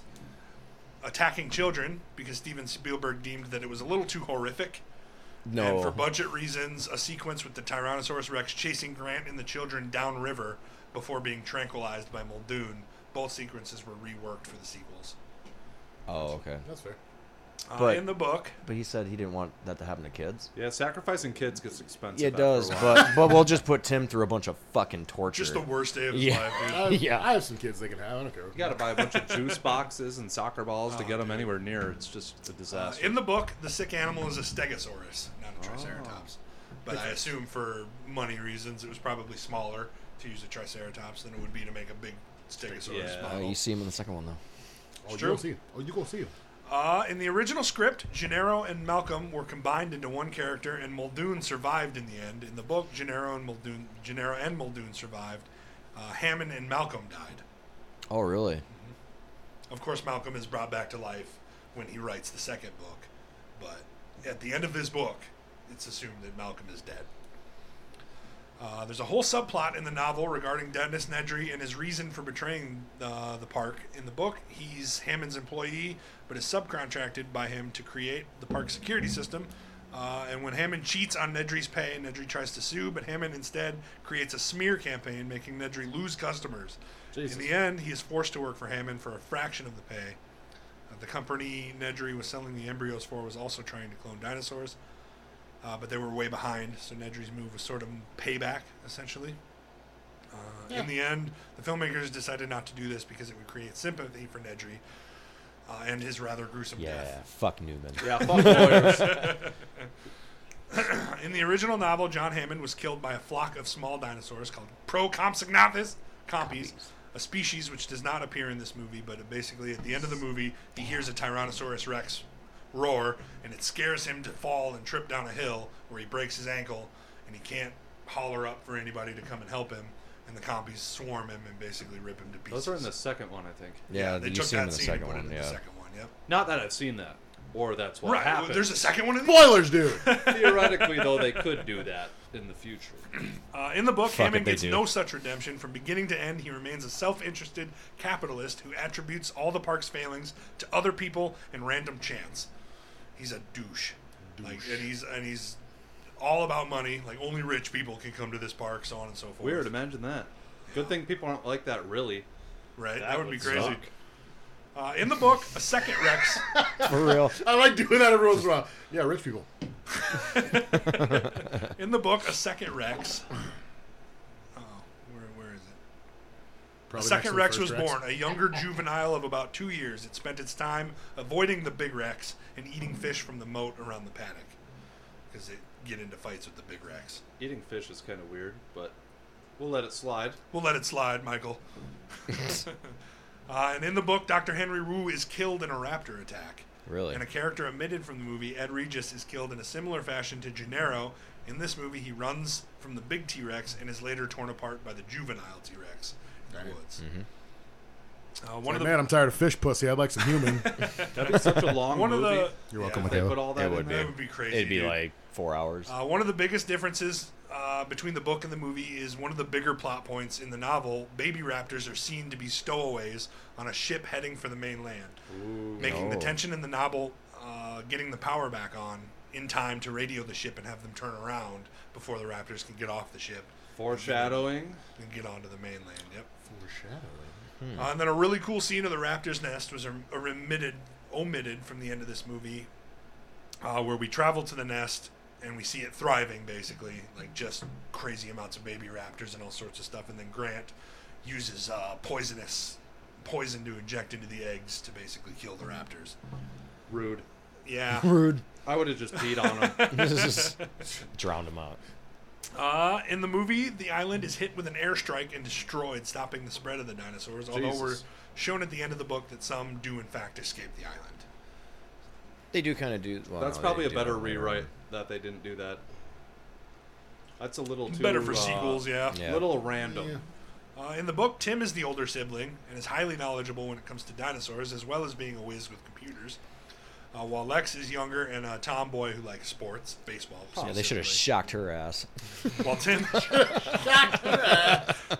S3: attacking children because Steven Spielberg deemed that it was a little too horrific. And for
S1: No.
S3: budget reasons, a sequence with the Tyrannosaurus Rex chasing Grant and the children downriver before being tranquilized by Muldoon. Both sequences were reworked for the sequels.
S1: Oh, okay.
S4: That's fair.
S3: Uh,
S1: But-
S3: in the book,
S1: But he said he didn't want that to happen to kids.
S2: Yeah, sacrificing kids gets expensive.
S1: Yeah, it
S2: after a
S1: does,
S2: while.
S1: but but we'll just put Tim through a bunch of fucking torture.
S3: just the worst day of his
S1: Yeah.
S3: life, dude.
S4: I,
S1: Yeah.
S4: I have some kids they can have. I don't care.
S2: You got to buy a bunch of juice boxes and soccer balls to get them anywhere near. It's just a
S3: Oh, Uh,
S2: disaster.
S3: in the book, the sick animal is a stegosaurus, not a triceratops. But I assume for money reasons, it was probably smaller to use a triceratops than it would be to make a big
S2: Yeah.
S3: stegosaurus
S1: Uh,
S3: model.
S1: you see him in the second one though.
S4: Oh, you
S3: true.
S4: gonna see him? Oh, you gonna see him?
S3: Uh, in the original script, Gennaro and Malcolm were combined into one character, and Muldoon survived in the end. In the book, Gennaro and Muldoon, Gennaro and Muldoon survived. Uh, Hammond and Malcolm died.
S1: Oh, really?
S3: Of course, Malcolm is brought back to life when he writes the second book, but at the end of his book, it's assumed that Malcolm is dead. Uh, there's a whole subplot in the novel regarding Dennis Nedry and his reason for betraying uh, the park. In the book, he's Hammond's employee, but is subcontracted by him to create the park security system. Uh, and when Hammond cheats on Nedry's pay, Nedry tries to sue, but Hammond instead creates a smear campaign, making Nedry lose customers.
S2: Jesus.
S3: In the end, he is forced to work for Hammond for a fraction of the pay. Uh, the company Nedry was selling the embryos for was also trying to clone dinosaurs, uh, but they were way behind, so Nedry's move was sort of payback, essentially. Uh, In the end, the filmmakers decided not to do this because it would create sympathy for Nedry uh, and his rather gruesome
S1: Yeah.
S3: death.
S1: Fuck Newman.
S2: yeah, fuck lawyers.
S3: In the original novel, John Hammond was killed by a flock of small dinosaurs called Procompsognathus compies, a species which does not appear in this movie, but it basically at the end of the movie, he hears a Tyrannosaurus rex roar, and it scares him to fall and trip down a hill where he breaks his ankle, and he can't holler up for anybody to come and help him, and the compies swarm him and basically rip him to pieces.
S2: Those are in the second one, I think.
S1: Yeah,
S3: they
S1: you
S3: took
S1: see him in
S3: that
S1: the
S3: scene and
S1: second
S3: put it
S1: one.
S3: in the
S1: Yeah.
S3: second one, yep.
S2: Not that I've seen that, or that's what
S3: Right, well,
S2: happened.
S3: there's a second one in the...
S4: Spoilers, dude.
S2: Theoretically, though, they could do that in the future.
S3: Uh, in the book,
S1: Fuck
S3: Hammond
S1: if they
S3: gets
S1: do.
S3: no such redemption. From beginning to end, he remains a self interested capitalist who attributes all the park's failings to other people and random chance. He's a douche. Like, and he's and he's all about money. Like only rich people can come to this park, so on and so forth.
S2: Weird. Imagine that. Good thing people aren't like that, really.
S3: right? That, would be
S2: would
S3: crazy.
S2: suck.
S3: Uh, in the book, a second Rex.
S1: For real.
S4: I like doing that every once in a while. Yeah, rich people.
S3: In the book, a second Rex. Oh, where, where is it?
S4: Probably next to
S3: Second
S4: the
S3: Rex
S4: first
S3: was born, a younger juvenile of about two years. It spent its time avoiding the big Rex and eating fish from the moat around the paddock because they get into fights with the big Rex.
S2: Eating fish is kind of weird, but we'll let it slide.
S3: We'll let it slide, Michael. uh, and in the book, Dr. Henry Wu is killed in a raptor attack.
S1: Really?
S3: And a character omitted from the movie, Ed Regis, is killed in a similar fashion to Gennaro. In this movie, he runs from the big T Rex and is later torn apart by the juvenile T Rex in the woods. Uh, one of the
S4: Man, I'm tired of fish pussy. I'd like some human.
S2: That'd be such a long
S3: one of
S2: movie.
S3: the
S7: You're welcome,
S2: If they put
S7: Mateo.
S2: all that
S1: It
S2: in
S1: would be.
S2: there.
S3: That would be crazy,
S1: It'd be
S3: dude.
S1: like four hours.
S3: Uh, one of the biggest differences uh, between the book and the movie is one of the bigger plot points in the novel. Baby raptors are seen to be stowaways on a ship heading for the mainland, making the
S1: no.
S3: tension in the novel uh, getting the power back on in time to radio the ship and have them turn around before the raptors can get off the ship
S2: Foreshadowing.
S3: and get onto the mainland. Yep. Foreshadowing. Uh, and then a really cool scene of the raptor's nest was om- omitted, omitted from the end of this movie, uh, where we travel to the nest and we see it thriving, basically, like just crazy amounts of baby raptors and all sorts of stuff. And then Grant uses uh, poisonous poison to inject into the eggs to basically kill the raptors.
S2: Rude.
S3: Yeah.
S1: Rude.
S2: I would have just peed on him.
S1: Drowned him out.
S3: Uh, in the movie, the island is hit with an airstrike and destroyed, stopping the spread of the dinosaurs. Although
S2: Jesus.
S3: we're shown at the end of the book that some do in fact escape the island.
S1: They do kind of do. Well,
S2: That's
S1: no, they
S2: probably a
S1: do
S2: better
S1: that later
S2: rewrite
S1: on.
S2: that they didn't do that. That's a little too
S3: Better for
S2: uh,
S3: sequels, yeah.
S1: Yeah.
S2: Little random.
S3: Uh, in the book, Tim is the older sibling and is highly knowledgeable when it comes to dinosaurs, as well as being a whiz with computers. Uh, while Lex is younger and a tomboy who likes sports, baseball.
S1: Yeah, Oh, they should have
S3: specifically.
S1: shocked her ass.
S3: While Tim,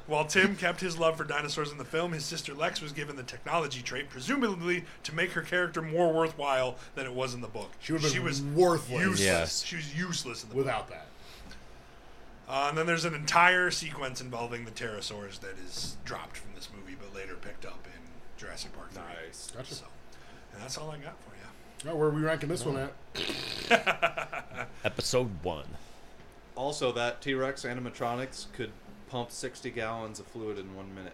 S3: while Tim kept his love for dinosaurs in the film, his sister Lex was given the technology trait, presumably to make her character more worthwhile than it was in the book.
S4: She would've been
S3: was
S4: worthless.
S3: Useless.
S1: Yes.
S3: She was useless in the book.
S4: Without that.
S3: Uh, and then there's an entire sequence involving the pterosaurs that is dropped from this movie, but later picked up in Jurassic Park. 3.
S2: Nice.
S4: Gotcha.
S3: So, and that's all I got for you.
S4: Now, where are we ranking this one at?
S1: Episode one.
S2: Also, that T Rex animatronics could pump 60 gallons of fluid in one minute.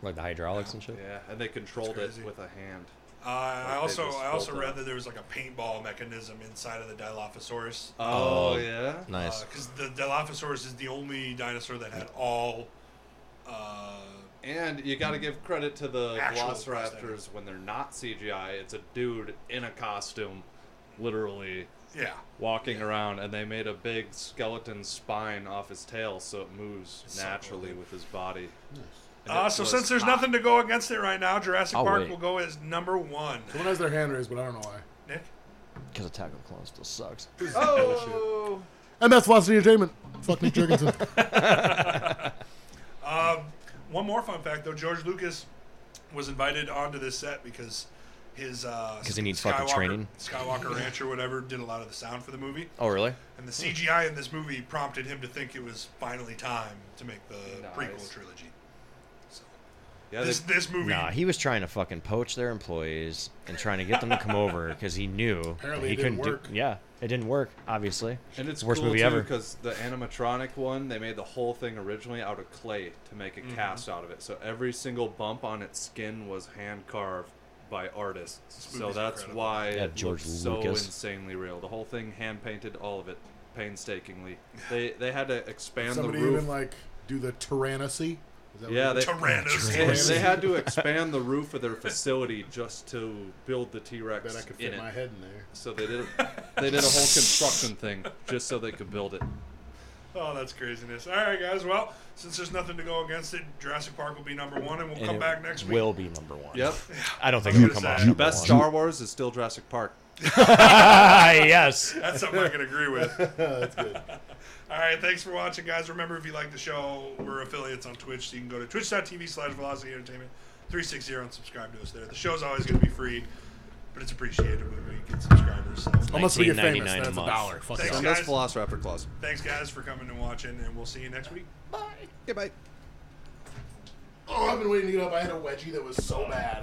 S1: Like the hydraulics and shit.
S2: Yeah, and they controlled it
S3: crazy.
S2: with a hand.
S3: Uh, I also
S2: just
S3: I also
S2: built
S3: read
S2: up.
S3: that there was like a paintball mechanism inside of the Dilophosaurus.
S2: Oh, yeah.
S1: Nice.
S3: because the Dilophosaurus is the only dinosaur that had all. Uh,
S2: And you got to give credit to the
S3: Actual
S2: Velociraptors when they're not CGI. It's a dude in a costume, literally
S3: yeah,
S2: walking around, and they made a big skeleton spine off his tail so it moves
S3: so
S2: naturally
S3: cool.
S2: with his body. And
S3: Uh,
S2: it
S3: so
S2: was Oh,
S3: since there's
S2: hot.
S3: nothing to go against it right now, Jurassic
S1: I'll
S3: Park
S1: wait.
S3: will go as number one.
S4: Someone has their hand raised, but I don't know why.
S3: Nick,
S1: Because Attack of the Clones still sucks.
S2: Oh!
S4: And that's Velocity Entertainment. Fuck Nick Jurgensen.
S3: one more fun fact though: George Lucas was invited onto this set because his because
S1: 'Cause he needs fucking training?
S3: Skywalker Ranch or whatever did a lot of the sound for the movie,
S1: Oh, really?
S3: and the CGI in this movie prompted him to think it was finally time to make the
S2: Nice.
S3: prequel trilogy. So
S2: Yeah,
S3: this
S2: they-
S3: this movie
S1: Nah, he was trying to fucking poach their employees and trying to get them to come over because he knew that
S4: Apparently
S1: he
S4: it didn't
S1: couldn't do-
S4: work.
S1: Yeah, it didn't work. Obviously,
S2: and it's
S1: worst
S2: cool
S1: movie
S2: too,
S1: ever.
S2: because the animatronic one they made the whole thing originally out of clay to make
S1: Mm-hmm.
S2: a cast out of it. So every single bump on its skin was hand carved by artists. So
S3: movie's
S2: that's
S3: incredible.
S2: why
S1: Yeah,
S2: it
S1: George
S2: looks so
S1: Lucas.
S2: insanely real. The whole thing hand painted, all of it painstakingly. They they had to expand
S4: Somebody
S2: the roof.
S4: even like do the Tyrannosaur. Is that
S2: yeah,
S4: what
S2: they, they,
S3: Tyrannosaurus.
S2: they had to expand the roof of their facility just to build the T
S4: it is?
S2: Rex
S4: bet I could
S2: in
S4: fit
S2: it.
S4: my head in there.
S2: So they did a, they did a whole construction thing just so they could build it.
S3: Oh, that's craziness. All right, guys. Well, since there's nothing to go against it, Jurassic Park will be number one, and we'll
S1: And
S3: come
S1: it
S3: back next week.
S1: will be number one.
S2: Yep.
S1: I don't think
S3: I
S1: it'll
S3: was
S1: come
S3: gonna
S1: out.
S3: say,
S2: The
S1: number
S2: best
S1: one.
S2: Star Wars is still Jurassic Park.
S1: Ah, yes.
S3: That's something I can agree with.
S4: That's good.
S3: All right, thanks for watching, guys. Remember, if you like the show, we're affiliates on Twitch, so you can go to twitch.tv slash velocity entertainment 360 and subscribe to us there. The show's always going to be free, but it's appreciated when we get subscribers. So
S4: Unless we get
S1: 19.99
S4: famous, then
S1: a
S4: it's a
S1: month.
S4: dollar. Fuck
S3: Thanks,
S4: it.
S2: And that's
S3: guys.
S2: Velociraptor Claws.
S3: Thanks, guys, for coming and watching, and we'll see you next week.
S4: Oh, I've been waiting to get up. I had a wedgie that was so bad.